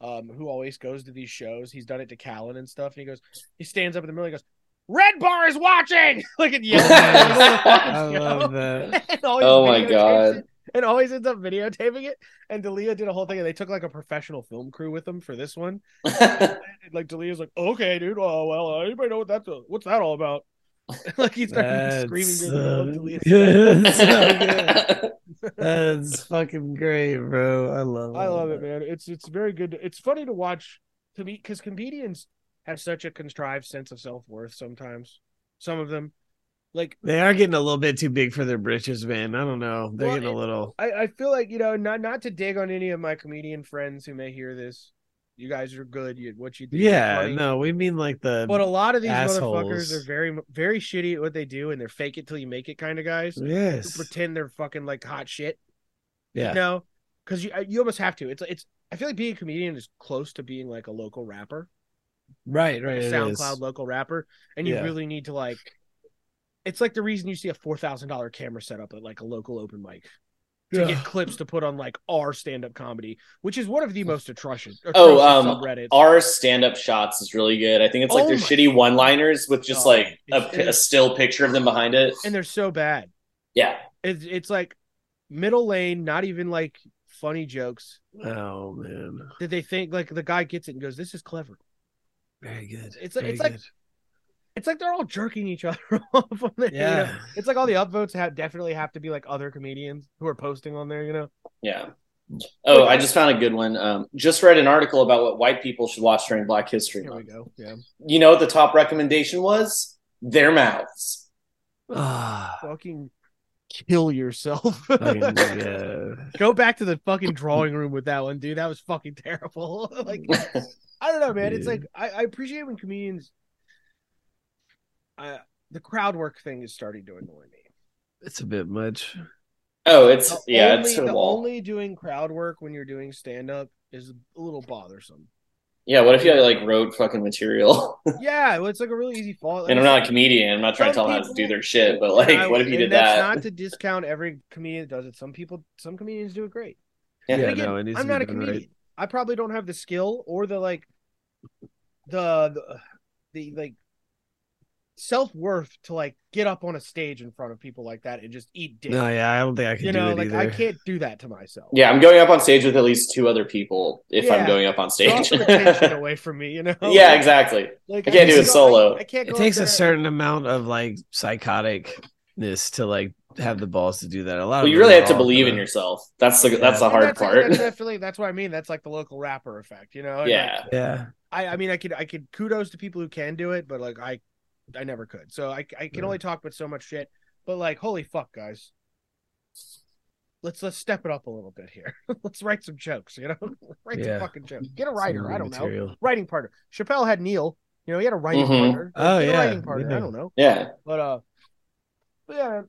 Speaker 5: um, who always goes to these shows. He's done it to Callan and stuff. And he goes, he stands up in the middle and goes, Red Bar is watching! Like, and yells. at the middle of the fucking show.
Speaker 7: I love that.
Speaker 5: And always
Speaker 6: Oh my
Speaker 5: videotapes
Speaker 6: God.
Speaker 5: it, And always ends up videotaping it. And Dalia did a whole thing, and they took like a professional film crew with them for this one. And, like Delia's like, okay, dude. Oh well, uh, anybody know what that's uh, what's that all about? like he's
Speaker 7: That's,
Speaker 5: screaming. during
Speaker 7: uh,
Speaker 5: the middle of Delia's
Speaker 7: that's so
Speaker 5: set.
Speaker 7: good. That's fucking great, bro. I love.
Speaker 5: I
Speaker 7: all
Speaker 5: love
Speaker 7: that.
Speaker 5: it, man. It's it's very good. It's funny to watch to me because comedians have such a contrived sense of self worth sometimes. Some of them, like
Speaker 7: They are getting a little bit too big for their britches, man. I don't know. They're
Speaker 5: Well,
Speaker 7: getting a
Speaker 5: it-
Speaker 7: little.
Speaker 5: I, I feel like you know not not to dig on any of my comedian friends who may hear this. You guys are good. You, what you do, is
Speaker 7: Yeah,
Speaker 5: funny.
Speaker 7: no, we mean like the.
Speaker 5: But a lot of these
Speaker 7: assholes.
Speaker 5: motherfuckers are very, very shitty at what they do, and they're fake it till you make it kind of guys. who
Speaker 7: Yes.
Speaker 5: pretend they're fucking like hot shit.
Speaker 7: Yeah.
Speaker 5: you know, because you you almost have to. It's it's. I feel like being a comedian is close to being like a local rapper,
Speaker 7: right, right.
Speaker 5: a
Speaker 7: it is.
Speaker 5: SoundCloud local rapper, and you
Speaker 7: Yeah.
Speaker 5: really need to like. It's like the reason you see a four thousand dollar camera set up at like a local open mic. To
Speaker 7: Yeah.
Speaker 5: get clips to put on like our stand up comedy, which is one of the most atrocious,
Speaker 6: oh,
Speaker 5: atrocious
Speaker 6: um,
Speaker 5: subreddits.
Speaker 6: our stand-up shots is really good. I think it's like
Speaker 5: Oh
Speaker 6: their
Speaker 5: my-
Speaker 6: shitty one-liners with just like a,
Speaker 5: it's- it
Speaker 6: a
Speaker 5: is-
Speaker 6: still picture of them behind it.
Speaker 5: and they're so bad.
Speaker 6: Yeah.
Speaker 5: It's it's like middle lane, not even like funny jokes.
Speaker 7: Oh man,
Speaker 5: That they think like the guy gets it and goes, "This is clever."
Speaker 7: very good.
Speaker 5: It's like
Speaker 7: very
Speaker 5: it's like
Speaker 7: good.
Speaker 5: it's like they're all jerking each other off. On there, you know?
Speaker 7: Yeah.
Speaker 5: It's like all the upvotes have definitely have to be like other comedians who are posting on there. You know.
Speaker 6: Yeah. Oh, I just found a good one. Um, just read an article about what white people should watch during Black History
Speaker 5: Here we
Speaker 6: Month.
Speaker 5: go. Yeah.
Speaker 6: You know what the top recommendation was? Their mouths.
Speaker 5: fucking kill yourself.
Speaker 7: Ah, Fucking, yeah.
Speaker 5: Go back to the fucking drawing room with that one, dude. That was fucking terrible. like, I don't know, man. It's
Speaker 7: Yeah.
Speaker 5: like I, I appreciate when comedians. I the crowd work thing is starting to annoy me.
Speaker 7: It's a bit much.
Speaker 6: Oh, it's
Speaker 5: The
Speaker 6: yeah,
Speaker 5: only,
Speaker 6: it's a
Speaker 5: the
Speaker 6: wall.
Speaker 5: only doing crowd work when you're doing stand up is a little bothersome.
Speaker 6: Yeah, what if you like wrote fucking material?
Speaker 5: yeah, well, it's like a really easy fall.
Speaker 6: and I'm not a comedian. I'm not trying to
Speaker 5: Some
Speaker 6: tell them how to
Speaker 5: people-
Speaker 6: do their shit. But
Speaker 5: And I-
Speaker 6: like, what if you
Speaker 5: and
Speaker 6: did
Speaker 5: that's
Speaker 6: that?
Speaker 5: Not to discount every comedian that does it. Some people, some comedians do it great.
Speaker 6: Yeah.
Speaker 5: But
Speaker 6: Yeah,
Speaker 5: again,
Speaker 6: no, it needs
Speaker 5: I'm
Speaker 6: to be
Speaker 5: not a
Speaker 6: done right.
Speaker 5: comedian. I probably don't have the skill or the like, the the, the like self worth to like get up on a stage in front of people like that and just eat dick.
Speaker 7: No, yeah, I don't think I could
Speaker 5: you
Speaker 7: do
Speaker 5: know,
Speaker 7: it
Speaker 5: like
Speaker 7: either.
Speaker 5: I can't do that to myself.
Speaker 6: Yeah, I'm going up on stage with at least two other people if
Speaker 5: Yeah.
Speaker 6: I'm going up on
Speaker 5: Draw
Speaker 6: stage.
Speaker 5: some attention away from me, you know.
Speaker 6: yeah, exactly.
Speaker 5: Like,
Speaker 6: I can't do
Speaker 5: just don't-
Speaker 6: it solo.
Speaker 5: I, I can't.
Speaker 7: It
Speaker 5: Go
Speaker 7: takes
Speaker 5: up
Speaker 7: a
Speaker 5: there-
Speaker 7: certain amount of like psychoticness to like have the balls to do that. A lot.
Speaker 6: Well,
Speaker 7: of
Speaker 6: you
Speaker 7: them
Speaker 6: really
Speaker 7: are
Speaker 6: have to
Speaker 7: all
Speaker 6: believe in
Speaker 7: kinda-
Speaker 6: yourself. That's the
Speaker 7: Yeah.
Speaker 6: that's the
Speaker 5: And
Speaker 6: hard
Speaker 5: that's,
Speaker 6: part.
Speaker 5: That's, definitely- that's what I mean. That's like the local rapper effect, you know. And, like,
Speaker 6: yeah.
Speaker 7: Yeah.
Speaker 5: I I mean I could I could kudos to people who can do it, but like I I never could. So I I can
Speaker 7: Yeah.
Speaker 5: only talk but so much shit. But like holy fuck guys. Let's let's step it up a little bit here. let's write some jokes, you know? write
Speaker 7: Yeah.
Speaker 5: some fucking jokes. Get a
Speaker 7: Some
Speaker 5: writer,
Speaker 7: new
Speaker 5: I don't know.
Speaker 7: material.
Speaker 5: Writing partner. Chappelle had Neil. You know, he had a writing
Speaker 6: Mhm.
Speaker 5: partner.
Speaker 7: Oh,
Speaker 5: Get a
Speaker 7: yeah.
Speaker 5: writing partner. I
Speaker 7: Yeah.
Speaker 5: don't know.
Speaker 6: Yeah.
Speaker 5: But uh but yeah. man.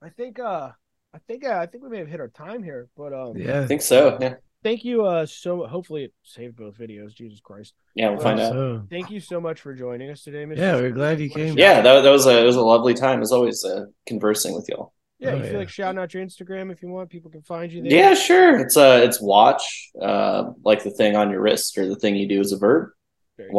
Speaker 5: I think uh I think uh, I think we may have hit our time here, but um
Speaker 7: Yeah.
Speaker 6: I think so. Yeah.
Speaker 5: thank you uh so hopefully it saved both videos jesus christ
Speaker 6: Yeah, we'll find
Speaker 5: Uh,
Speaker 6: out.
Speaker 7: So,
Speaker 5: thank you so much for joining us today Mr.
Speaker 7: yeah, we're glad you came.
Speaker 6: Yeah, that, that was a it was a lovely time as always uh, conversing with y'all.
Speaker 5: Yeah,
Speaker 6: Oh,
Speaker 5: you feel
Speaker 6: yeah.
Speaker 5: like shouting out your Instagram if you want. People can find you there.
Speaker 6: Yeah, sure. It's uh it's watch, uh like the thing on your wrist or the thing you do as a verb.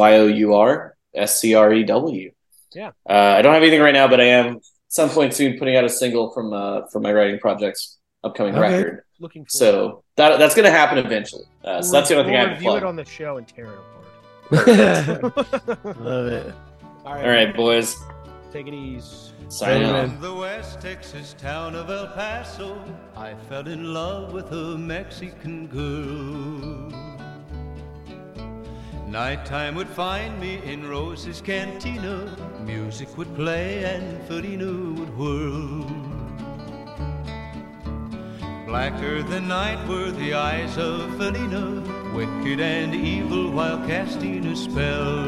Speaker 6: Y O U R S C R E W.
Speaker 5: Yeah.
Speaker 6: Uh, I don't have anything right now, but I am at some point soon putting out a single from uh from my writing project's upcoming
Speaker 5: Okay.
Speaker 6: record.
Speaker 5: Looking forward.
Speaker 6: so that that's gonna happen eventually. Uh, so that's the only thing I
Speaker 5: We'll
Speaker 6: have to
Speaker 5: review
Speaker 6: plug.
Speaker 5: it on the show and tear it apart.
Speaker 15: Love it.
Speaker 5: All
Speaker 6: All right, boys.
Speaker 5: Take it easy.
Speaker 6: Sign off.
Speaker 12: In the West Texas town of El Paso, I fell in love with a Mexican girl. Nighttime would find me in Rose's cantina. Music would play and Felina would whirl. Blacker than night were the eyes of Felina, wicked and evil while casting a spell.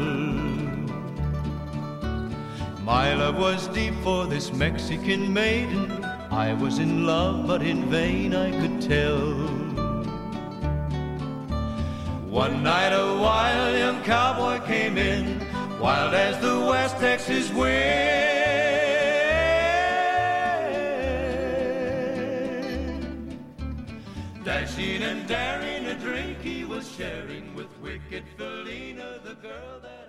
Speaker 12: My love was deep for this Mexican maiden. I was in love, but in vain I could tell. One night a wild young cowboy came in, wild as the West Texas wind. Dashing and daring, a drink he was sharing with wicked Felina, the girl that.